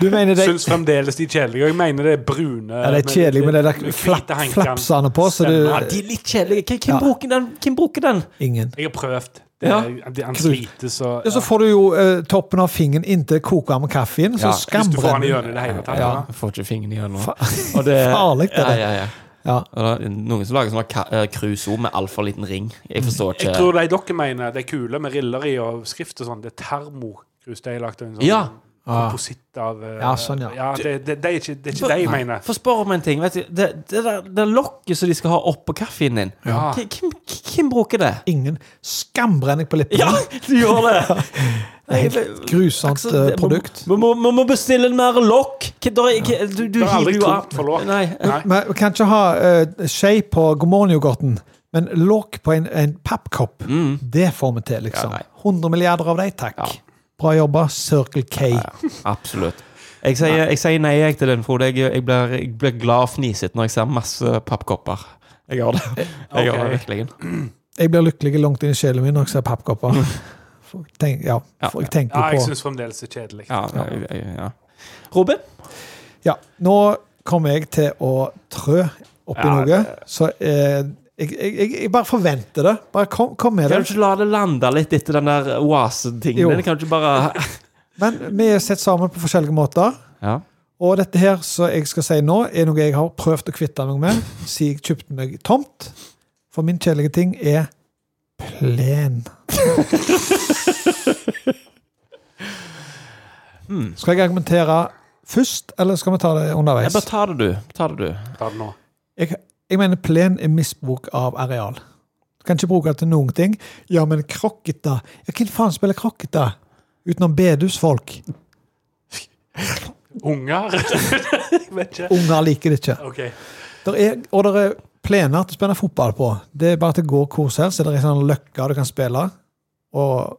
Du mener Altså, det, Syns fremdeles de er kjedelige. Og jeg mener det er brune ja, det er kjedelig med det der med flapp, hvite hankene. flapsene på, så Ja, det de er litt kjedelige. Hvem, hvem, Ja. bruker den? hvem bruker den? Ingen. Jeg har prøvd. Det, Ja. de, han slites og Ja, så får du jo eh, toppen av fingeren inntil kokevarm kaffen, så Ja, hvis Hvis du får han i skambrenner øynene i det hele tatt. Ja, da. jeg får ikke fingeren i øynene. Fa- Og det- Farlig, det Ja, der. ja, ja. Ja. Og det er noen som lager sånne ka- eh, krusord med altfor liten ring. Jeg forstår ikke Jeg tror de dere mener det er kule med riller i og skrift og sånn, det er termokrus. De har lagt en sånn Ja. kompositt av eh, Ja, sånn, ja. det, det, det er ikke det er ikke det jeg mener. Få spørre om en ting. Vet du, det, det, der, det lokket som de skal ha oppå kaffen din, Ja. K- hvem, hvem bruker det? Ingen skambrenning på Ja, lippene. du gjør det! Det er helt grusomt Altså, eh, det- produkt. Vi må, vi må bestille en mer lokk! Hva- der er- hva- Du, du Det er hiver aldri jo av- tomt for lokk. Nei. Nei. Men vi kan ikke ha eh, skje på God morgen-yoghurten, men lokk på en, en pappkopp. Det får vi til, liksom. Mm. Ja, nei. 100 milliarder av deg, takk. Ja. Bra jobba, Circle K. Absolutt. Jeg sier, jeg sier nei jeg til den, Frode. Jeg, jeg, blir, jeg blir glad og fnisete når jeg ser masse pappkopper. Jeg gjør det. Jeg gjør det Ok. virkelig. Jeg blir lykkelig langt inn i sjelen min når jeg ser pappkopper. For- Tenk, ja, Ja. for jeg tenker Ja, jo jeg på syns fremdeles det er kjedelig. Ja, jeg, jeg, ja. Robin? Ja, nå kommer jeg til å trø oppi Ja, noe, så eh, jeg, jeg, jeg, jeg bare forventer det. Bare kom, kom med Kan du det. ikke la det lande litt etter den der oase-tingen Jo. din? Kan du ikke bare Men vi er sett sammen på forskjellige måter. Ja. Og dette her som jeg skal si nå, er noe jeg har prøvd å kvitte meg med siden jeg kjøpte meg tomt. For min kjedelige ting er plen. Hmm. Skal jeg argumentere først, eller skal vi ta det Jeg underveis? bare ta det, du. Ta det, du. Ta det nå. Jeg, jeg mener plen er misbruk av areal. Du kan ikke bruke det til noen ting. Ja, men krokket, da? Ja, hvem faen spiller krokket, da? Utenom bedusfolk. Unger? Jeg vet ikke. Unger liker det ikke. OK. Der er, og det er plener til å spille fotball på. Det er bare at det går kurs her, så det er sånn løkker du kan spille. Og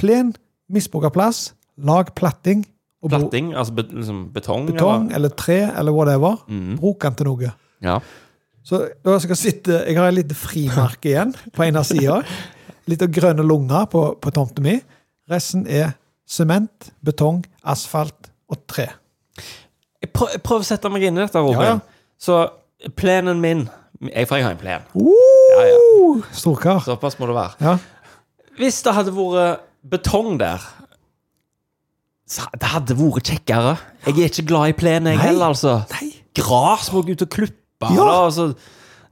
plen, misbruk av plass, lag platting. Og bro- Platting? Altså be, liksom betong? Betong eller tre eller whatever. Mm. Bruk den til noe. Ja. Så da skal jeg sitte, jeg har et lite frimerke igjen på ene sida. Litt av grønne lunger på, på tomten min. Resten er sement, betong, asfalt og tre. Jeg prøv, jeg prøver å sette meg inn i dette, Robin. Ja, ja. Så plenen min jeg, For jeg har en plen. Uh, Storkar. Såpass må det være. Ja. Hvis det hadde vært betong der så Det hadde vært kjekkere. Jeg er ikke glad i plen, jeg Nei. heller, altså. Nei. Gras må gå ut og klippe. Ja. Da, altså.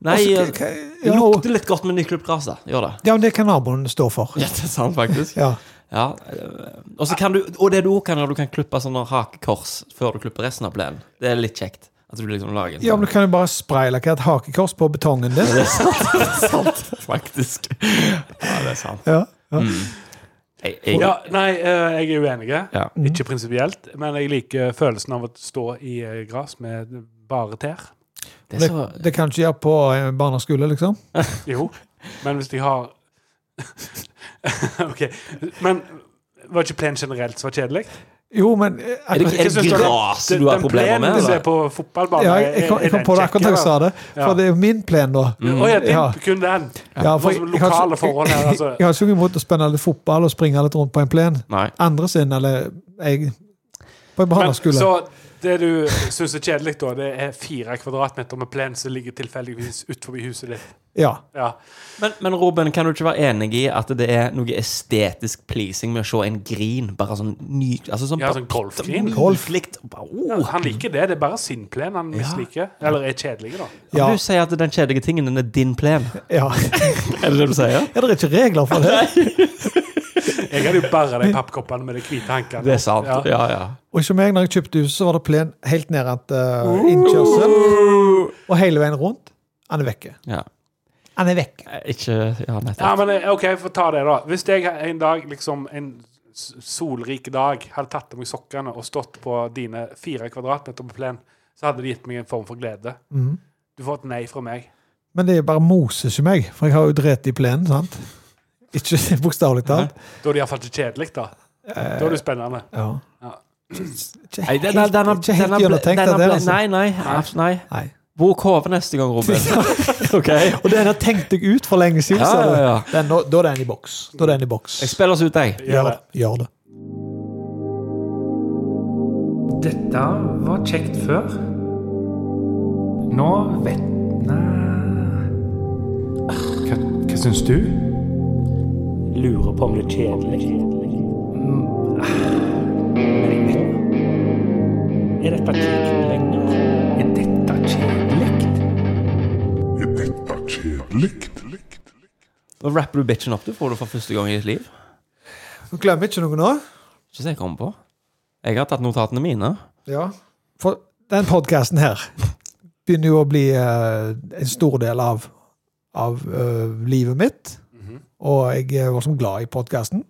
Nei, eh, Også- det ja, og- lukter litt godt med nyklipt gras. da. Gjør det. Ja, men det kan naboen stå for. Ja, det er sant, faktisk. Ja. Ja. eh, Og, så kan du, og det du også kan gjøre, du kan klippe sånne hakekors før du klipper resten av plenen. Det er litt kjekt. At du liksom lager en ja, men du kan jo bare spraylakke et hakekors på betongen din. sånn, faktisk. Ja, det er sant. Mm. Ja, ja. Jeg, jeg, Ja, nei, eh, jeg er uenig. Ja. Ikke prinsipielt, men jeg liker følelsen av å stå i eh, gress med bare tær. det er Det, så, det kan du ikke gjøre på eh, barneskole, liksom. Jo, men hvis de har OK. Men var ikke plenen generelt så kjedelig? Jo, men eh, er det, er Jeg synes det den- gras den- du har problemer med? Den plenen du ser Eller? på fotballbanen, ja, jeg, jeg, kom, jeg kom på det akkurat da jeg sa det. For det er jo min plen, da. Mm. Å ja, Ja. din, kun den. Ja, for Sånn som lokale forhold her, altså. Jeg har ikke noe imot å spenne litt fotball og springe litt rundt på en plen. Nei. Andre sin, eller jeg På en Men, barneskole. så det du syns er kjedelig, da, det er fire kvadratmeter med plen som ligger tilfeldigvis utenfor huset ditt. Ja. Ja. Men, men Robin, kan du ikke være enig i at det er noe estetisk pleasing med å se en grin? Bare sånn ny altså sånn, Ja, sånn golfgrin. Golf. Bare, oh. Han liker det. Det er bare sin plen han misliker. Eller er kjedelig, da. Ja. Du sier at den kjedelige tingen den er din plen. ja. Er det det du sier? Er det ikke regler for det? Jeg hadde jo bare de pappkoppene med de hvite hankene. Det er sant. Ja. Ja, ja. Og ikke meg, når jeg kjøpte huset, så var det plen helt ned til innkjørselen. Uh. Og hele veien rundt. Han er vekke. ja. Han er vekke. Ikke Ja, nettopp. Ja, men eh, OK, få ta det, da. Hvis jeg en dag, liksom en s- solrik dag, hadde tatt av meg sokkene og stått på dine fire kvadratmeter på plen, så hadde det gitt meg en form for glede. Mhm. Du får et nei fra meg. Men det er jo bare moses ikke meg, for jeg har jo drept i plenen, sant? Ikke bokstavelig talt. Da er det iallfall ikke kjedelig, da. Eh. Da er det spennende. Ja. Ja. Ikke Nei, den- den- helt, den- ikke helt den- gjennomtenkt, den- dette. her, Altså. Nei, nei. abs- nei. Nei. Bruk hodet neste gang, Robin. ok? Og den har tenkt deg ut for lenge siden. Ja, sa du. ja, ja. Den, da, da er den i boks. Da er den i boks. Jeg spiller oss ut, jeg. Gjør det. Gjør det. Dette var kjekt før. Nå vet Nei. Hva, hva syns du? Lurer på om det er kjedelig. Mm, ah. Men jeg vet Er dette kjekt lenger? Er dette kjedelig? Nå rapper du bitchen opp du får det for første gang i ditt liv. Du glemmer ikke noe nå? Ikke så jeg kommer på. Jeg har tatt notatene mine. Ja. For den podkasten her begynner jo å bli eh, en stor del av, av eh, livet mitt. Og jeg er voldsomt glad i podkasten.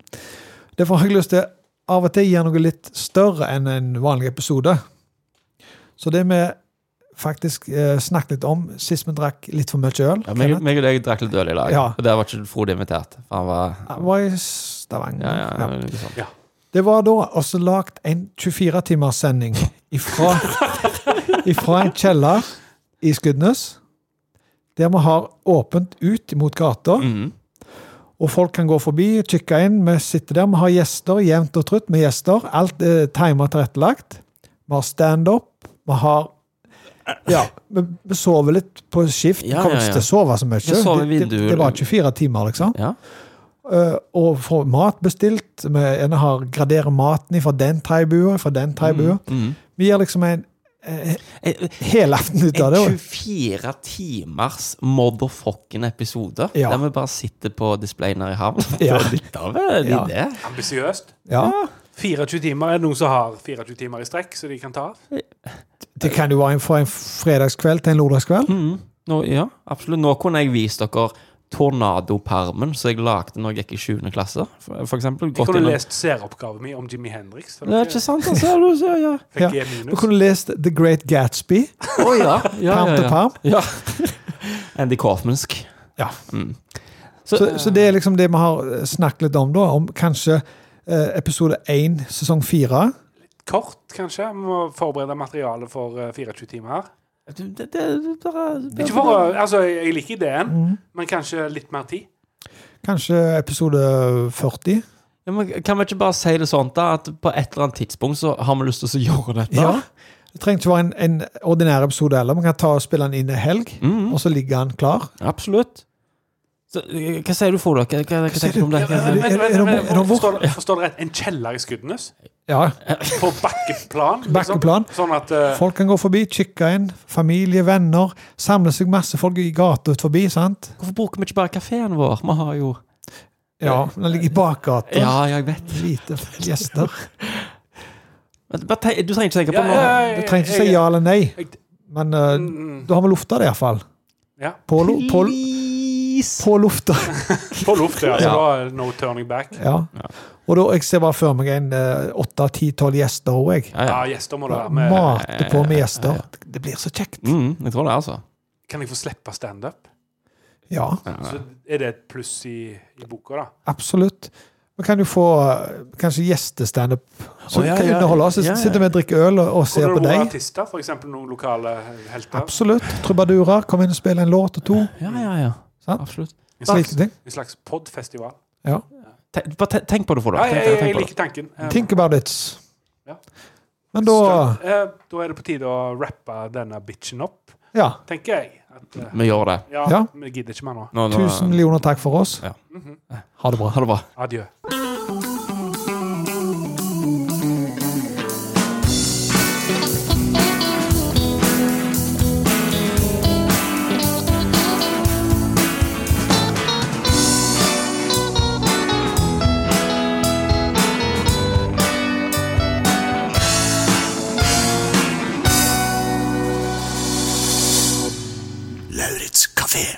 Derfor har jeg lyst til av og til å gjøre noe litt større enn en vanlig episode. Så det vi faktisk eh, snakket litt om sist vi drakk litt for mye øl Ja, meg, meg og deg drakk litt øl i dag, Ja. og der var ikke Frode invitert. For han var Ja, det eh, var i Stavanger. Ja, ja, Ja. noe sånt. Det var da også lagt en 24-timers sending ifra, ifra en kjeller i Skudenes, der vi har åpent ut mot gata, Mhm. og folk kan gå forbi, kikke inn. Vi sitter der, vi har gjester jevnt og trutt med gjester. Alt er timet tilrettelagt. Vi har standup. Vi har ja, vi, vi sover litt på skift. Ja, vi kommer ja, ikke ja. til å sove så mye. Vi sover Det, det, vinduer. det var 24 timer, liksom. Ja. Eh, og får mat bestilt. Vi ene har graderer maten fra den thaibua, fra den thaibua. Mhm. Vi gjør liksom en eh, En helaften ut av det. en og- 24 timers motherfucking episode Ja. der vi bare sitter på displayen her i havn. Ja. Det er litt av en Ja. idé. Ambisiøst. Ja, 24 timer. Er det noen som har 24 timer i strekk, så de kan ta av? det kan Mm. jo være en- fra en fredagskveld til en lørdagskveld. Mhm. Nå, ja, absolutt. Nå kunne jeg vist dere tornadopermen som jeg lagde når jeg gikk i 7. klasse, for, for eksempel. Jeg Gått kunne gjennom- lest særoppgaven min om Jimmy Hendrix. Ja, ikke sant? Altså, ja, du ser, ja. Fikk Ja. G Du minus. kunne lest The Great Gatsby. Å ja. ja, Perm ja, til ja. perm. ja. Andy Kaufmansk. Ja. Mm. Så, Så, så det er liksom det vi har eh, snakket litt om, da. Om kanskje eh, episode én, sesong fire. Kort, kanskje. Vi Må forberede materialet for eh, 24 timer. det, det, det, det, Ikke for, å- altså, jeg jeg liker ideen, men kanskje litt mer tid. Kanskje episode 40. ja, men Kan vi ikke bare si det sånn da at på et eller annet tidspunkt så har vi lyst til å gjøre dette? Ja. Det trenger ikke være en, en ordinær episode heller. Man kan ta og spille den inn en helg, Mm, og så ligger den klar. absolutt. Så, eh, hva sier du, Frode? Hva, hva, hva sier tenker du om det? Ja, er- Eh, men- men- er- er- men- men- er- er- er- Forstår du- forstår du rett? En kjeller i Skudenes? Ja. På bakkeplan? liksom. Bakkeplan. Sånn at eh, Folk kan gå forbi, kikke inn. Familie, venner. Samle seg masse folk i gata ut forbi. sant? Hvorfor bruker vi ikke bare kafeen vår? Vi har jo Ja, Den ligger i bakgata. Ja, jeg vet. Lite gjester. Men bare te- Du trenger ikke tenke ja, på noe. ja, ja, Du trenger ikke jeg- si ja eller nei, jeg- men eh, Mm, mm. da har vi lufta det iallfall. Ja. På, lo- på, på lufta. På luft, ja. Så Ja. da er det no turning back. Ja. Og da, jeg ser bare for meg en eh, åtte-ti-tolv gjester òg, jeg. Ja, ja. Ja, gjester Ah, må det være med. Mate på med gjester. Det blir så kjekt. Mm, jeg tror det, altså. Kan jeg få slippe standup? Ja, Så er det et pluss i, i boka, da. absolutt. Vi kan jo få eh, kanskje gjestestandup. Så Å, ja, kan ja. underholde oss. Ja, ja. Sitter vi og drikker øl og, og ser Kunne på det vært deg. artister, for eksempel noen lokale helter? Absolutt. Trubadurer. Kom inn og spill en låt og to. Ja, ja, ja. Sant? Absolutt. Slike ting. En slags podfestival? Ja. Tenk, bare te- tenk på det, Frode. Ja, jeg, Tenk, jeg, tenk jeg på det. liker tanken. Eh, Think about it. Ja. Men da stund. Eh, Da er det på tide å rappe denne bitchen opp, Ja. tenker jeg. At, eh, Vi gjør det. ja, Ja. Vi gidder ikke mer nå. Nå, nå, Tusen millioner takk for oss. Ja. Ha det bra. Ha det bra. Adjø. Lauritz kafé.